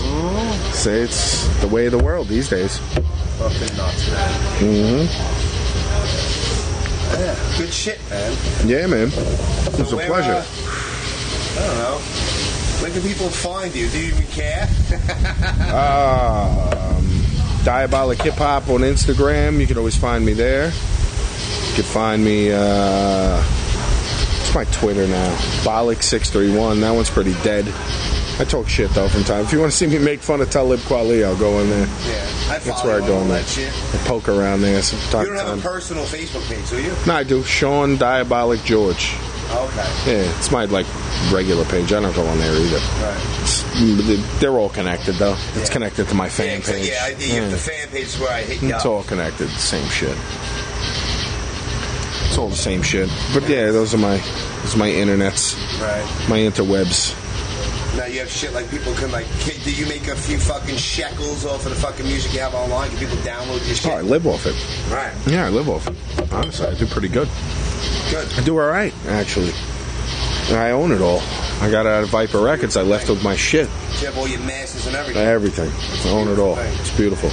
E: Say it's the way of the world these days.
D: Fucking nuts, man. Mm-hmm. Yeah, good shit, man.
E: Yeah, man. It was a
D: Where,
E: pleasure.
D: uh, I don't know. Where can people find you? Do you even care?
E: Um, Diabolic Hip Hop on Instagram. You can always find me there. You can find me. Uh, it's my Twitter now. Bolic631. That one's pretty dead. I talk shit though from time. If you want to see me make fun of Talib Kweli, I'll go in there.
D: Yeah, I
E: That's
D: follow
E: where I go
D: all
E: on
D: that
E: that.
D: shit.
E: I poke around there from
D: you
E: time
D: don't
E: to
D: have a
E: time.
D: personal Facebook page, do you?
E: No, I do. Sean Diabolic George.
D: Okay.
E: Yeah, it's my like regular page. I don't go on there either.
D: Right.
E: It's, they're all connected though. It's
D: Yeah.
E: connected to my
D: yeah,
E: fan
D: except-
E: page. Hmm.
D: Yeah, I, yeah, the fan page is where I hit you
E: It's
D: up.
E: all connected. Same shit. It's all the same shit. But yeah, those are my those are my internets,
D: Right.
E: my interwebs.
D: Now you have shit like people can like, can, do you make a few fucking shekels off of the fucking music you have online? Can people download your shit?
E: Oh, I live off it.
D: Right.
E: Yeah, I live off it. Honestly, I do pretty good.
D: Good.
E: I do all right, actually. I own it all. I got out of Viper Records. I left with my shit.
D: You have all your masses and everything.
E: Everything. I own it all. It's beautiful.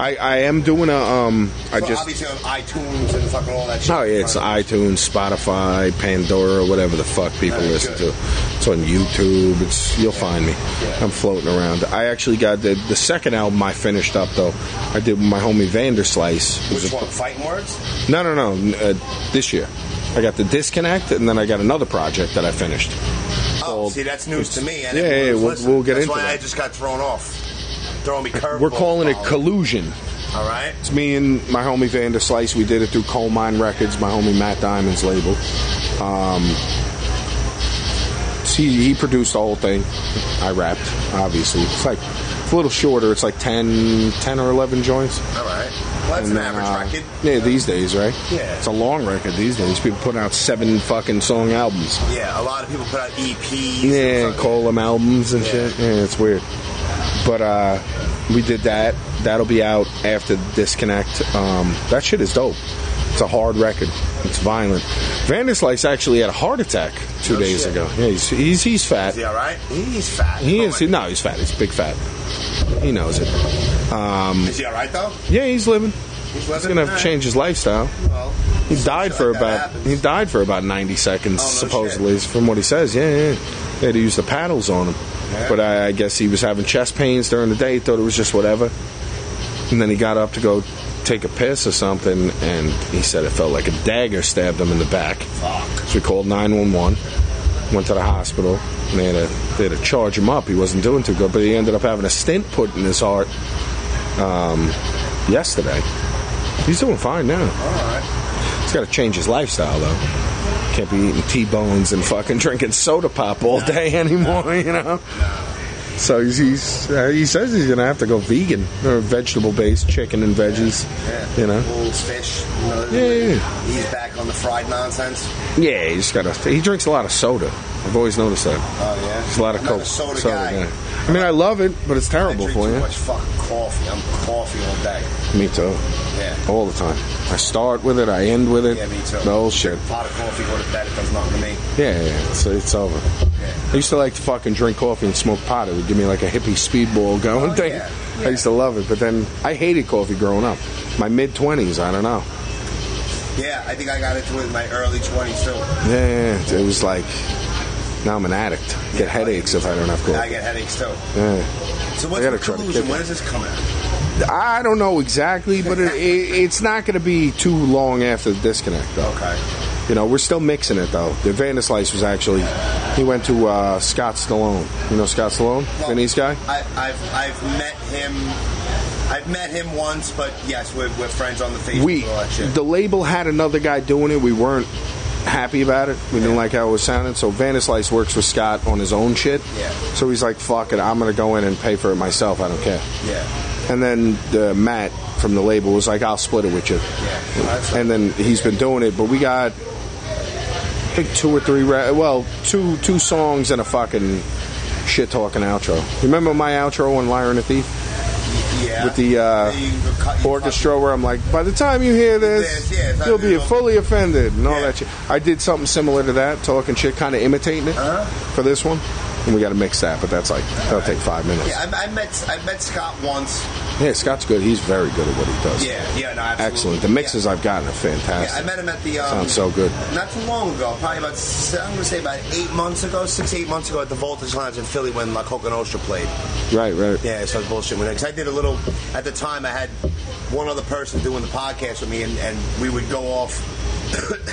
E: I, I am doing a um. I
D: so
E: just
D: obviously on iTunes and fucking all that shit.
E: oh yeah, it's
D: Right.
E: iTunes, Spotify, Pandora, whatever the fuck people
D: Alright,
E: listen
D: good.
E: to. It's on YouTube. It's you'll find me. I'm floating around. I actually got the the second album I finished up though. I did with my homie Vanderslice. It was
D: Which
E: a-
D: one? Fighting words?
E: No, no, no. n- Uh, this year, I got the disconnect, and then I got another project that I finished.
D: Oh, see, that's news to me. I
E: Yeah,
D: didn't
E: yeah,
D: really
E: we'll-
D: listen.
E: we'll get
D: That's
E: into
D: why
E: that.
D: I just got thrown off. Throwing me curveballs.
E: We're calling it
D: Colin.
E: Collusion.
D: all right.
E: It's me and my homie Vander Slice. We did it through Coal Mine Records, my homie Matt Diamond's label. Um, he, he produced the whole thing. I rapped, obviously. It's like it's a little shorter. It's like 10, 10 or eleven joints.
D: All right. Well, that's
E: And
D: an
E: then,
D: average
E: uh,
D: record.
E: Yeah, these days, right?
D: Yeah.
E: It's a long record these days. People putting out seven fucking song albums.
D: Yeah, a lot of people put out EPs. and
E: Yeah,
D: fucking-
E: call them albums and
D: Yeah.
E: shit. Yeah, it's weird. But uh, we did that. That'll be out after Disconnect. Um, that shit is dope. It's a hard record. It's violent. Vanderslice actually had a heart attack two
D: Oh,
E: days
D: shit.
E: ago. Yeah, he's he's, he's fat.
D: Is he all right? He's fat.
E: He
D: Oh,
E: is.
D: my-
E: no, he's fat. He's big fat. He knows it. Um,
D: Is he all right though?
E: yeah, he's living.
D: He's
E: He's
D: living?
E: gonna have
D: All
E: to
D: right.
E: change his lifestyle.
D: Well,
E: He died
D: shit
E: for
D: like that
E: about
D: happens.
E: he died for about ninety seconds,
D: Oh, no
E: supposedly, from what he says. Yeah, yeah. They had to use the paddles on him,
D: Yeah.
E: but I, I guess he was having chest pains during the day. He thought it was just whatever, and then he got up to go take a piss or something, and he said it felt like a dagger stabbed him in the back. So we called nine one one. Went to the hospital. And they had to they had to charge him up. He wasn't doing too good, but he ended up having a stent put in his heart um, yesterday. He's doing fine now.
D: All right.
E: He's got to change his lifestyle though. Can't be eating T-bones and fucking drinking soda pop all day anymore, you know. So he's, he's uh, he says he's gonna have to go vegan or vegetable based chicken and veggies,
D: Yeah.
E: you know.
D: Wolves, fish. you know,
E: Yeah, yeah, yeah.
D: He's back on the fried nonsense.
E: Yeah, he's got to. He drinks a lot of soda. I've always noticed that.
D: Oh yeah.
E: He's a lot of
D: I'm not
E: coke.
D: a soda, guy.
E: I mean, I love it, but it's
D: I
E: terrible
D: drink
E: for
D: too
E: you.
D: much fucking coffee. I'm coffee all day.
E: Me too.
D: Yeah.
E: All the time. I start with it. I end with it.
D: Yeah, me too.
E: The whole shit.
D: pot of coffee, go to bed. It does nothing to me.
E: Yeah, yeah, it's, it's over. I used to like to fucking drink coffee and smoke pot. It would give me like a hippie speedball going
D: Oh,
E: thing.
D: yeah,
E: I used to love it, but then I hated coffee growing up. My mid twenties, I don't know.
D: Yeah, I think I got into it in my early 20s too.
E: Yeah, yeah, yeah, it was like now I'm an addict. Get headaches if I don't have
D: I
E: coffee.
D: get headaches too.
E: Yeah.
D: So
E: I
D: what's the
E: gotta try to
D: conclusion?
E: kick
D: When is this coming out?
E: I don't know exactly, but it, it, it's not going to be too long after the disconnect, though.
D: Okay.
E: You know, we're still mixing it though. The Vander Slice was actually he went to uh, Scott Stallone. You know Scott Stallone,
D: Well,
E: Vinny's guy.
D: I, I've I've met him. I've met him once, but yes, we're, we're friends on the Facebook.
E: we
D: and all that shit.
E: the label had another guy doing it. We weren't happy about it. We didn't like how it was sounding. So Vanderslice works with Scott on his own shit.
D: Yeah.
E: So he's like, "Fuck it, I'm gonna go in and pay for it myself. I don't care."
D: yeah,
E: And then the Matt from the label was like, "I'll split it with you."
D: yeah. That's-
E: And then he's been doing it, but we got I think two or three ra- well, two two songs and a fucking shit talking outro. Remember my outro on Liar and the Thief
D: yeah.
E: with the uh,
D: You cut- you
E: orchestra where I'm like, by the time you hear this,
D: This, yeah, it's not
E: you'll be
D: doable.
E: fully offended and all
D: Yeah.
E: that shit. I did something similar to that, talking shit, kind of imitating it
D: Uh-huh.
E: for this one. And we got to mix that, but that's like, that'll take five minutes.
D: fucking-
E: Yeah.
D: Yeah, I, I met I met Scott once.
E: Scott's good. He's very good at what he does.
D: Yeah, yeah, no, absolutely.
E: Excellent. The mixes I've gotten are
D: Yeah, I
E: fantastic.
D: met him at the. Um,
E: Sounds so good.
D: Not too long ago, probably about s- I'm gonna say about eight months ago, six eight months ago at the Voltage Lounge in Philly when La Coca Nostra played.
E: Right, right.
D: Yeah, so I was bullshitting with it. 'Cause I did a little, at the time, I had one other person doing the podcast with me, and, and we would go off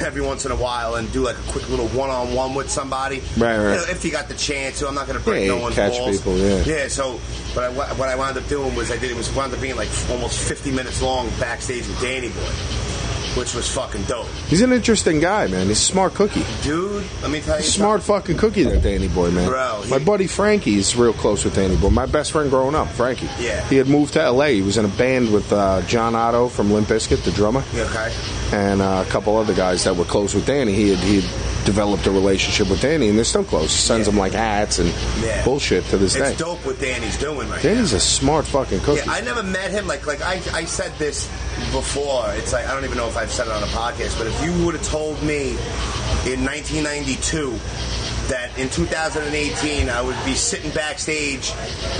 D: every once in a while and do like a quick little one on one with somebody.
E: Right, right.
D: You know, if you got the chance to. I'm not going to break
E: Yeah,
D: no one's
E: catch
D: balls.
E: people, yeah.
D: Yeah, so, but I, wa- what I wound up doing was I did it was wound up being like almost 50 minutes long backstage with Danny Boy, which was fucking dope.
E: He's an interesting guy, man. He's a smart cookie.
D: Dude, let me tell you
E: Smart fucking cookie, that Danny Boy, man.
D: Bro, he-
E: My buddy Frankie is real close with Danny Boy. My best friend growing up, Frankie.
D: Yeah.
E: He had moved to LA. He was in a band with uh, John Otto from Limp Bizkit, the drummer.
D: something. Okay.
E: and uh, a couple other guys that were close with Danny. He had, he had developed a relationship with Danny, and they're still close. Sends
D: Yeah.
E: him like hats and
D: Yeah.
E: bullshit to this
D: It's
E: day.
D: dope what Danny's doing right now.
E: Danny's a smart fucking cookie.
D: Yeah, I never met him. Like, like I, I said this before. It's like I don't even know if I've said it on a podcast, but if you would have told me in 1992 that in 2018 I would be sitting backstage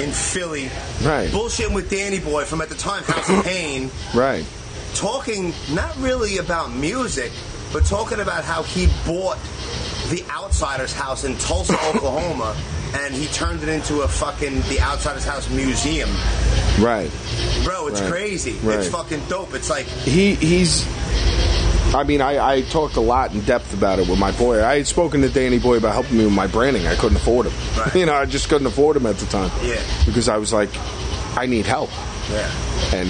D: in Philly,
E: Right.
D: bullshitting with Danny Boy from at the time House of Pain,
E: right.
D: talking not really about music, but talking about how he bought the Outsiders House in Tulsa, Oklahoma, and he turned it into a fucking the Outsiders House museum.
E: Right.
D: Bro, it's
E: Right.
D: crazy.
E: Right.
D: It's fucking dope. It's like
E: he he's I mean, I, I talked a lot in depth about it with my boy. I had spoken to Danny Boy about helping me with my branding. I couldn't afford him.
D: Right.
E: You know, I just couldn't afford him at the time.
D: Yeah.
E: Because I was like, I need help.
D: yeah.
E: And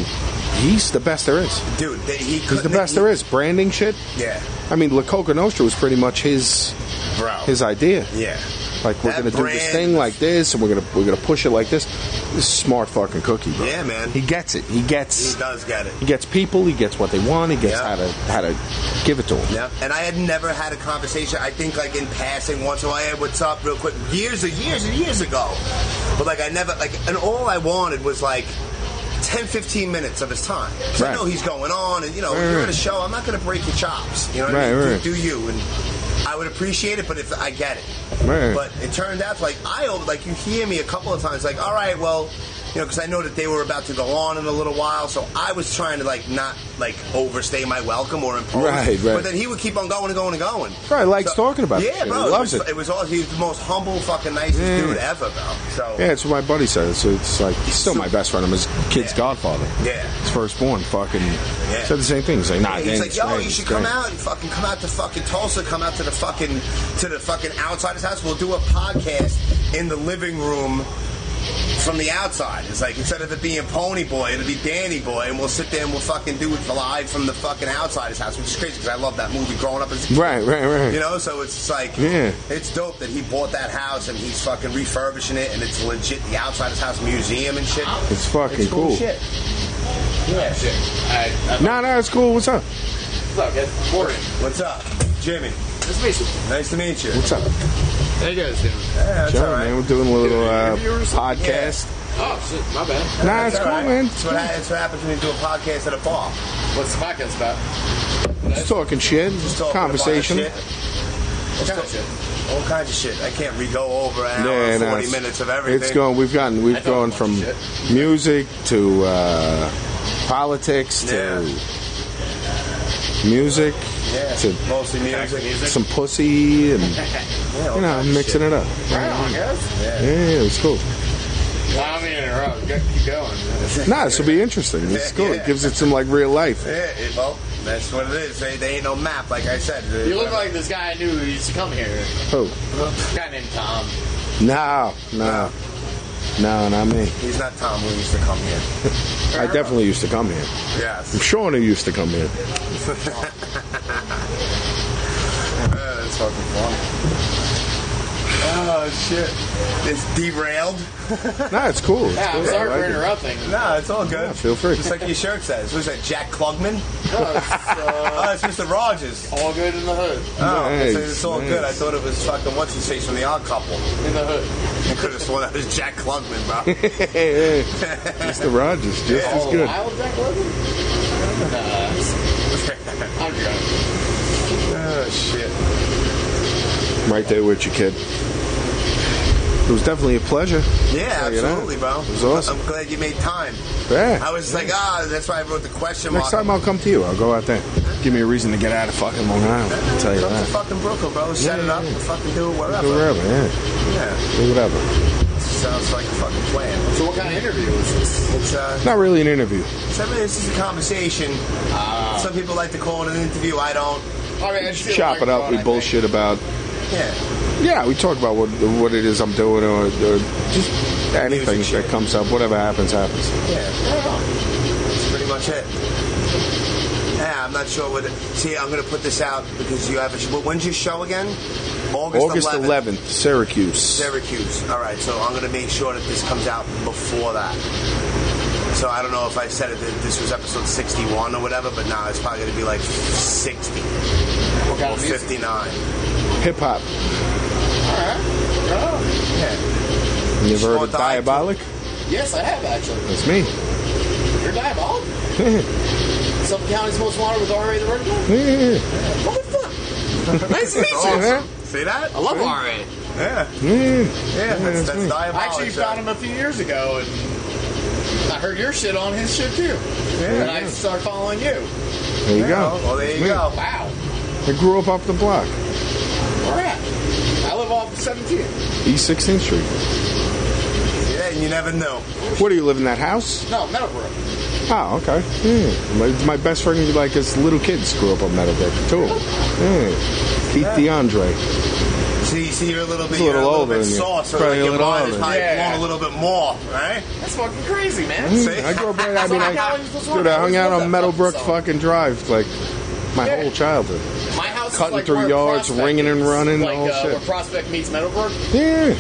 E: he's the best there is.
D: Dude, they, he
E: He's the
D: couldn't-
E: best there is. Branding shit.
D: Yeah.
E: I mean, La Coca Nostra was pretty much his
D: Bro.
E: his idea.
D: yeah.
E: Like we're
D: That
E: gonna do this
D: brand-
E: thing like this, and we're gonna we're gonna push it like this. This is smart fucking cookie, bro.
D: Yeah, man.
E: He gets it. He gets
D: He does get it.
E: he gets people. He gets what they want. He gets
D: Yeah.
E: how to how to give it to them.
D: Yeah, and I had never had a conversation. I think like in passing once in a while, hey, what's up, real quick, years and years and years ago. But like I never like, and all I wanted was like 10, 15 minutes of his time. 'Cause I
E: Right.
D: know he's going on, and you know,
E: Right,
D: if you're
E: right.
D: at a show, I'm not going to break your chops. You know what I
E: Right,
D: mean? Do-
E: right.
D: Do, you? And I would appreciate it, but if I get it,
E: Right.
D: but it turned out like I like you hear me a couple of times like, all right, well. You know, because I know that they were about to go on in a little while, so I was trying to like not like overstay my welcome or impose.
E: Right, right.
D: But then he would keep on going and going and going.
E: Right, likes talking about
D: Yeah,
E: this shit.
D: bro,
E: He loves
D: it.
E: it.
D: Was, it was all he was the most humble, fucking nicest
E: Yeah.
D: dude ever, bro. So
E: Yeah, it's what my buddy says. So it's like he's still my best friend. I'm his kid's
D: Yeah.
E: godfather.
D: Yeah.
E: his firstborn. Fucking said the same thing. He's like, nah,
D: He's like,
E: Danny's
D: yo,
E: great,
D: you should
E: he's
D: come
E: great."
D: out and fucking come out to fucking Tulsa, come out to the fucking to the fucking outsider's house. We'll do a podcast in the living room from the outside. It's like instead of it being Pony Boy, it'll be Danny Boy, and we'll sit there and we'll fucking do it live from the fucking outsider's house, which is crazy because I love that movie growing up as a kid.
E: Right, right, right.
D: You know, so it's just like,
E: Yeah.
D: it's dope that he bought that house and he's fucking refurbishing it, and it's legit the outside his house museum and shit.
E: It's fucking
D: It's cool,
E: cool.
D: shit.
A: Yeah, shit. Alright,
E: Nah, nah, it's cool. What's up?
A: look, it's boring.
D: What's up, Jimmy?
A: Let's make some.
D: Nice to meet you.
E: What's up?
F: How you guys doing?
D: Yeah, it's
E: John,
D: all right.
E: man, we're doing a little uh,
F: Interviewers?
E: podcast.
F: Oh shit, my bad.
E: Nah, it's
D: all
E: cool,
D: right.
E: man.
D: It's what, ha- it's what happens when you do a podcast at a bar.
F: What's the podcast about?
E: Just talking shit,
D: Just talking about
E: conversation.
D: shit. All kinds of shit. All kinds of shit. I can't re-go over an hour and
E: nah,
D: 40
E: it's-
D: minutes of everything.
E: It's going. We've gotten. We've
F: I thought
E: gone
F: a bunch
E: from
F: of
E: music to uh, politics to music
D: Yeah,
E: to
D: mostly music.
E: some pussy and
D: Yeah, all
E: you know
D: kinds
E: I'm
D: of shit.
E: mixing it up.
F: I guess.
E: Yeah, yeah, it's cool.
F: Well, I mean, in a row. Go- Keep going.
E: Nah, this will be interesting. It's cool. It gives it some like real life.
D: Yeah, it, well, that's what it is. They, they ain't no map, like I said.
F: You look like this guy I knew who used to come here.
E: Oh,
F: A guy named Tom.
E: no, no, no, not me.
D: He's not Tom who used to come here.
E: I definitely used to come here.
D: Yes.
E: Sean used to come here.
D: Yeah, that's fucking fun. Oh, shit. It's derailed.
E: Nah, it's cool. It's
F: Yeah, I'm
E: cool. I
F: sorry
E: like
F: for
E: it.
F: interrupting.
D: No, it's all good.
E: Yeah, feel free.
D: Just like your shirt says. Who's that, Jack Klugman?
F: No, it's, uh,
D: Oh, it's Mr. Rogers.
F: all good in the hood.
D: Oh, it's,
E: Nice,
D: it's all
E: nice.
D: good. I thought it was fucking what's his face from The Odd Couple.
F: In the hood.
D: I could have sworn that was Jack Klugman, bro.
E: Hey, hey. Mr. Rogers, just as
F: Oh,
E: good.
F: Wild Jack Logan? Nah. I'm drunk.
D: oh, shit.
E: Right there with you, kid. It was definitely a pleasure.
D: Yeah,
E: you know.
D: absolutely, bro.
E: It was awesome.
D: I'm glad you made time.
E: Yeah.
D: I was like, ah, that's why I wrote the question mark.
E: Next time I'll come to you. I'll go out there. Give me a reason to get out of fucking Long Island. I'll tell you
D: Come to
E: that.
D: fucking Brooklyn, bro. Set
E: Yeah,
D: it up
E: yeah.
D: and fucking do it
E: Do
D: wherever.
E: whatever, yeah.
D: Yeah,
E: Do whatever.
D: sounds like a fucking plan.
F: So what kind of interview was this?
D: It's uh,
E: Not really an interview.
D: so this is a conversation.
F: Ah.
D: Some people like to call it an interview. I don't.
F: I mean, I just feel
E: Chop
F: like
E: it up.
F: going,
E: We
F: I think.
E: bullshit about.
D: Yeah,
E: Yeah, we talk about what what it is I'm doing or, or just
D: Music
E: anything
D: shit.
E: that comes up. Whatever happens, happens.
D: yeah. That's pretty much it. Yeah, I'm not sure what. It, see, I'm gonna put this out because you have a. sh- When's your show again? August,
E: August
D: 11th.
E: 11th, Syracuse.
D: Syracuse. All right, so I'm gonna make sure that this comes out before that. So I don't know if I said it that this was episode 61 or whatever, but now it's probably going to be like 60
F: What kind
D: or
F: of music?
D: 59.
E: Hip hop.
F: All right. Oh,
D: Yeah.
E: You ever heard
D: Small
E: of
D: die, too.
E: Diabolic?
F: yes, I have actually.
E: That's me.
F: You're diabolic. Suffolk County's most wanted with R.A. the Regular.
E: Yeah.
F: Motherfucker. nice to meet you.
E: Yeah.
D: See that?
F: I love R.A.
D: Oh, Yeah. Oh,
E: Yeah.
D: Yeah, that's, that's diabolic.
F: I actually
D: so-
F: found him a few years ago, and I heard your shit on his shit too.
D: Yeah.
F: And I started following you.
E: There you
D: Oh,
E: go.
D: well, there you
E: Yeah.
D: go.
F: Wow.
E: I grew up up the block,
F: All right. I live off 17.
E: East 16th Street.
D: Yeah, and you never know.
E: What do you live in that house?
F: No, Meadowbrook.
D: Ah,
E: Oh, okay. Yeah. My, my best friend, like his little kids, grew up on Meadowbrook too. Yeah. Keith DeAndre.
D: See, see, you're a little bit,
E: a
D: you're
E: little
D: a little
E: older
D: bit
E: than you.
D: soft, so like
E: Probably a
D: your
E: little
D: mind is
E: older.
D: probably
F: Yeah.
D: blown a little bit more, right?
F: That's fucking crazy, man.
D: See?
E: Mm. I grew up right. I mean,
F: That's how I
E: I,
F: was supposed to
E: dude, I hung out
F: love that
E: on Meadowbrook
F: fucking song.
E: fucking Drive like my
F: Yeah.
E: whole childhood.
F: My house
E: Cutting
F: is like
E: through
F: where
E: yards,
F: Prospect
E: ringing and
F: is.
E: running, the
F: like,
E: whole
F: uh,
E: shit.
F: Where Prospect meets Meadowbrook,
E: Yeah,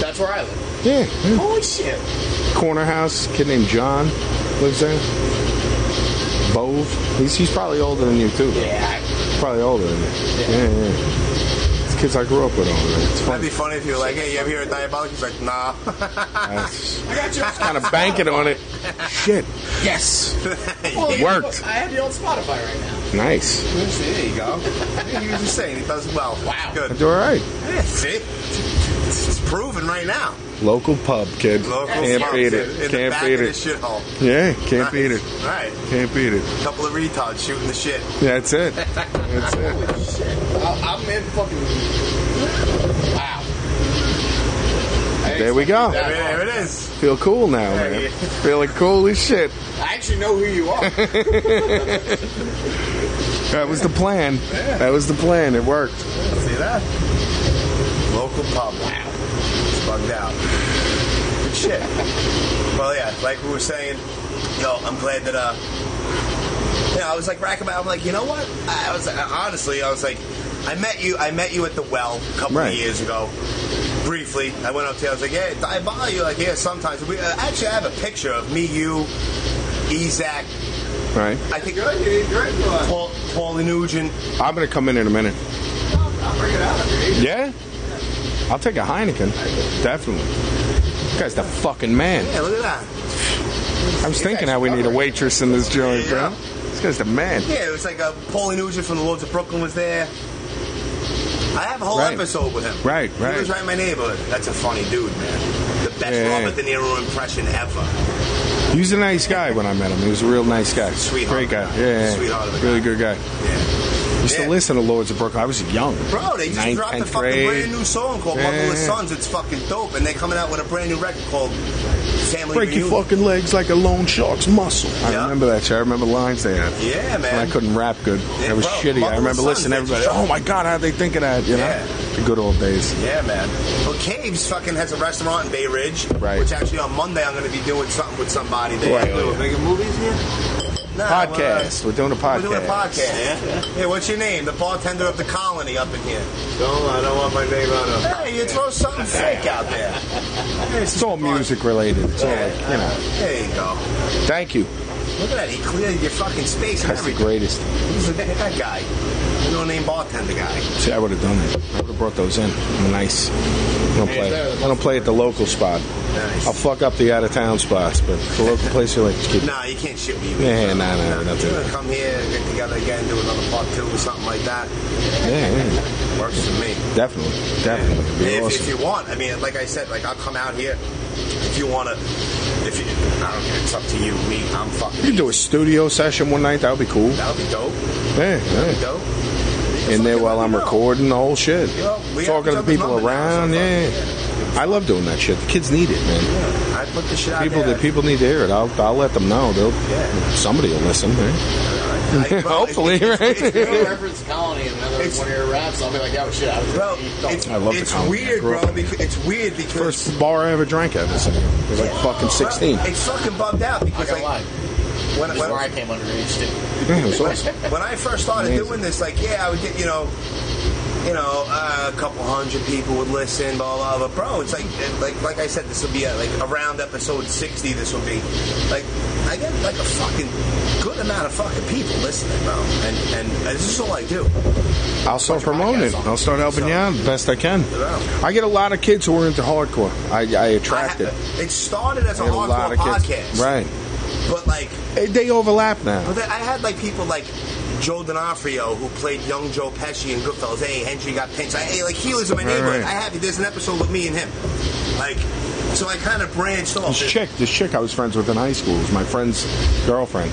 F: that's where I live.
E: yeah. yeah.
F: Holy shit.
E: Corner house. Kid named John lives there. Bove. He's he's probably older than you too. though.
F: Yeah.
E: Probably older than you. Yeah, yeah. It's kids I grew up with over there. It's
D: That'd
E: funny.
D: be funny if you were like, hey, you ever hear a diabolic? He's like, nah.
F: I got you.
E: kind of banking on it. Shit. Yes. worked.
F: I have you on Spotify right now.
E: Nice.
D: see, there you go. He was just saying, he does well.
F: Wow.
E: I
D: Good.
E: do all right.
D: Yeah, see? This is proven right now.
E: Local pub, kid.
D: Local
E: can't
D: pub
E: beat
D: in-
E: it.
D: In the
E: Can't
D: back
E: beat
D: of
E: it.
D: the shithole.
E: Yeah, can't
D: Nice.
E: beat it.
D: All right.
E: Can't beat it.
D: Couple of retards shooting the shit.
E: Yeah, that's it. That's it.
F: Holy shit. I, I'm in fucking. Wow. I
E: There we go.
D: There, there it is.
E: Feel cool now, man.
D: yeah.
E: Feeling cool as shit.
F: I actually know who you are.
E: That was the plan. That was the plan. It worked.
D: See that? Local pub. Wow. It's bugged out. Good shit. well, yeah, like we were saying, yo, I'm glad that, uh, yeah, I was like racking my, I'm like, you know what? I I was, uh, honestly, I was like, I met you, I met you at the well a couple
E: Right.
D: of years ago. Briefly, I went up to you. I was like, "Yeah, I bother you." Like, yeah, sometimes we uh, actually I have a picture of me, you, Ezak.
E: Right.
D: I think
F: Good, you did great. You are.
D: Paul, Paul Nugent.
E: I'm gonna come in in a minute.
F: I'll bring it out of here.
E: Yeah. I'll take a Heineken. Definitely. This guy's the fucking man.
D: Yeah, look at that.
E: I was thinking how we need a waitress in this joint, bro.
D: Yeah.
E: This guy's the man.
D: Yeah, it was like a Paulie Nugent from the Lords of Brooklyn was there. I have a whole
E: Right.
D: episode with him.
E: Right,
D: He was
E: right.
D: right in my neighborhood. That's a funny dude, man. The best
E: Yeah.
D: Robert De Niro impression ever.
E: He was a nice guy when I met him. He was a real nice guy.
D: Sweetheart.
E: Great guy. Yeah. yeah.
D: Sweetheart of a guy.
E: really good guy.
D: Yeah.
E: Used
D: Yeah.
E: to listen to Lords of Brooklyn. I was young.
D: Bro, they just
E: Ninth,
D: dropped a
E: tenth
D: fucking
E: grade.
D: brand new song called
E: Yeah.
D: Motherless Sons. It's fucking dope. And they're coming out with a brand new record called Family
E: Break your
D: Reunion.
E: fucking legs like a lone shark's muscle. I
D: Yeah.
E: remember that shit. I remember lines they had.
D: Yeah,
E: And
D: man.
E: I couldn't rap good.
D: Yeah,
E: I was
D: bro,
E: shitty. I
D: Mother
E: remember
D: and
E: listening to
D: Sons,
E: everybody.
D: that's
E: Oh my god, how'd they think of that? You know?
D: Yeah.
E: The good old days.
D: Yeah, man. Well, Caves fucking has a restaurant in Bay Ridge.
E: Right.
D: Which actually on Monday I'm going to be doing something with somebody there.
E: Right, oh,
D: We're
E: yeah.
D: making movies here? No,
E: Podcast.
D: we're,
E: We're doing a
D: uh,
E: podcast.
D: We're doing a podcast. Yeah. Hey, what's your name? The bartender of the colony up in here.
F: Don't, I don't want my name out of
D: Hey, you throw something fake out there.
E: It's all music related. It's all
D: Yeah.
E: like, you know.
D: There you go.
E: Thank you.
D: Look at that. He cleared your fucking space. and
E: That's the
D: everything.
E: greatest.
D: He's a- that guy. No name bartender guy.
E: See, I would have done that. I would have brought those in. I'm nice. I don't play. I don't play at the local spot.
D: Nice.
E: I'll fuck up the out of town spots, but the local place you like to keep.
D: Nah, you can't shit me.
E: Yeah, nah, nah,
D: You're
E: nothing.
D: gonna come here, get together again, do another part two or something like that.
E: Yeah, yeah,
D: Works for me.
E: definitely, definitely. It'd be
D: if,
E: awesome.
D: if you want, I mean, like I said, like I'll come out here if you want to. If you, I don't care, it's up to you. Me, I'm
E: You
D: fucking.
E: could do a studio session one night. That would be cool.
D: That'll be dope.
E: Yeah,
D: That'll be
E: yeah.
D: dope.
E: In there
D: Fucking
E: while
D: let
E: I'm
D: me know.
E: recording the whole shit.
D: You know, we have
E: Talking
D: each
E: to
D: other's
E: people
D: number now,
E: around.
D: so fuck
E: Yeah. I love doing that shit. The kids need it, man.
D: I put the shit out
E: People,
D: there.
E: the people need to hear it. I'll, I'll let them know. They'll,
D: Yeah.
E: somebody will listen. Man.
D: I- bro,
E: Hopefully,
D: it's-
E: right?
D: it's-
F: If you
D: it's-
F: reference Colony in another
D: It's-
F: one of your raps, I'll be like, yeah, well, shit, I was
D: Bro,
F: it's,
D: it's,
E: I love the
D: it's
E: comedy. I
D: weird,
E: grew
D: bro.
E: up-
D: Because it's weird because
E: First bar I ever drank at was I was like fucking
D: Bro,
E: 16.
D: It's fucking bugged out
F: I
D: because
F: gotta lie.
D: like when,
F: This is where I
D: when,
F: came underage, too.
E: Yeah, it was awesome.
D: when I first started
E: Amazing.
D: doing this, like yeah, I would get you know you know, uh, a couple hundred people would listen, blah blah. blah. But bro, it's like, it- like, like I said, this will be uh like around episode sixty. This will be like, I get like a fucking good amount of fucking people listening, bro. And and uh, this is all I do.
E: I'll start promoting it. I'll start helping you out the best I can.
D: Yeah.
E: I get a lot of kids who are into hardcore. I, I attract
D: I
E: it.
D: ha- it started as a
E: I get a lot
D: hardcore
E: of
D: podcast,
E: kids. Right.
D: But like,
E: Eh, They overlap now.
D: But then I had like people like Joe D'Onofrio who played young Joe Pesci in Goodfellas. Hey, Henry got pinched. I, hey, like he lives in my
E: Right,
D: neighborhood.
E: right.
D: I have there's an episode with me and him. Like, so I kind of branched off.
E: This chick, this chick I was friends with in high school, was my friend's girlfriend.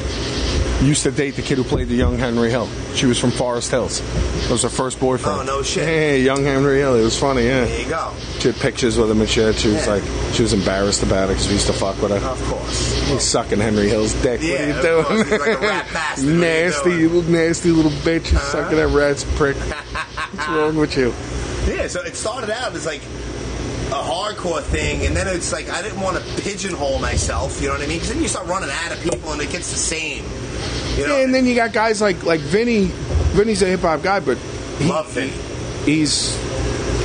E: Used to date the kid who played the young Henry Hill. She was from Forest Hills. That was her first boyfriend.
D: Oh, no shit.
E: Hey, young Henry Hill. It was funny,
D: There
E: yeah.
D: you go.
E: She had pictures with him and shit. She was
D: Yeah.
E: like, she was embarrassed about it because we used to fuck with her.
D: Of course.
E: He's sucking Henry Hill's dick.
D: Yeah,
E: what are you
D: of
E: doing?
D: course. He's like a rat bastard. What are you
E: nasty,
D: doing?
E: little nasty little bitch. He's sucking that rat's prick. What's wrong with you?
D: Yeah. So it started out as like a hardcore thing, and then it's like I didn't want to pigeonhole myself. You know what I mean? Because then you start running out of people, and it gets the same. You know.
E: and then you got guys like like Vinny. Vinny's a hip hop guy, but he,
D: Love Vinny.
E: he's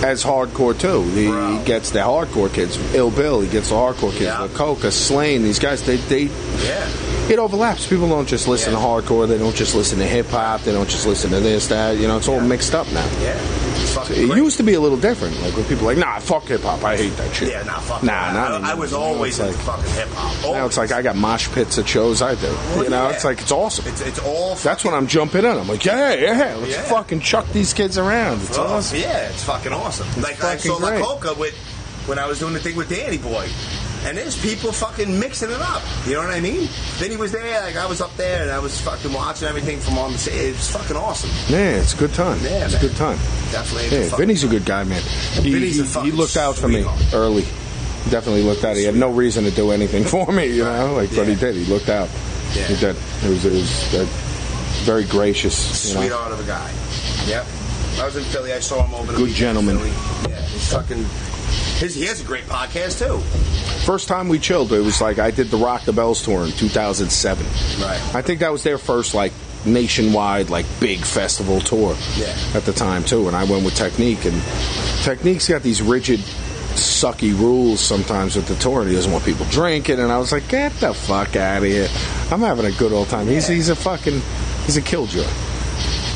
E: as hardcore too. He,
D: Bro.
E: he gets the hardcore kids. Ill Bill, he gets the hardcore kids.
D: Yeah.
E: Yeah. Coca, Slain, these guys, they they
D: yeah.
E: it overlaps. People don't just listen
D: Yeah.
E: to hardcore. They don't just listen to hip hop. They don't just listen to this, that. You know, it's all mixed up now.
D: Yeah. It's fucking
E: It
D: great.
E: used to be a little different. Like when people are like, nah, fuck hip hop. I hate that shit.
D: Yeah, nah, fuck.
E: Nah,
D: that.
E: nah.
D: I, I was always
E: like,
D: into fucking hip hop.
E: now it's like I got mosh pits at shows I do. you know,
D: yeah.
E: it's like it's awesome.
D: It's, it's all.
E: That's when I'm jumping in. I'm like, yeah, yeah, let's
D: Yeah.
E: fucking chuck these kids around. It's
D: fucking
E: awesome.
D: awesome. Yeah, it's fucking awesome. like I
E: fucking
D: saw La
E: great.
D: Coca with when I was doing the thing with Danny Boy, and there's people fucking mixing it up. You know what I mean? Then he was there, like I was up there, and I was fucking watching everything from on the stage. It was fucking awesome.
E: Yeah, it's a good time.
D: Yeah,
E: it's
D: man.
E: a good time.
D: Definitely. into
E: Yeah,
D: fucking-
E: Vinny's a good guy, man. He,
D: Vinny's a
E: he- he
D: fucking
E: looked out for me
D: sweetheart.
E: early. Definitely looked out. He had no reason to do anything for me, you know. Like, but he
D: Yeah.
E: did. He looked out.
D: Yeah.
E: He did. It was, it was uh, very gracious. You know?
D: sweetheart of a guy. Yep. I was in Philly. I saw him over the
E: Good
D: weekend in
E: gentleman.
D: Philly. Yeah, he's fucking. His, he has a great podcast too.
E: First time we chilled, it was like I did the Rock the Bells tour in 2007.
D: Right.
E: I think that was their first like nationwide like big festival tour.
D: Yeah.
E: At the time too, and I went with Technique, and Technique's got these rigid, sucky rules sometimes with the tour, and he doesn't want people drinking. And I was like, get the fuck out of here! I'm having a good old time. He's he's a fucking he's a killjoy.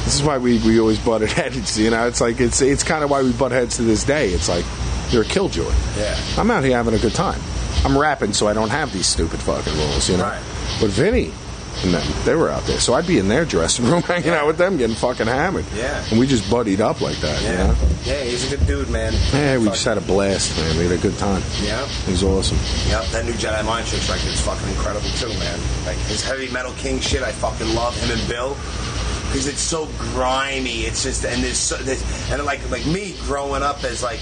E: This is why we, we always butted heads, you know. It's like it's it's kind of why we butt heads to this day. It's like you're a killjoy.
D: Yeah.
E: I'm out here having a good time. I'm rapping, so I don't have these stupid fucking rules, you know.
D: Right.
E: But Vinny and them, they were out there, so I'd be in their dressing room hanging out with them, getting fucking hammered.
D: Yeah.
E: And we just buddied up like that, you
D: Yeah.
E: know.
D: Yeah, he's a good dude, man.
E: Yeah, we
D: Fuck.
E: just had a blast, man. We had a good time.
D: Yeah.
E: It was awesome.
D: Yep, that new Jedi Mind Tricks record is fucking incredible too, man. Like his heavy metal king shit, I fucking love him and Bill because it's so grimy. It's just and there's so there's, and like like me growing up as like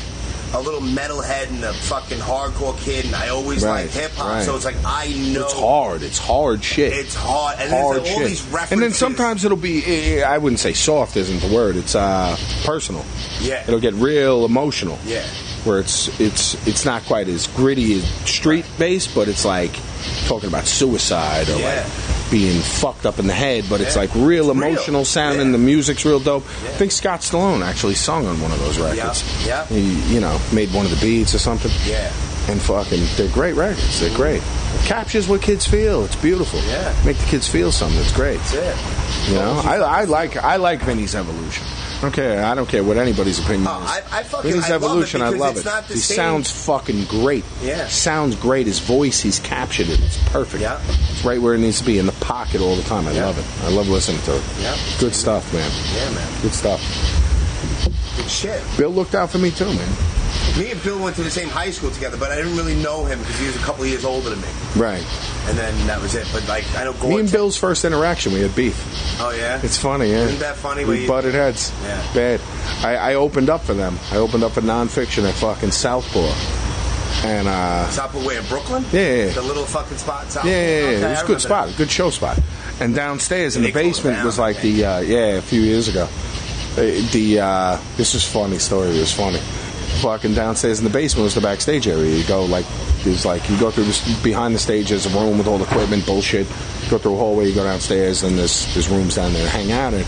D: a little metalhead and a fucking hardcore kid, and I always
E: Right,
D: liked hip hop.
E: right.
D: So it's like I know
E: It's hard. It's hard shit.
D: It's hard, and there's
E: hard
D: all
E: shit.
D: these references.
E: And then sometimes it'll be eh, eh, I wouldn't say soft isn't the word. It's uh personal.
D: Yeah.
E: It'll get real emotional.
D: Yeah.
E: Where it's it's it's not quite as gritty as street based, but it's like talking about suicide or
D: Yeah.
E: like being fucked up in the head, but it's
D: Yeah.
E: like real
D: It's real.
E: emotional sound and
D: Yeah.
E: the music's real dope.
D: Yeah.
E: I think Scott Stallone actually sung on one of those records.
D: Yeah.
E: He, you know, made one of the beats or something.
D: Yeah.
E: And fucking, they're great records. They're great. Captures what kids feel. It's beautiful.
D: Yeah.
E: Make the kids feel something. It's great.
D: That's
E: You know, I, I like I like Vinny's evolution. Okay, I don't care what anybody's opinion
D: Oh,
E: is.
D: I- I fucking-
E: Vinny's
D: I love it
E: evolution, I
D: because
E: love
D: it's
E: it.
D: not the
E: he
D: same.
E: sounds fucking great.
D: Yeah.
E: sounds great. His voice, he's captured it. It's perfect.
D: Yeah.
E: it's right where it needs to be in the pocket all the time. I
D: Yeah.
E: love it. I love listening to it.
D: Yeah.
E: good stuff, man.
D: Yeah, man.
E: Good stuff.
D: Good shit.
E: Bill looked out for me too, man.
D: Me and Bill went to the same high school together, but I didn't really know him because he was a couple of years older than me,
E: Right.
D: and then that was it. But like, I know Gordon.
E: Me and Bill's first interaction, we had beef.
D: Oh yeah.
E: It's funny, yeah.
D: Isn't that funny when
E: We
D: you-
E: butted heads.
D: Yeah.
E: Bad. I, I opened up for them. I opened up for nonfiction at fucking Southpaw. And, uh,
D: Top of where in Brooklyn?
E: Yeah, yeah, yeah.
D: The little fucking spot. Top
E: yeah, yeah, yeah.
D: Okay,
E: it was
D: I
E: a good
D: remember
E: spot,
D: that.
E: good show spot. And downstairs in
D: They
E: the
D: closed
E: basement
D: down,
E: was
D: I
E: like the, uh, yeah, a few years ago. Uh, The, uh, this was funny story. It was funny. Fucking downstairs in the basement was the backstage area. You go like, there's like, you go through this, behind the stage, there's a room with all the equipment, bullshit. Go through a hallway, you go downstairs, and there's, there's rooms down there to hang out in.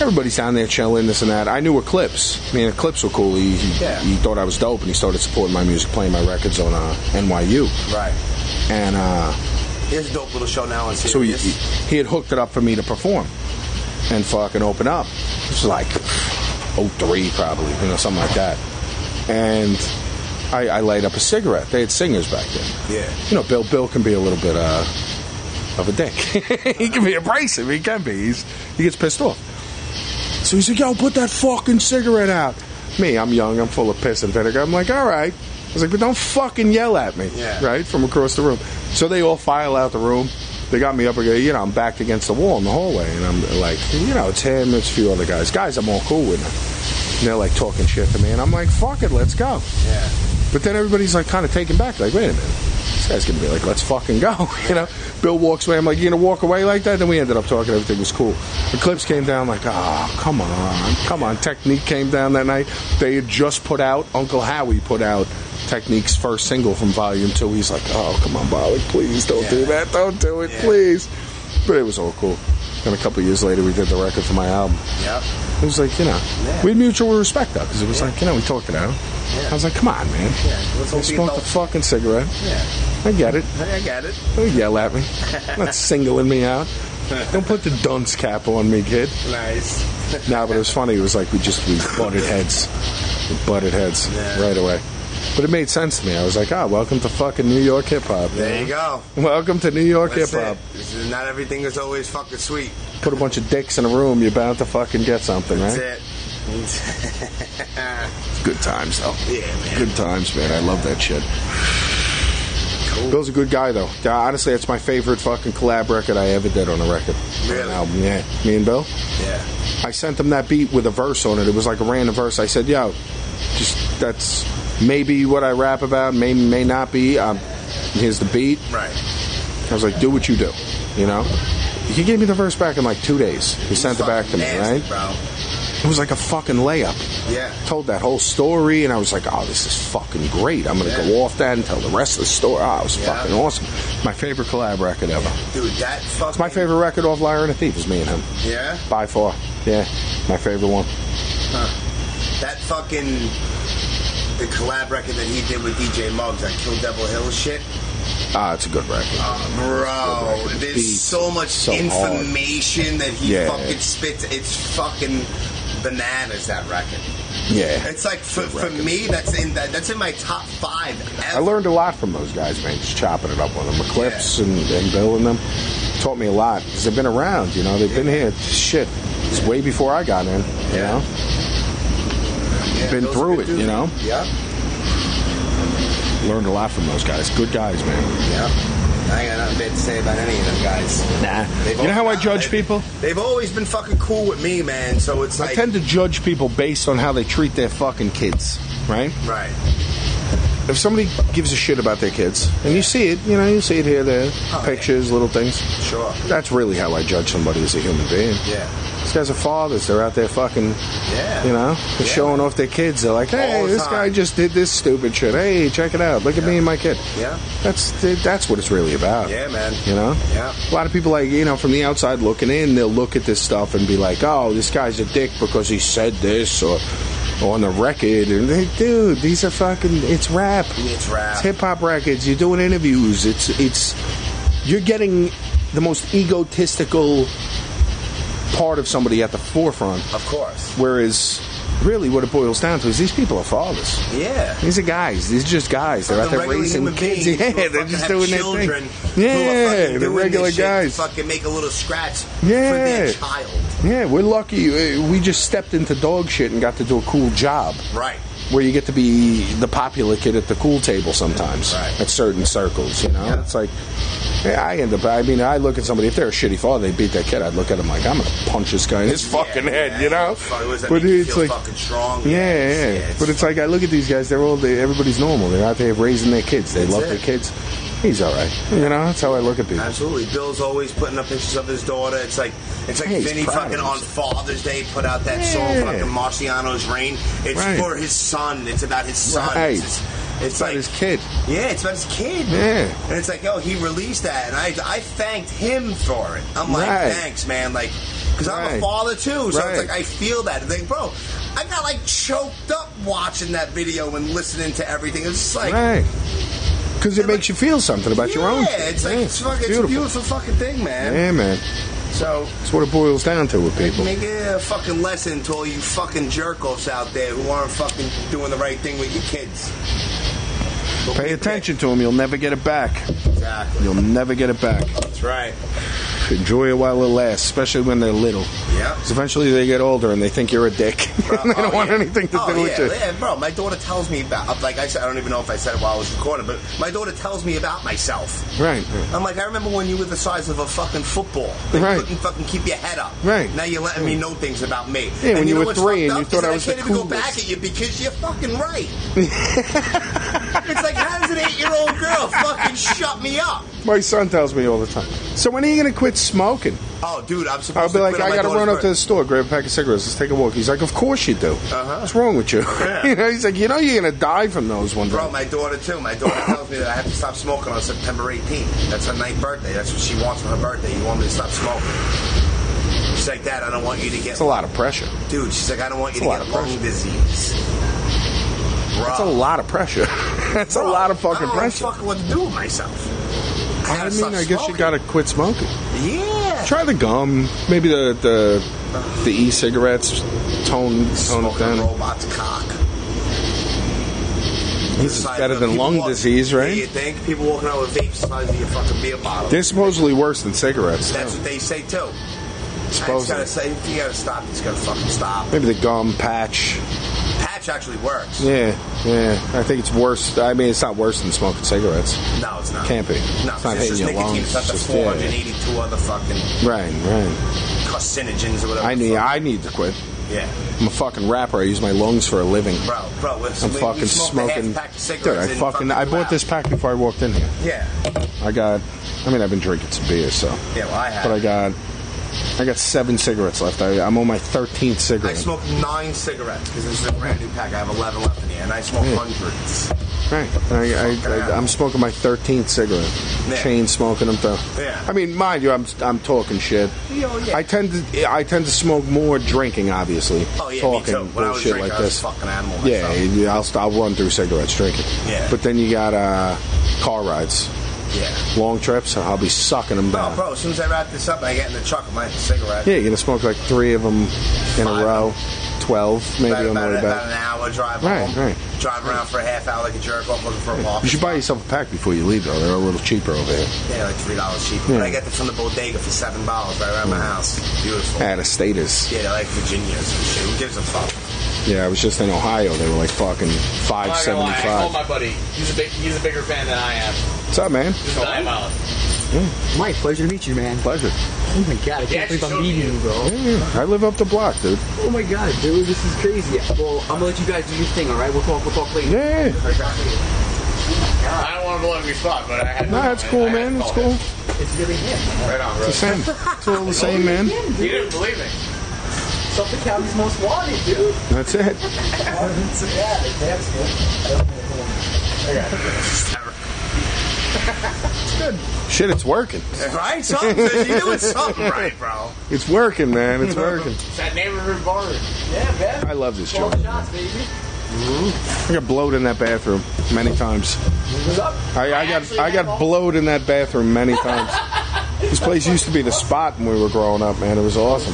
E: everybody's down there chilling, this and that. I knew Eclipse. I mean, Eclipse were cool. He, he,
D: Yeah.
E: he thought I was dope, and he started supporting my music, playing my records on uh, NYU.
D: Right.
E: And uh,
D: Here's a dope little show now on
E: so he,
D: Sirius.
E: he he had hooked it up for me to perform and fucking open up. It was like 03 probably, you know, something like that. And I, I light up a cigarette. They had singers back then.
D: Yeah.
E: You know, Bill Bill can be a little bit uh, of a dick. he can be abrasive. He can be. He's, he gets pissed off. So he's like, yo, put that fucking cigarette out. Me, I'm young, I'm full of piss and vinegar. I'm like, all right. I was like, but don't fucking yell at me,
D: Yeah.
E: right, from across the room. So they all file out the room. They got me up again, you know, I'm backed against the wall in the hallway. And I'm like, you know, it's him, it's a few other guys. Guys I'm all cool with. And they're like talking shit to me. And I'm like, fuck it, let's go.
D: Yeah.
E: But then everybody's like kind of taken back, like, wait a minute, this guy's gonna be like, let's fucking go, you know. Bill walks away. I'm like, you gonna walk away like that? Then we ended up talking. Everything was cool. The clips came down. Like, oh, come on, come on. Technique came down that night. They had just put out Uncle Howie put out Technique's first single from Volume Two. He's like, oh, come on, Bollock, please don't do
D: Yeah.
E: that. Don't do it,
D: Yeah.
E: please. But it was all cool. And a couple years later, we did the record for my album.
D: Yep.
E: It was like, you know,
D: Yeah.
E: we had mutual respect though, because it was like, you know, we talked it out. I was like, come on, man.
D: Yeah, let's all
E: I
D: be
E: smoked a
D: adults.
E: fucking cigarette.
D: Yeah.
E: I get it.
D: I got it.
E: Don't yell at me. not singling me out. Don't put the dunce cap on me, kid.
D: Nice.
E: No, but it was funny. It was like we just we butted heads, we butted heads
D: Yeah.
E: right away. But it made sense to me. I was like, ah, welcome to fucking New York hip hop.
D: There you go.
E: Welcome to New York hip
D: That's
E: hop.
D: it. This is- Not everything is always fucking sweet.
E: Put a bunch of dicks in a room, you're bound to fucking get something,
D: That's
E: right?
D: it.
E: Good times though.
D: Yeah, man.
E: Good times, man. I love that shit. Bill's a good guy though. Yeah, Honestly, it's my favorite fucking collab record I ever did on a record.
D: Really?
E: An album, yeah. Me and Bill.
D: Yeah.
E: I sent him that beat with a verse on it. It was like a random verse. I said, "Yo, just that's maybe what I rap about. May may not be. Um, here's the beat.
D: Right.
E: I was like, do what you do. You know." He gave me the verse back in like two days. He sent it back to me,
D: Nasty,
E: right?
D: Bro.
E: It was like a fucking layup
D: Yeah.
E: told that whole story, and I was like, "Oh, this is fucking great! I'm gonna
D: Yeah.
E: go off that and tell the rest of the story." Oh, it was
D: Yeah.
E: fucking awesome. My favorite collab record ever.
D: Dude, that fucking.
E: It's my favorite record off Liar and a Thief is me and him
D: Yeah.
E: by far. Yeah, my favorite one.
D: That fucking the collab record that he did with DJ Muggs, that Kill Devil Hill shit.
E: Ah, it's a good record.
D: Uh, bro, there's
E: Beats
D: so much
E: so hard.
D: information that he
E: Yeah.
D: fucking spits. It's fucking bananas that record.
E: Yeah,
D: It's like for, for
E: record.
D: me, that's in that, that's in my top five. Ever.
E: I learned a lot from those guys, man. Just chopping it up with them, Eclipse and, and Bill and them taught me a lot because they've been around. You know, they've been here. Shit, it's way before I got in. You
D: Yeah.
E: know,
D: Yeah,
E: been
D: those are
E: through
D: good
E: it, you
D: dudes.
E: know?
D: Yeah,
E: learned a lot from those guys. Good guys, man.
D: yeah. I got nothing bad to say about any of them guys.
E: Nah.
D: They've
E: You know
D: al-
E: how I
D: nah,
E: judge
D: they-
E: people?
D: They've always been fucking cool with me, man. So it's
E: I
D: like
E: tend to judge people based on how they treat their fucking kids, right?
D: right.
E: If somebody gives a shit about their kids, and you see it, you know, you see it here, there,
D: Oh,
E: pictures, little things.
D: Sure.
E: That's really how I judge somebody as a human being.
D: Yeah.
E: These guys are fathers. They're out there fucking,
D: Yeah.
E: you know, they're
D: Yeah.
E: showing off their kids. They're like, hey,
D: All the
E: this
D: time.
E: guy just did this stupid shit. Hey, check it out. Look at me and my kid.
D: Yeah.
E: That's that's what it's really about.
D: Yeah, man.
E: You know?
D: Yeah.
E: A lot of people, like, you know, from the outside looking in, they'll look at this stuff and be like, oh, this guy's a dick because he said this or on the record. And they, dude, these are fucking, it's rap.
D: It's rap.
E: It's hip hop records. You're doing interviews. It's, it's, you're getting the most egotistical part of somebody at the forefront.
D: Of course.
E: Whereas, really, what it boils down to is these people are fathers.
D: Yeah.
E: These are guys. These are just guys. They're out
D: the
E: there
D: regular
E: raising
D: human
E: kids.
D: beings.
E: Yeah,
D: who
E: they're
D: fucking
E: just
D: have
E: doing their
D: children
E: thing.
D: who are fucking
E: Yeah,
D: doing
E: the
D: this
E: regular
D: shit to
E: guys.
D: Fucking make a little scratch for
E: Yeah.
D: their child.
E: Yeah, we're lucky. Uh, We just stepped into dog shit and got to do a cool job
D: Right.
E: where you get to be the popular kid at the cool table sometimes
D: Right.
E: at certain circles. You know, it's like yeah, I end up. I mean, I look at somebody if they're a shitty father, they beat that kid. I'd look at him like I'm gonna punch this guy in his fucking
D: Yeah,
E: head.
D: yeah.
E: You know,
D: Fuck, what does that make you feel fucking strong.
E: Yeah, yeah, but it's like I look at these guys. They're all. They, everybody's normal. They're out there raising their kids. They
D: That's
E: love
D: it.
E: their kids. He's all right. You know, that's how I look at people.
D: Absolutely, Bill's always putting up pictures of his daughter. It's like it's like
E: Yeah, he's
D: Vinny
E: proud of
D: fucking on
E: himself.
D: Father's Day put out that
E: Yeah.
D: song, fucking Marciano's Rain. It's
E: Right.
D: for his son. It's about his son.
E: Right.
D: It's, just- it's
E: It's
D: like
E: like his kid.
D: Yeah, it's about his kid.
E: Yeah.
D: And it's like, oh, he released that, and I, I thanked him for it. I'm like,
E: Right.
D: thanks, man. Like, because I'm
E: Right.
D: a father too. So
E: Right.
D: it's like I feel that. It's Like, bro, I got like choked up watching that video and listening to everything. It's just like.
E: Right. Because it
D: Yeah,
E: makes you feel something about your own.
D: Yeah, it's like it's, fucking, it's a beautiful fucking thing, man.
E: Yeah, man.
D: So
E: That's what it boils down to with people.
D: make it a fucking lesson to all you fucking jerk offs out there who aren't fucking doing the right thing with your kids. Don't
E: Pay
D: be a
E: attention to them. You'll never get it back.
D: dick. Exactly.
E: You'll never get it back.
D: That's right.
E: Enjoy it while it lasts, especially when they're little.
D: Yeah.
E: 'Cause eventually they get older and they think you're a dick. and they
D: Oh,
E: don't want
D: yeah.
E: anything to
D: oh,
E: do
D: yeah,
E: with you.
D: Yeah, bro, my daughter tells me about, like I said, I don't even know if I said it while I was recording, but my daughter tells me about myself.
E: Right.
D: I'm like, I remember when you were the size of a fucking football. Like,
E: Right.
D: You couldn't fucking keep your head up.
E: Right.
D: Now you're letting me know things about me.
E: Yeah,
D: and
E: when
D: you
E: you
D: know
E: were
D: what's
E: three
D: fucked
E: and you
D: up?
E: thought
D: Is
E: I was the
D: can't even go
E: coolest.
D: back at you because you're fucking right. it's like, how does an eight-year-old girl fucking shut me up?
E: My son tells me all the time. So when are you going to quit smoking?
D: Oh, dude, I'm supposed
E: I'll be
D: to
E: like,
D: quit on
E: I
D: my
E: got to
D: daughter's
E: run up to
D: birthday.
E: the store, grab a pack of cigarettes, let's take a walk. He's like, of course you do.
D: Uh-huh.
E: What's wrong with you? you know, he's like, you know, you're going to die from those one day.
D: Bro, my daughter too. My daughter tells me that I have to stop smoking on September 18th. That's her ninth birthday. That's what she wants for her birthday. You want me to stop smoking? She's like, Dad, I don't want you to get,
E: It's a lot of pressure.
D: dude. She's like, I don't want you
E: It's a
D: to
E: lot
D: get
E: of
D: lung
E: pressure.
D: disease. Bro,
E: That's a lot of pressure. That's a
D: Bro,
E: lot of fucking
D: I don't
E: pressure.
D: Know fucking what to do with myself. I,
E: I
D: gotta
E: mean,
D: stop
E: I guess you
D: smoking.
E: got to quit smoking.
D: Yeah.
E: Try the gum, maybe the the, the e-cigarettes. Tone tone it
D: Smoking a
E: down.
D: robot's cock.
E: This is
D: Size
E: better
D: of-
E: than
D: people
E: lung
D: walk-
E: disease,
D: Yeah, you
E: right?
D: think people walking out with vapes the size of your fucking beer bottle?
E: They're supposedly worse than cigarettes.
D: That's
E: too.
D: what they say too. I just
E: Supposedly.
D: gotta say, if you gotta stop, you just gotta fucking stop.
E: Maybe the gum patch.
D: Patch actually works.
E: Yeah, yeah. I think it's worse. I mean, it's not worse than smoking cigarettes.
D: No, it's not.
E: Can't be.
D: No,
E: It's not
D: it's
E: hitting
D: just
E: your
D: nicotine.
E: lungs.
D: It's not the
E: It's just-
D: 482 other fucking
E: Right, right.
D: carcinogens or whatever.
E: I
D: the
E: need
D: fuck.
E: I need to quit.
D: Yeah.
E: I'm a fucking rapper. I use my lungs for a living.
D: Bro, bro, listen,
E: I'm
D: we,
E: fucking
D: we smoked a
E: smoking.
D: half pack of
E: Dude,
D: cigarettes
E: I
D: in
E: fucking I bought
D: Laos.
E: this pack before I walked in here.
D: Yeah.
E: I got. I mean, I've been drinking some beer, so.
D: Yeah, well, I have.
E: But I got. I got seven cigarettes left. I, I'm on my 13th
D: I
E: cigarette.
D: smoked nine cigarettes because this is a brand new pack. I have 11 left in here, and I smoke hundreds.
E: Right. I,
D: Fucking
E: I, I,
D: hell.
E: I'm smoking my 13th cigarette.
D: Yeah.
E: Chain smoking them though.
D: Yeah.
E: I mean, mind you, I'm I'm talking shit.
D: Oh, yeah.
E: I tend to I tend to smoke more drinking, obviously.
D: Oh, yeah, me
E: talking
D: too. When I was
E: bullshit
D: drinking,
E: like
D: I was
E: this.
D: a fucking animal
E: yeah,
D: myself.
E: yeah, I'll st- I'll run through cigarettes drinking.
D: Yeah.
E: But then you got uh, car rides,
D: Yeah.
E: long trips. I'll be sucking them
D: Bro,
E: down.
D: bro, as soon as I wrap this up, I get in the truck with my cigarette.
E: Yeah, you're gonna smoke like three of them in a
D: Five.
E: row, twelve maybe
D: about,
E: on the
D: about,
E: way
D: about
E: back.
D: an hour drive
E: Right,
D: home.
E: right.
D: Drive around for a half hour like a jerk off looking for a walk.
E: You should buy yourself a pack before you leave though. They're a little cheaper over here.
D: Yeah, like three dollars cheaper.
E: Yeah.
D: But I got them from the bodega for seven dollars right around my house. Beautiful.
E: At a status.
D: Yeah, they're like Virginia's and shit. Who gives a fuck?
E: Yeah, I was just in Ohio. They were like fucking
G: I'm
E: five
G: not gonna
E: seventy
G: lie, I told
E: five.
G: my buddy. He's a big, he's a bigger fan than I am.
E: What's up, man?
G: This is Diamond Island.
F: Mike, pleasure to meet you, man.
E: Pleasure.
F: Oh my god, I can't
G: Yeah,
F: believe
G: so
F: I'm meeting
G: cute.
F: you, bro.
E: Yeah, I live up the block, dude.
F: Oh my god, dude, this is crazy. Well, I'm gonna let you guys do your thing, alright? We'll talk, we'll talk later.
E: Yeah,
G: I don't want to blow up your spot, but I had.
E: no, that's cool,
G: I had to
E: man. It's
G: call
E: cool.
G: him.
E: It's
F: It's really him.
G: Right on,
E: the
G: bro.
E: same. It's all the same, man.
G: He didn't believe me.
F: Suffolk County's most wanted, dude.
E: That's it.
F: yeah, that's good.
E: Shit, it's working.
D: Right? Something. you doing something right, bro.
E: It's working, man. It's working.
G: It's that neighborhood bar.
F: Yeah, man.
E: I love this
F: Twelve
E: joint.
F: shots, baby.
E: I got blowed in that bathroom many times.
F: What's up?
E: I, I got I got blowed in that bathroom many times. This place used to be the spot when we were growing up, man. It was awesome.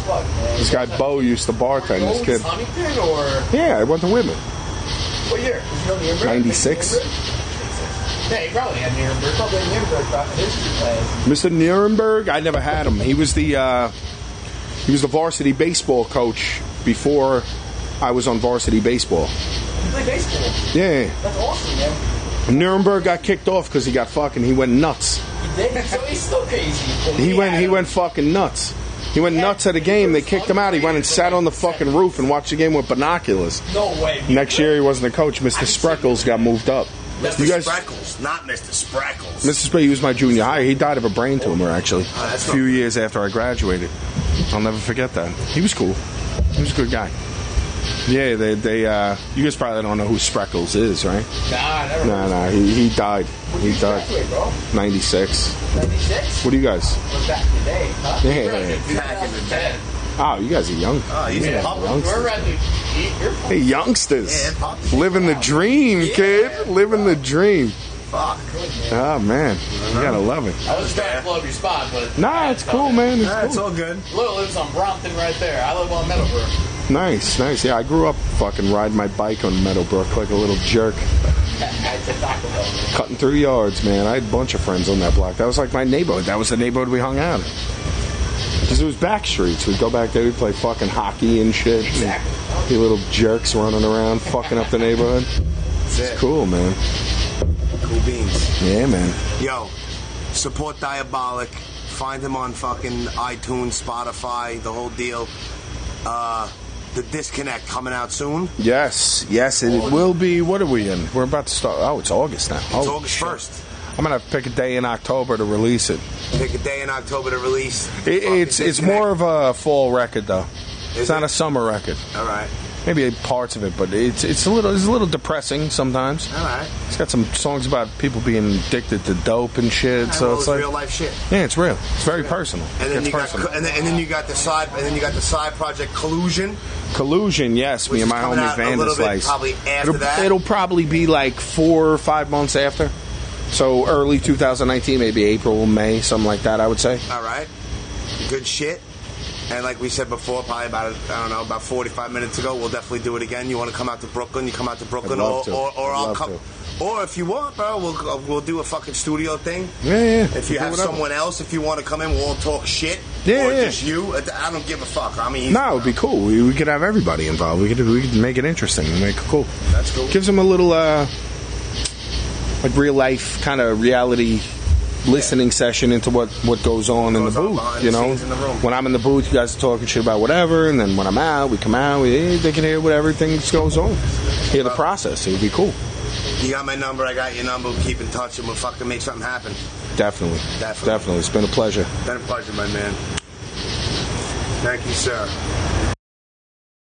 E: This guy Bo used to bartend. This kid.
F: Huntington or
E: Yeah, I went to women.
F: what year? Is it on Nuremberg?
E: 96.
F: Yeah, he probably had Nuremberg. Probably had Nuremberg back in history class.
E: Mr. Nuremberg, I never had him. He was the uh, he was the varsity baseball coach before I was on varsity baseball.
F: He played baseball.
E: Yeah,
F: That's awesome, man.
E: Nuremberg got kicked off because he got fucking. He went nuts.
F: He did. So he's still crazy.
E: He went. He
F: Yeah.
E: went fucking nuts. He went nuts at a game. They kicked him out. He went and sat on the fucking roof and watched the game with binoculars.
F: No way.
E: Next year he wasn't a coach. Mr. Spreckles got moved up.
D: Mr.
E: You guys,
D: Spreckles, not Mr. Spreckles.
E: Mr. Spreckles was my junior high. He died of a brain tumor actually.
D: Oh,
E: A
D: that's
E: few
D: not-
E: years after I graduated. I'll never forget that. He was cool. He was a good guy. Yeah, they, they uh, you guys probably don't know who Spreckles is, right?
G: Nah, I never.
E: No, no, he, he died. He died.
F: Graduate, bro.
E: 96.
F: 96?
E: What do you guys?
F: We're back today, huh?
E: Yeah.
D: Back in the day.
E: Oh, you guys are young.
D: Oh, he's
E: Yeah,
D: a pop.
E: young.
G: We're at the. You're
E: Hey, youngsters.
D: Yeah, pop.
E: Living the dream, kid. Living the dream.
D: Fuck.
E: Oh, man. You gotta love it.
G: I was trying to blow up your spot, but
E: Nah, it's cool, man. It's
D: Nah, it's
E: cool.
D: all good.
G: Lil lives on Brompton right there. I live on Meadowbrook.
E: Nice, nice. Yeah, I grew up fucking riding my bike on Meadowbrook like a little jerk.
G: That's a Taco Bell.
E: Cutting through yards, man. I had a bunch of friends on that block. That was like my neighborhood. That was the neighborhood we hung out in. Because it was back streets. We'd go back there, we'd play fucking hockey and shit. Exactly. little jerks running around, fucking up the neighborhood.
D: That's it.
E: It's cool, man.
D: Cool beans.
E: Yeah, man.
D: Yo, support Diabolic. Find him on fucking iTunes, Spotify, the whole deal. Uh, the Disconnect coming out soon. It's
E: Yes, yes, it will be. What are we in? We're about to start. Oh, it's August now. It's
D: August first.
E: I'm gonna have to pick a day in October to release it.
D: Pick a day in October to release.
E: it
D: Fucking
E: it's it's
D: Disconnect.
E: more of a fall record though.
D: Is
E: it's not
D: it?
E: a summer record.
D: All right.
E: Maybe parts of it, but it's it's a little it's a little depressing sometimes.
D: All right.
E: It's got some songs about people being addicted to dope and shit.
D: All right,
E: so
D: well,
E: it's
D: it's
E: like
D: real life shit.
E: yeah, it's real. It's very personal.
D: And then
E: it's
D: you got
E: personal.
D: and then, and then you got the side and then you got the side project Collusion.
E: Collusion, yes.
D: Which
E: Me and
D: is
E: my
D: coming
E: homie
D: out a
E: Van
D: little bit
E: Slice.
D: probably after
E: it'll,
D: that.
E: it'll probably be like four or five months after. So early 2019, maybe April, May, something like that. I would say.
D: All right. Good shit. And like we said before, probably about I don't know about 45 minutes ago, we'll definitely do it again. You want to come out to Brooklyn? You come out to Brooklyn,
E: love
D: or,
E: to.
D: or or
E: I'd
D: I'll
E: love
D: come. Or if you want, bro, we'll uh, we'll do a fucking studio thing.
E: Yeah, yeah.
D: If you
E: Do
D: have
E: whatever.
D: someone else, if you want to come in, we'll all talk shit.
E: Yeah,
D: or
E: yeah.
D: just you. I don't give a fuck. I mean,
E: No, it would be cool. We, we could have everybody involved. We could we could make it interesting and make it cool.
D: That's cool.
E: Gives them a little uh, like real life kind of reality listening session into what what goes on in
D: Goes
E: the
D: on
E: booth.
D: behind
E: you
D: the
E: know,
D: scenes in the room.
E: when I'm in the booth, you guys are talking shit about whatever, and then when I'm out, we come out. We, they can hear what everything that goes on. Hear the process. It would be cool.
D: You got my number. I got your number. We'll keep in touch, and we'll fucking make something happen.
E: Definitely.
D: Definitely.
E: Definitely. It's been a pleasure.
D: Been a pleasure, my man. Thank you, sir.